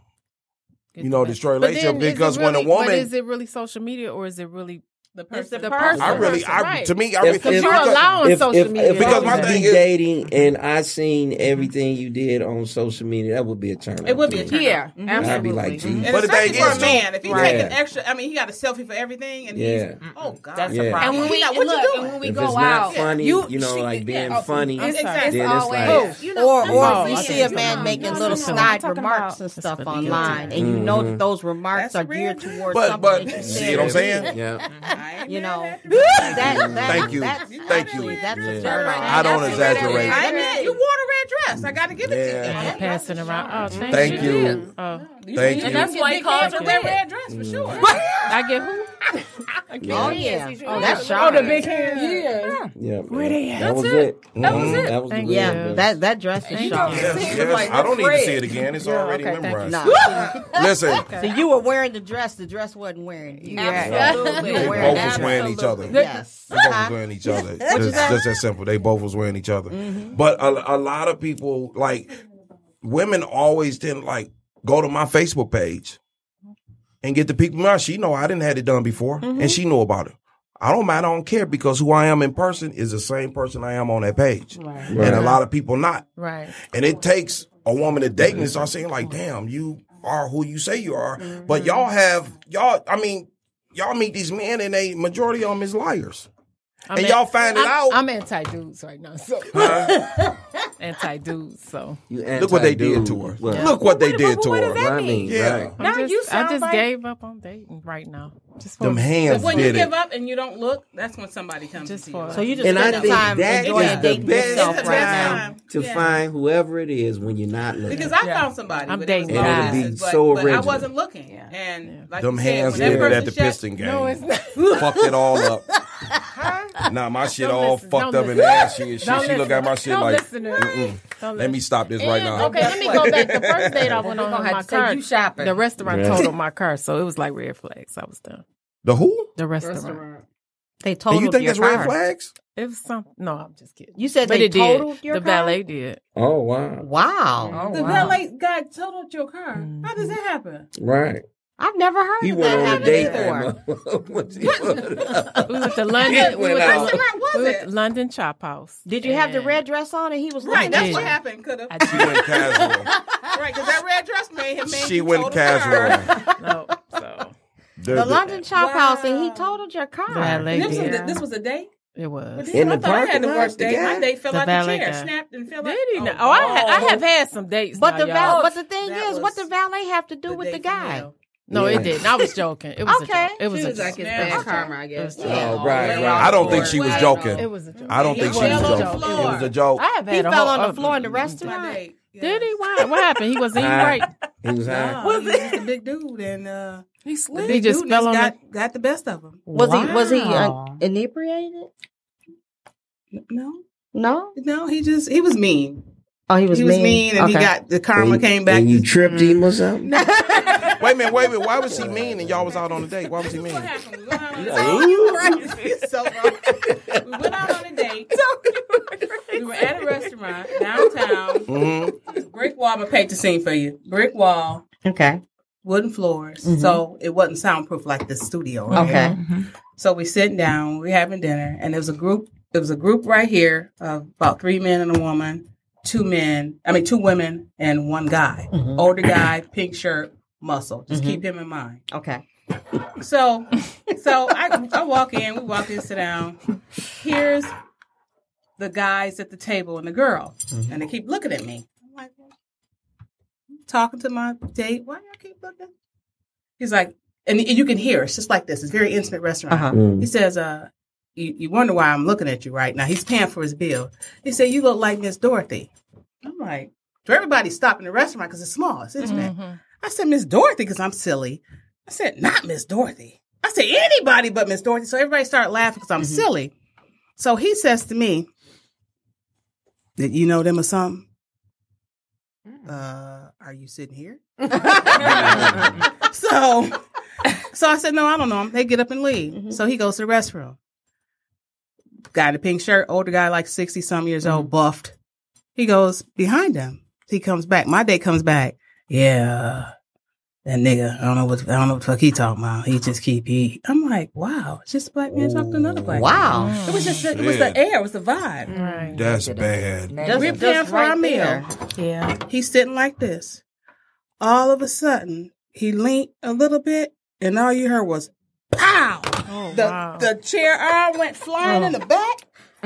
you know, destroy
But then
relationship
is it
because when a
really- But
woman,
is it really social media or is it really
The
person. the
person.
I really, I to me, I really
If- if- if- if- if I
because
was
my
to
thing
be
is,
dating and I seen everything you did on social media, that would be a turn.
It would be a
off.
turn
Yeah,
off. Mm-hmm.
And I'd be like,
And
geez.
But the
especially
thing
for
is,
a
too-
man, if he's
Right.
taking extra, I mean, he got a selfie for everything, and
Yeah.
he's oh god,
That's a problem.
And when we
What
and
you
look,
doing?
and when we
if
go
it's
out,
not funny,
You-
you, know,
she-
like being
yeah, oh,
funny,
I'm
it's,
sorry.
it's
then it's
always Oh.
like,
or
no,
or
no,
if you
no,
see a
no,
man
no,
making
no, no,
little
no.
snide
I'm talking
remarks
about-
and stuff
That's what he
online,
did.
and you know that those remarks
That's
are
a real
geared
dude.
towards
but
something
but
that you
see what I'm
said.
saying?
yeah.
You know,
I
that, that,
Thank you.
That's,
Thank you.
That's a
Yeah.
turn off.
I don't
That's a
exaggerate.
red flag.
mean, you wore a red dress. I got to give it
Yeah.
to you.
And passing around. Oh, thank,
Thank
you.
you.
Oh,
Thank
And
you.
that's why he calls her
Wear a
red.
red dress for sure.
I get who?
Oh, yeah. Oh, that's
Oh,
sharp.
the big hands.
Yeah, man. That was it. That was it. That was the
Thank
real
Yeah,
one.
that, that dress is sharp.
Yes,
Seems
yes.
like
I don't need to
Fred.
see it again. It's already
okay, thank
memorized.
No.
Listen,
So you were wearing the dress. The dress wasn't wearing you. Absolutely.
they
You
both
were wearing
was
that.
wearing each other. They
Yes.
both was wearing each other. It's just that simple. They both was wearing each other. But a, a lot of people, like women, always didn't like go to my Facebook page and get the people. Now she know I didn't had it done before, and she know about it. I don't mind. I don't care because who I am in person is the same person I am on that page, and a lot of people not.
Right.
And it takes a woman to date and start saying like, damn, you are who you say you are. But y'all have y'all I mean, y'all meet these men and they majority of them is liars. and y'all find it out.
I'm anti dudes right now. So anti dudes. So
You
look what they did
anti-dude.
to her.
Well,
Look what they did to her.
I mean,
Yeah.
right.
I'm
Now
just,
you
I
sound
just
like-
gave up on dating right now. Just for
Them hands
When you
did it.
give up and you don't look, that's when somebody comes
Just
to
for
you.
So you just
And I
spend the
think
time
that
enjoying
is the
dating
best
yourself
It's
right
the
now.
best
time
time.
to
Yeah.
find whoever it is when you're not looking.
Because I found somebody.
I'm
but it was
dating
long
guys. And it'd be
distance,
so
but, but I
original.
wasn't looking. And like
Them
you said,
hands
when that
did it
person
at the
shut-
piston game.
No, it's not.
Fucked it all up. Nah, my shit
Don't
all
listen,
fucked
don't
up in the
listen.
ass shit. She,
Don't
she look
listen.
at my shit
Don't
like,
listen to her.
Mm-mm.
Don't
let me stop this right
And-
now.
Okay, let me go back. The first date I went on
gonna
in
have
my
to say
car,
you shopping.
the restaurant
Yeah.
totaled my car, so it was like red flags. I was done.
The who?
The restaurant.
They told
And you think
your
that's red
car.
flags?
It was some. No, I'm just kidding.
You said
but
they
it did.
totaled
the
your car?
ballet did.
Oh wow!
Wow.
Oh,
The
wow.
valet guy totaled your car.
Mm-hmm.
How does that happen?
Right.
I've never heard
He
of
went
that
on a
happening
date.
before.
We went
went
to London. we went
out.
to,
Where was
we went
it?
to London Chop House.
Did you have the
and-
red dress on and he was
Right,
looking
that's
at
what
you?
happened. Could have.
She went casual.
Right, because that red dress made him. Made
she
you
went
total her.
casual.
No, so
The,
The
the-
London Chop
Wow.
House and he totaled your car.
ballet
This was,
did.
a, this was a date.
It
But
was.
damn,
the
I thought I had
parking
the
lot,
worst
the
date.
guy-
My date fell
The
out the
valet
chair,
guy.
snapped and fell
Did
out.
he know? Oh, I, ha- I have had some dates.
But the
y'all.
val- but the thing
That
is, what the
was
valet have to do
the
with the
day for
guy?
you.
no,
Yeah.
it didn't. I was joking. It was
Okay.
a joke. It was,
She
a
was
joke.
like, it's
it
bad
was a
karma, I guess.
joke.
Oh, right, right.
I don't think she was
Well,
joke. It
joking.
was a joke.
I don't
He
think she
fell
was
on the
joking.
floor.
It was a joke.
I have had
He
a
fell
whole-
on the floor in the
My
restaurant.
date.
Did he? Why? What happened? He wasn't even right.
He was
No,
high.
was it? The big dude and uh,
He
the
slid.
He
big
just
dude
fell on
got got the best of him.
Was he was he uh,
Wow.
inebriated?
No,
No.
no, he just he was mean.
Oh, he was,
he was mean, and he
Okay.
got the karma
And-
came back.
And you tripped him or something?
Wait a minute, wait a minute. Why was he mean and y'all was out on a date? Why was he mean?
What happened? We went out on a
Ooh.
date. You're so wrong. We went out on a date. We were at a restaurant downtown.
hmm
Brick wall. I'm gonna paint the scene for you. Brick wall,
Okay.
wooden floors. So it wasn't soundproof like this studio. Right?
Okay.
So we sitting down, we having dinner, and there was a group. There was a group right here of about three men and a woman, two men. I mean, two women and one guy. Older guy, pink shirt, muscle. Just keep him in mind.
Okay.
So, so I, I walk in, we walk in, sit down. Here's the guys at the table and the girl, and they keep looking at me. I'm like, talking to my date. Why y'all keep looking? He's like, and you can hear it's just like this. It's a very intimate restaurant.
Uh-huh.
Mm.
He says, uh, you, you wonder why I'm looking at you right now. He's paying for his bill. He said, you look like Miss Dorothy. I'm like, so everybody stopping the restaurant because it's small. It's intimate. I said, Miss Dorothy, because I'm silly. I said, not Miss Dorothy. I said, anybody but Miss Dorothy. So everybody started laughing because I'm silly. So he says to me, Did you know them or something? Uh, are you sitting here? so, so I said, No, I don't know 'em." They get up and leave. So he goes to the restroom. Guy in a pink shirt, older guy, like 60 some years old, buffed. He goes behind them. He comes back. My date comes back. Yeah. that nigga, I don't know what I don't know what the fuck he talking about. He just keep he. I'm like, wow, it's just a black man talking to another black.
Wow.
man. it was just it was the
Shit.
air, it was the vibe.
Mm.
That's bad.
Just-
We're
just
paying for
right
our
there.
meal.
Yeah.
He's sitting like this. All of a sudden, he leaned a little bit, and all you heard was pow.
Oh,
the
wow.
the chair arm went flying in the back,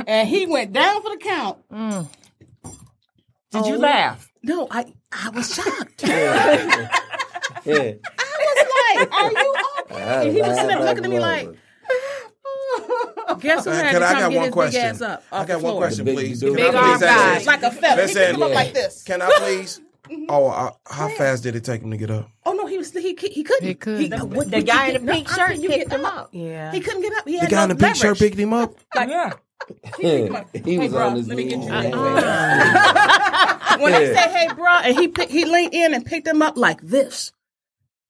and he went down for the count.
Mm.
Oh,
Did you laugh?
No, I I was shocked.
Yeah. yeah.
I was like, "Are you okay?" And he was sitting there looking at me like, "Guess who
Uh,
had
can
to
I
come
got
get
one
his
question?
big ass up?"
I
off
got
the
one
floor.
question,
The big
please.
dude.
Can I
Big
please
arm guy,
ask?
like a fella. He
Listen,
picked him up like this.
Can I please? Oh, uh, how fast did it take him to get up?
Oh no, he was he he, he couldn't.
He couldn't.
uh, what-
The
you
guy in
get-
the pink
no, how
shirt
can you
picked
get
him up.
Yeah.
He couldn't get up. He
The
had
guy in the
no
pink shirt
leverage.
picked him up.
yeah.
He was
Hey, bro,
on his
let me get
knees
you
that
that.
way.
When I say "Hey, bro," and he pick, he leaned in and picked him up like this.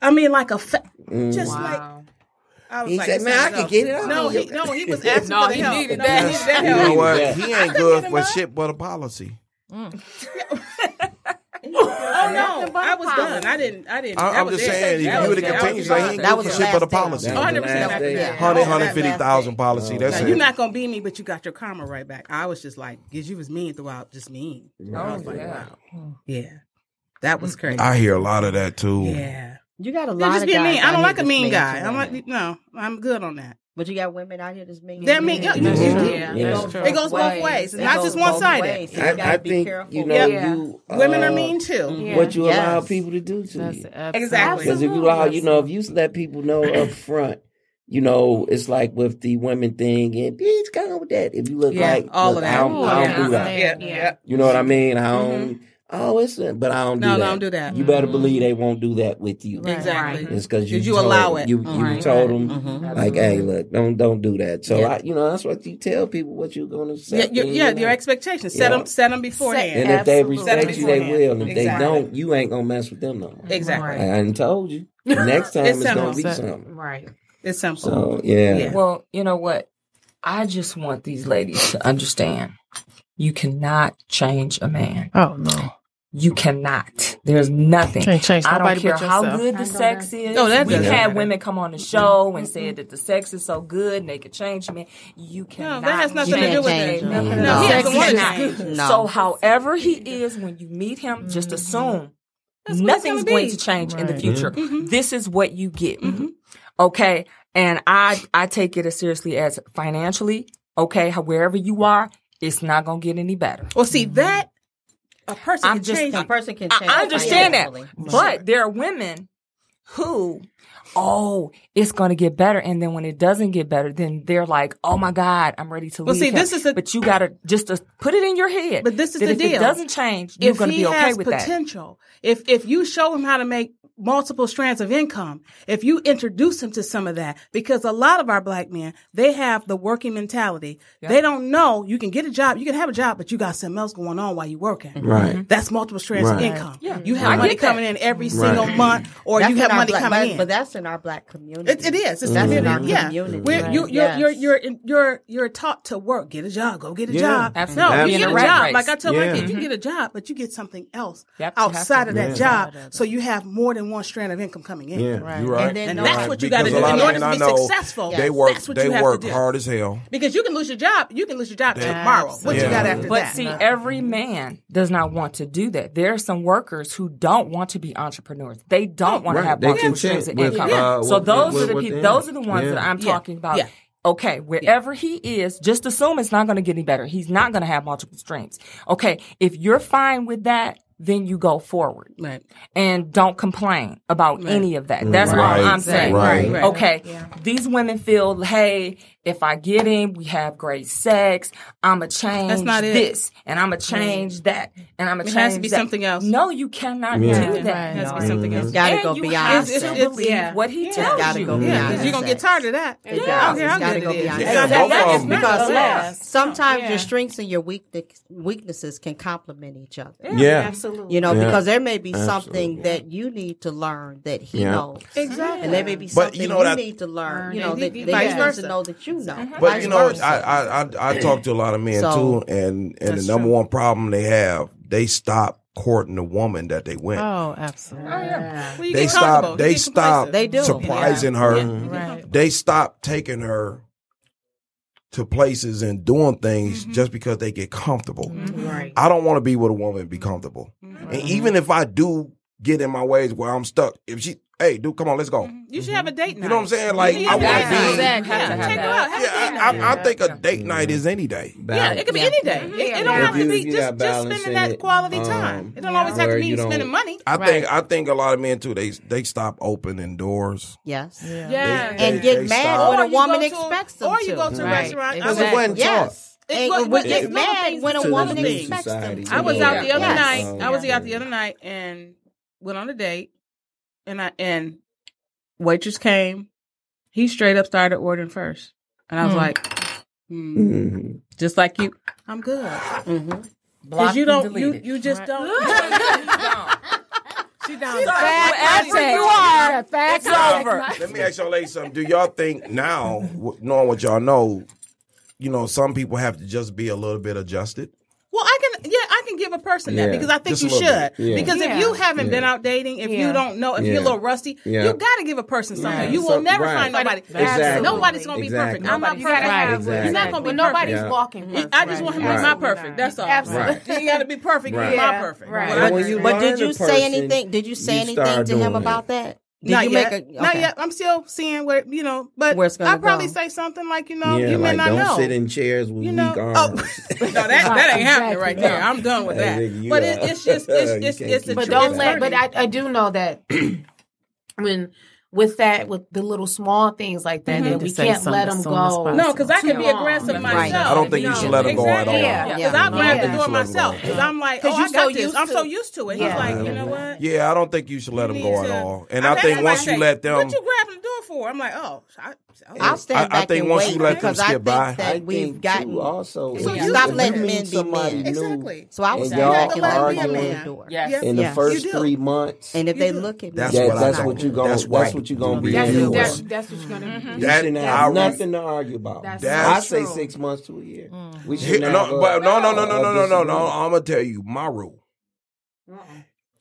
I mean, like a fa- just like
Wow.
I was
He
like,
said,
this
"Man, I
ain't
can
enough."
get it out."
No, he no, he was asking
No,
for the
he
help.
needed
No, he
that.
needed that
You
help.
know what?
that.
He ain't good for shit but a policy.
Oh no, I was done. I didn't. I didn't.
I,
that
I'm
was
just
it.
saying, if
That
you
was
would
it.
have
That
continued,
was
like,
it.
he ain't
That
good for
was
shit but a
the last
policy.
day.
Oh, 100%
Last
after
day.
that.
100,
That was the last
150,000 policy. That's
Now, you're
it.
not gonna beat me, but you got your karma right back. I was just like, "Cause you was mean throughout, just mean."
Oh,
I was like, "Wow, yeah, that was crazy."
I hear a lot of that too.
yeah,
You got a
They're
lot
just
of
being
guys
mean. I
out
don't
here
like a
that's
mean guy.
to
I'm
women.
like, no, I'm good on that.
but you got women out here that's mean.
They're mean. Yeah,
That's
yeah.
true.
Yeah.
That's
goes
true.
It goes both ways. It's not just one sided.
So you
I, I
gotta be
think
careful.
you know
Yeah.
you. uh,
Women are mean too.
What you
Yes.
allow people to do to
That's
you.
absolutely-
Exactly.
Because if you allow, you know, if you let people know up front, you know, it's like with the women thing and bitch, go on with that. If you look
Yeah,
like
all
look,
of that.
I don't, I don't
Ooh,
do that.
Yeah.
You know what I mean? I don't. Oh, it's but I don't do
Mm-hmm. No,
that.
no, don't do that. Mm-hmm.
You better believe they won't do that with you.
Right.
Exactly.
It's because you,
Did you
told-
allow it?
You you
Right.
told them like, hey,
Absolutely.
look, don't don't do that. So
Yeah.
I, you know, that's what you tell people what you're going to say.
Yeah, your, yeah, your expectations. Set
Yeah.
them, set them beforehand.
And if they
Absolutely.
respect you, they
Exactly.
will. And if they
Exactly.
don't, you ain't gonna mess with them no more.
Exactly.
I done told you. Next time
It's
it's, gonna
simple.
be something.
Right.
It's simple.
So yeah.
Yeah.
Well, you know what? I just want these ladies to understand you cannot change a man.
Oh no.
You cannot. There's nothing.
Can't change
I don't
nobody
care
but
how
yourself.
good the sex is.
No, that
We've
doesn't
had
matter.
women come on the show and said that the sex is so good and they could change me. You
No,
cannot.
that has nothing to
change
do with
a
it.
Change.
man.
No.
No, he
Sex
doesn't want
is
to
not
change.
good.
No.
So, however he is, when you meet him, just assume
Mm-hmm. what it's
nothing's
gonna
going
be. Mm-hmm.
to change in the
Right.
future. This is what you get. Okay. And I, I take it as seriously as financially. Okay. how- Wherever you are, it's not going to get any better.
Well, see that a person
I'm
can
just-
change.
A person can change.
I, I understand that.
financially.
But there are women who, oh, it's going to get better. And then when it doesn't get better, then they're like, oh my God, I'm ready to
Well,
leave.
see,
him.
this is a-
but you got to just to put it in your head.
But this is
that
the
if it
deal.
doesn't change, you're
if
going to
he
be okay
has
with that.
potential, if if you show him how to make multiple strands of income, if you introduce him to some of that, because a lot of our black men they have the working mentality. They don't know you can get a job, you can have a job, but you got something else going on while you're working.
Right.
That's multiple strands
Right.
of income.
Mm-hmm. Yeah.
You have
I
money
get that.
coming in every single month, or
That's
you have
in our
money
black-
coming
but,
in.
But that's in our black community.
It, it is. It's
That's
community.
in our
yeah.
community.
We're, you, you're,
Right.
you're,
Yes.
you're, in, you're, you're taught to work. Get a job. Go get a
Yeah.
job.
Absolutely.
No, you
Being
get
a
a
rat
job.
race.
Like I tell
Yeah.
my kids, you get a job, but you get something else
You have to- have
outside
to
of that
Yeah.
job. So you have more than one strand of income coming in.
Yeah,
Right.
you're right.
And then
And
No,
that's
right,
what you got
Because
to
a lot
do in
of
order
men
to
I
be
know,
successful.
They work.
That's what
They
you have
work
to do.
hard as hell.
Because you can lose your job. You can lose your job tomorrow. What
Yeah.
you got after
But
that?
see, every man does not want to do that. There are some workers who don't want to be entrepreneurs. They don't want
Right.
to have
They
multiple
content
streams of
with,
income.
uh,
so
with-
those
with-
are the
with
people.
them.
Those are the ones
Yeah.
that I'm
Yeah.
talking about.
Yeah.
Okay, wherever he is, just assume it's not going to get any better. He's not going to have multiple streams. Okay, if you're fine with that, then you go forward
Right.
and don't complain about any of that. That's
Right.
what I'm saying.
Right.
Right.
Okay. These women feel, hey, if I get him, we have great sex. I'ma change
That's not it.
this and I'ma change that and I'ma
It
change
has to be
that.
something else.
No, you cannot do
It
that.
has to be something else.
It's gotta
and
go
you
beyond.
have
It's-
to
sex.
it's-
believe
yeah.
what he
It's
tells
gotta
you.
go
Yeah,
beyond.
because you're going to get
sex.
tired of that. Yeah.
It does.
Okay,
It's
I'm
gotta
good
go
at it.
beyond
It's
that.
Both
not that-
of
that's
them.
not
Because
gonna
look,
last.
sometimes your strengths and your weakness, weaknesses can complement each other.
Yeah,
You know,
Yeah.
because there may be something that you need to learn that he
Yeah.
knows.
Exactly.
And there may be
But
something
you
you,
know what I-
need to learn, you know,
And
that,
he- Uh-huh.
that
vice
he needs
versa.
to know that you know.
But
Vice
you know,
versa.
I, I I I talk to a lot of men
So-
too, and and the number one problem they have, they stop
courting the woman that they went.
Oh, absolutely.
Well, you
they
get comfortable.
stop.
You
They
get
stop.
complacent.
They do.
surprising her.
Right.
They stop taking her to places and doing things
Mm-hmm.
just because they get comfortable.
Right.
I don't want to be with a woman and be comfortable. And
Mm-hmm.
even if I do get in my ways where I'm stuck, if she, hey, dude, come on, let's
Mm-hmm.
go.
Mm-hmm. You should have a date night.
You know what I'm saying? Like, I
Yeah,
want to be.
yeah,
Exactly. Have to have
take her
that.
out. Have a date
Yeah,
night.
I, I, I think a date night is any day.
Yeah, it could be any day. It, it don't
If
have to
you-
be
you
just,
got
just
balance
spending
in
that
it,
quality
um,
time. It don't always have to
where
mean
you don't-
spending money.
I think I think a lot of men too. They they stop opening doors.
Yes.
Yeah.
Yeah.
And get mad
stop.
when
Or
a
you go
woman
to-
expects them
Or you
to.
go to a
Right.
restaurant.
Because
I
it
was-
wasn't
Yes.
It
And
was-
we
it's
get
little
mad
things
when
to
a
the
woman
little
expects them
things.
to.
I was
Yeah.
out the other
Yes.
night. I was
Yeah.
out the other night and went on a date, and I and waitress came. He straight up started ordering first, and I was
Hmm.
like, hmm,
Mm-hmm.
Mhm.
just like you, I'm good because
Blocked
you
and
don't you
deleted.
you just don't.
Right.
she down.
Wherever you are, it's over.
Let me ask y'all ladies something. Do y'all think now, w- knowing what y'all know, you know, some people have to just be a little bit adjusted?
Well, I can yeah, I can give a person that
Yeah,
because I think
just a
you
little
should.
bit. Yeah.
Because
Yeah.
if you haven't been out dating, if you
Yeah.
don't know, if you're
Yeah.
a little rusty,
Yeah.
you got to give a person something.
Yeah.
You will
So-
never
right.
find nobody.
Exactly.
Nobody's gonna be
Exactly.
perfect. I'm not
You
perfect.
gotta have
Exactly.
you're not gonna be
But
nobody's
Yeah.
walking. perfect.
I just want him to be my
Right.
perfect. That's all.
Absolutely.
You ain't got to be perfect.
Right.
You my
Yeah.
perfect.
Right.
But
Well, I
when
just-
you
But
learn
did
the
you say
person,
anything? Did you say
you
anything
start
to him
doing it.
about that? Did
not
you
yet.
make a,
Not
okay.
yet. I'm still seeing where you know. But
Where it's gonna
I'll probably
go.
say something like you know
yeah,
you
like
may not
don't
know.
sit in chairs with
You know,
weak
oh,
arms.
no, that that ain't happening right there. I'm done with
Hey,
that.
nigga, you
But
are-
it, it's just it's
You
it's
can't
it's the
keep
But
Sure.
don't
It's
let. But
hurting.
I, I do know that when with that with the little small things like that
Mhm.
that we
Say
can't let them
something as soon
go.
as
No, because I can be
Too
aggressive
long.
myself.
Right.
I don't think you should let it go at all.
exactly.
Yeah.
Yeah,
Yeah.
because I grab
Yeah.
the door
You should let
myself.
it go.
Because I'm like, oh,
Because you
I got
so
this.
used
I'm
to-
so used to it.
Yeah.
He's like, you know what?
Yeah, I don't think you should let them
need
go at
to-
all. And
I've
I
had
think once
somebody
you
say,
let them,
what you grabbing the door for? I'm like, oh, I, I-
I'll stand
I- I
back
think
and
once you
wait
let them
because I
skip
think
by-
that
I
we've
think, too,
gotten.
also
So
if
you
you-
stop
if you
letting
meet
men be
somebody
men.
new
exactly.
So I
and
was
y'all
back
are
and let them
arguing.
in the door.
Yes.
Yeah.
in the
Yes.
first
You do.
three months,
And if they look at me,
That's
that,
what I
that's
think.
what you going
That's
that's,
right.
what you gonna be
That's,
in
that's,
for.
that's what you're gonna do.
You
That-
shouldn't
I
have
re-
nothing to argue about.
That's
I
that's
say six months to a year.
Mm.
We
Here-
should
no,
have a-
but no, no, no,
a
no, uh, no, no, no, no.
disagreement.
I'm gonna tell you my rule.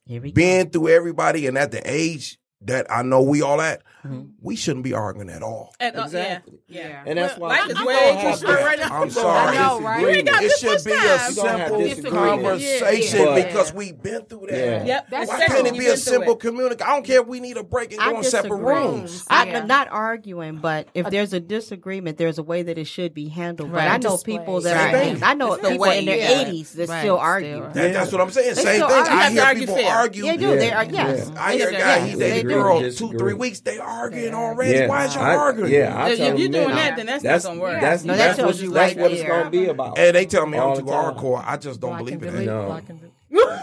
Here we go.
Being through everybody and at the age that I know we all at,
Mm-hmm.
we shouldn't be arguing at all.
At, uh,
Exactly.
Yeah. yeah.
And that's
Well,
why
life is
you
way
gonna
too
have
short
that.
right now.
I'm sorry.
I know, right? You ain't
It
Disagreement.
should be a
You gonna have
simple
disagreement.
conversation
Yeah, yeah.
because we've been through that.
Yeah.
Yep.
That's
Why
Second,
can't it
you've
be
been
a
through
simple
it.
communicate? I don't care if we need a break and go
I
in separate
disagree.
rooms.
I'm
Yeah.
not arguing, but if there's a disagreement, there's a way that it should be handled. But I know people that
Same
are,
thing.
I know
the
people
way,
in their
yeah.
80s that
Right,
still
still
argue.
That- That's what I'm saying. Same thing.
still argue.
I
You
hear
have to
people
argue fair.
argue.
They do. They are
Yeah.
yes.
Yeah.
I hear a
They-
guy,
yes,
he
they
dated a
do.
girl two,
Disagree.
three weeks. They arguing already. Why is y'all
I-
arguing?
Yeah, I
If
tell
if you're
them
doing
now,
that, then that's, not gonna work.
That's,
No, that
that's,
shows
what,
you
you,
right
that's what it's
there.
going to be about.
And they tell me
All
I'm too
the time.
hardcore. I just don't
Block and
believe in
delete.
that.
No.
Block and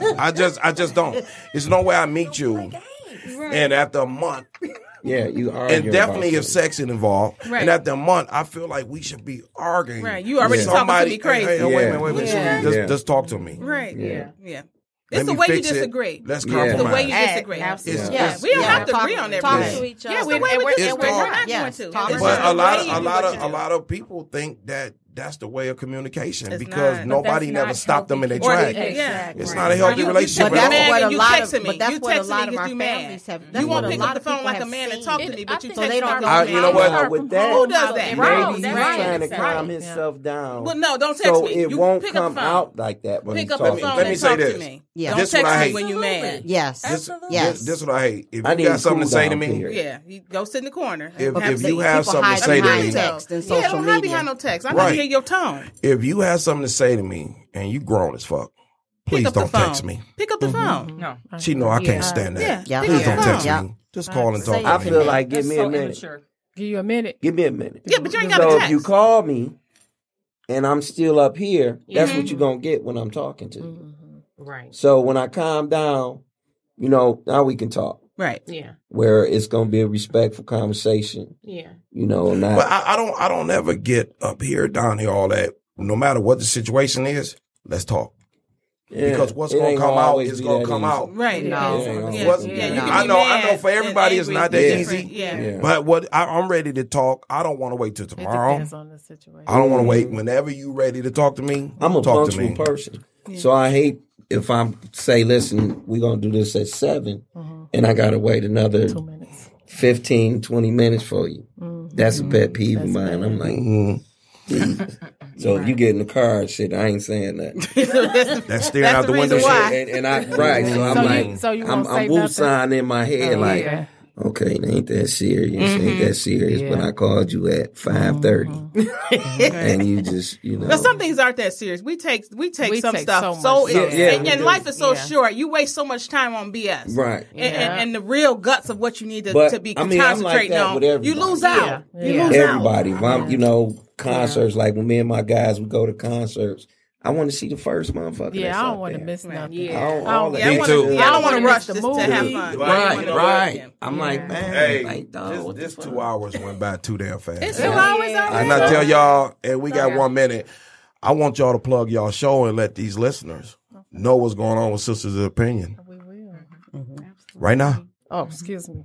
delete.
I just, I just don't. It's no way I meet you, and after a month,
Yeah, you argue.
and definitely if
about
sex is involved,
Right.
and after a month, I feel like we should be arguing.
Right. You already
Yeah.
talking to
Somebody-
me crazy.
Hey, hey, wait a
Yeah.
minute, wait a minute.
Yeah.
Just,
Yeah.
just talk to me.
Right.
Yeah.
Yeah.
Let
It's the
me
way you
fix it.
disagree.
Let's
Yeah.
compromise.
It's
the way you
Add-
disagree.
absolutely.
It's-
Yes.
it's-
We don't
Yeah.
have to agree on
Talk
Yeah.
to
everything.
each other.
Yeah, we way
and
we
we're,
It's
and we're
all-
not
not.
going
Yes.
to.
Talk
It's
to
just
But
each
a
the
lot,
way
of,
you
a
do
lot
what
of,
you
a
do.
lot of people think that that's the way of communication
It's
because
not. But
nobody
that's
never
not
stopped them in their
healthy
Or
tracks.
the- yeah.
It's not a healthy
you
relationship
took
But
a
at all.
that's
man
what
and
a
you
lot
texted
of
me.
but that's
You
what a
texted me
lot of
because
our
you mad.
families have. That's
You
what
won't
a
pick
lot
up the
of
phone
people
like a
have
man and
seen.
talk to
It-
me,
I
but you
think
So they
can't
don't
talk
go
to
I-
me.
you know what?
Now, with that,
Who does that?
maybe
Right,
he's
that's
trying to
right.
calm
Right.
himself down.
Well, no, don't text
so
me.
it
You
won't
pick up
come
the phone.
out like that. When
Pick
he's
up the
talking.
phone
let me
and
say
talk
this.
to me.
Yeah.
Don't
This
text
what I
me
hate.
when you're mad.
Yes.
This,
Yes.
this, this is what I hate. If
I
you
need a
got something to
cool
say to
down
me,
period.
Yeah, you go sit in the corner.
If-
Have
if
some-
you
People
have something to
hide
say to
behind
me.
text and
yeah,
social
don't hide
media.
behind no text. I
Right.
need to hear your tone.
if you have something to say to me and you grown as fuck,
Pick
please
up the
don't
phone.
text me.
Pick up the phone.
No.
She know I
Yeah.
can't stand that.
Yeah,
Yeah.
pick
Please
up
don't
the
text
phone.
Yeah.
me. Just call and talk.
Say
I
to me.
feel like give
That's
me
so
a minute.
immature.
Give you a minute.
Give me a minute.
Yeah, but you ain't got
So
to
if you
text.
call me and I'm still up here, that's
Mm-hmm.
what you're gonna get when I'm talking to you.
Right.
So when I calm down, you know, now we can talk.
Right.
Yeah.
Where it's gonna be a respectful conversation,
Yeah.
you know, not
But I, I don't I don't ever get up here, down here, all that. No matter what the situation is, let's talk.
Yeah.
Because what's
It
gonna
ain't
come out
always
is
be
gonna
that
come
easy.
out.
Right.
No.
Yeah.
Yeah,
Yeah.
What's-
yeah, you can
I
be
know- I
mad
know for
and
everybody it's
angry.
not that
Yeah.
easy.
Yeah.
Yeah.
But what I, I'm ready to talk. I don't want to wait till
It
tomorrow.
depends on the situation.
I don't want to wait. Whenever you ready to talk to me,
Mm-hmm. I'm a
talk to
punctual
me.
person, so I hate if I'm say, listen, we're gonna do this at 7
Mm-hmm.
and I gotta wait another
Two minutes.
15, 20 minutes for you. That's a pet peeve of
Mm-hmm. That's
mine.
bad.
I'm like, "Jeez."
Mm-hmm.
so if you get in the car and shit, I ain't saying that.
That's staring
That's
out the,
the
window.
reason
shit.
why.
and, and I right, so I'm
So you-
like,
so you
I'm,
won't
I'm
say
woo
nothing? Oh,
sign in my head, like,
yeah.
okay, it ain't that serious, ain't that serious. But I called you at five thirty, and you just, you know,
But some things aren't that serious. We take we take
We
some
take so
stuff
much
so,
stuff.
and,
Yeah, yeah,
and,
we
and
do.
life is so
Yeah.
short. You waste so much time on BS,
right.
And, and,
Yeah.
and the real guts of what you need to,
But,
to be
I mean, I'm like
concentrating
that with
on. You
everybody.
lose out. You
Yeah.
lose out.
Everybody, if I'm, you know, concerts like when me and my guys we go to concerts, I want to see the first motherfucker. that's
Yeah, I
out
don't want to
there.
miss nothing.
I don't-
I
all
don't-
that.
Yeah, I
Me
wanna-
too.
yeah, I don't want
Yeah.
to rush just
Miss
to
the
have
movie.
fun.
Right,
Right,
Yeah.
right. I'm like, man,
Hey,
like, dog,
this,
what the
this
fuck?
two hours went by too damn fast.
It's always over.
And I tell y'all, and we got one minute. I want y'all to plug y'all show and let these listeners know what's going on with Sisters of Opinion
We will.
right now.
Oh, excuse me.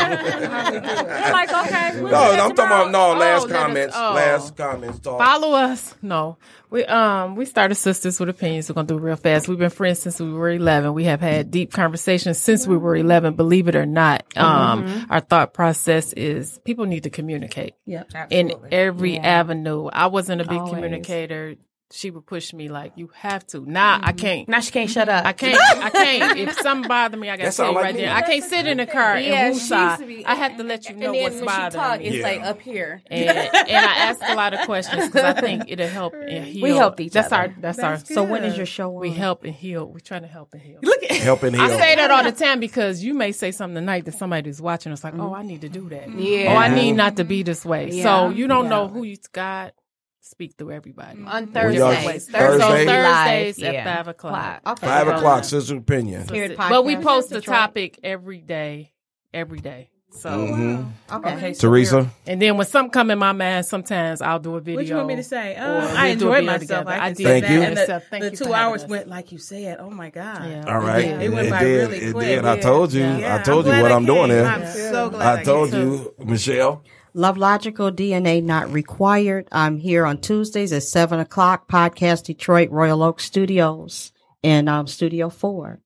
You're like, okay.
No, I'm talking about no last
Oh, let us-
comments.
oh.
Last comments. Talk.
Follow us. No, we um we started Sisters with Opinions. We're gonna do it real fast. We've been friends since we were eleven. We have had deep conversations since we were eleven. Believe it or not, um,
Mm-hmm.
our thought process is people need to communicate.
Yeah.
in
Absolutely.
every avenue. I wasn't a big
Always.
communicator. She would push me like, "You have to." Now I
Mm-hmm.
can't.
Now she can't shut up.
I can't. I can't. If something bother me, I got to
That
tell
sound
you
like
right
me.
there. I can't sit in the car
Yeah,
and
she used to
woosah.
be-
I have to let you know
And then
what's
when she
bothering
talk,
me.
it's
Yeah.
like up here.
and, and I ask a lot of questions because I think it'll help and heal.
We helped each
that's
other.
Our, that's our.
So when is your show
We
on?
help and heal. We're trying to help and heal.
Look at
Helping
I
Hill.
say that all the time because you may say something tonight that somebody's watching. It's like, oh, I need to do that.
Yeah.
Oh, I need not to be this way. So
Yeah.
you don't
Yeah. Mm-hmm.
know who you God speak through everybody.
on
Well, y'all-
Thursdays.
Thursday?
So
Thursday
Thursdays
live,
at
yeah.
five o'clock.
Okay.
Five
Yeah.
o'clock. Sisters of Opinion.
Period
But we
podcast.
post the
Detroit.
topic every day, every day. So
Mm.
Okay.
Okay, so
mm-hmm. Teresa.
and then when some come in my mind, sometimes I'll do a video.
What you want me to say? Uh,
Or
I
we'll do a
enjoyed
video
myself.
together.
I,
I
can
did.
say
Thank
that.
you.
And the,
Thank
the
you
two
for having
hours
us.
went like you said. Oh my god!
Yeah.
All right.
It went by
did.
really
it
quick.
did. I told you.
Yeah,
I told you
glad
what
I
I'm doing
came.
there.
I'm so glad.
I told
came.
you, Michelle.
Love Logical DNA Not Required. I'm here on Tuesdays at 7 o'clock, Podcast Detroit, Royal Oak Studios, and um, Studio 4.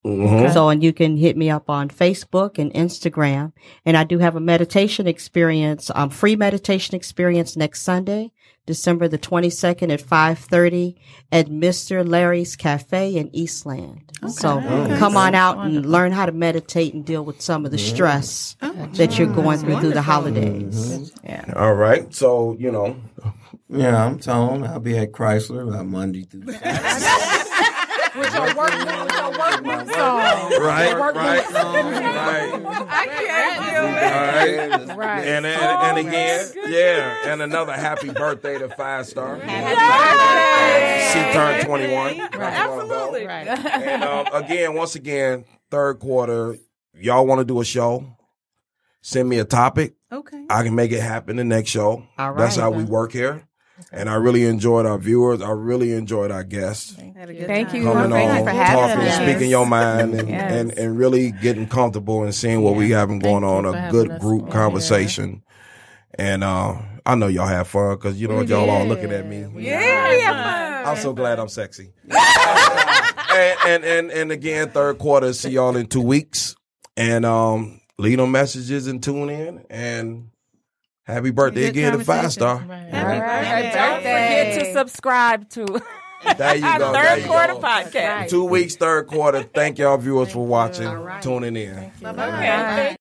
So, and you can hit me up on Facebook and Instagram. And I do have a meditation experience, um, free meditation experience next Sunday, December the 22nd at 5.30 at Mr. Larry's Cafe in Eastland. So come on out and learn how to meditate and deal with some of the stress that you're going through through the holidays.
All right. So, you know,
Yeah, I'm Tone. I'll be at Chrysler on Monday through
right, right, right.
I can't
All right.
Right.
And and, and again, yeah, and another happy birthday to Five Star. She turned 21. Absolutely.
right.
And um, again, once again, third quarter, y'all want to do a show? Send me a topic.
Okay.
I can make it happen the next show.
All
That's
right.
how we work here. And I really enjoyed our viewers. I really enjoyed our guests
Thank
coming
you. Thank you
on,
for having
talking,
us.
speaking your mind, and,
Yes.
and, and really getting comfortable and seeing what we having going on.
Thank you for
A
having
good
us
group
on
conversation. And uh, I know y'all have fun because you know y'all all looking at me.
Yeah.
I'm so glad I'm sexy. and, and and and again, third quarter. See y'all in two weeks. And um, leave them messages and tune in. And happy birthday again to Five Star.
Right.
Don't forget to subscribe to
There you
our
go. there
third
you
quarter
go.
podcast.
Two weeks, third quarter. Thank y'all, viewers, for watching, tuning in.
Okay.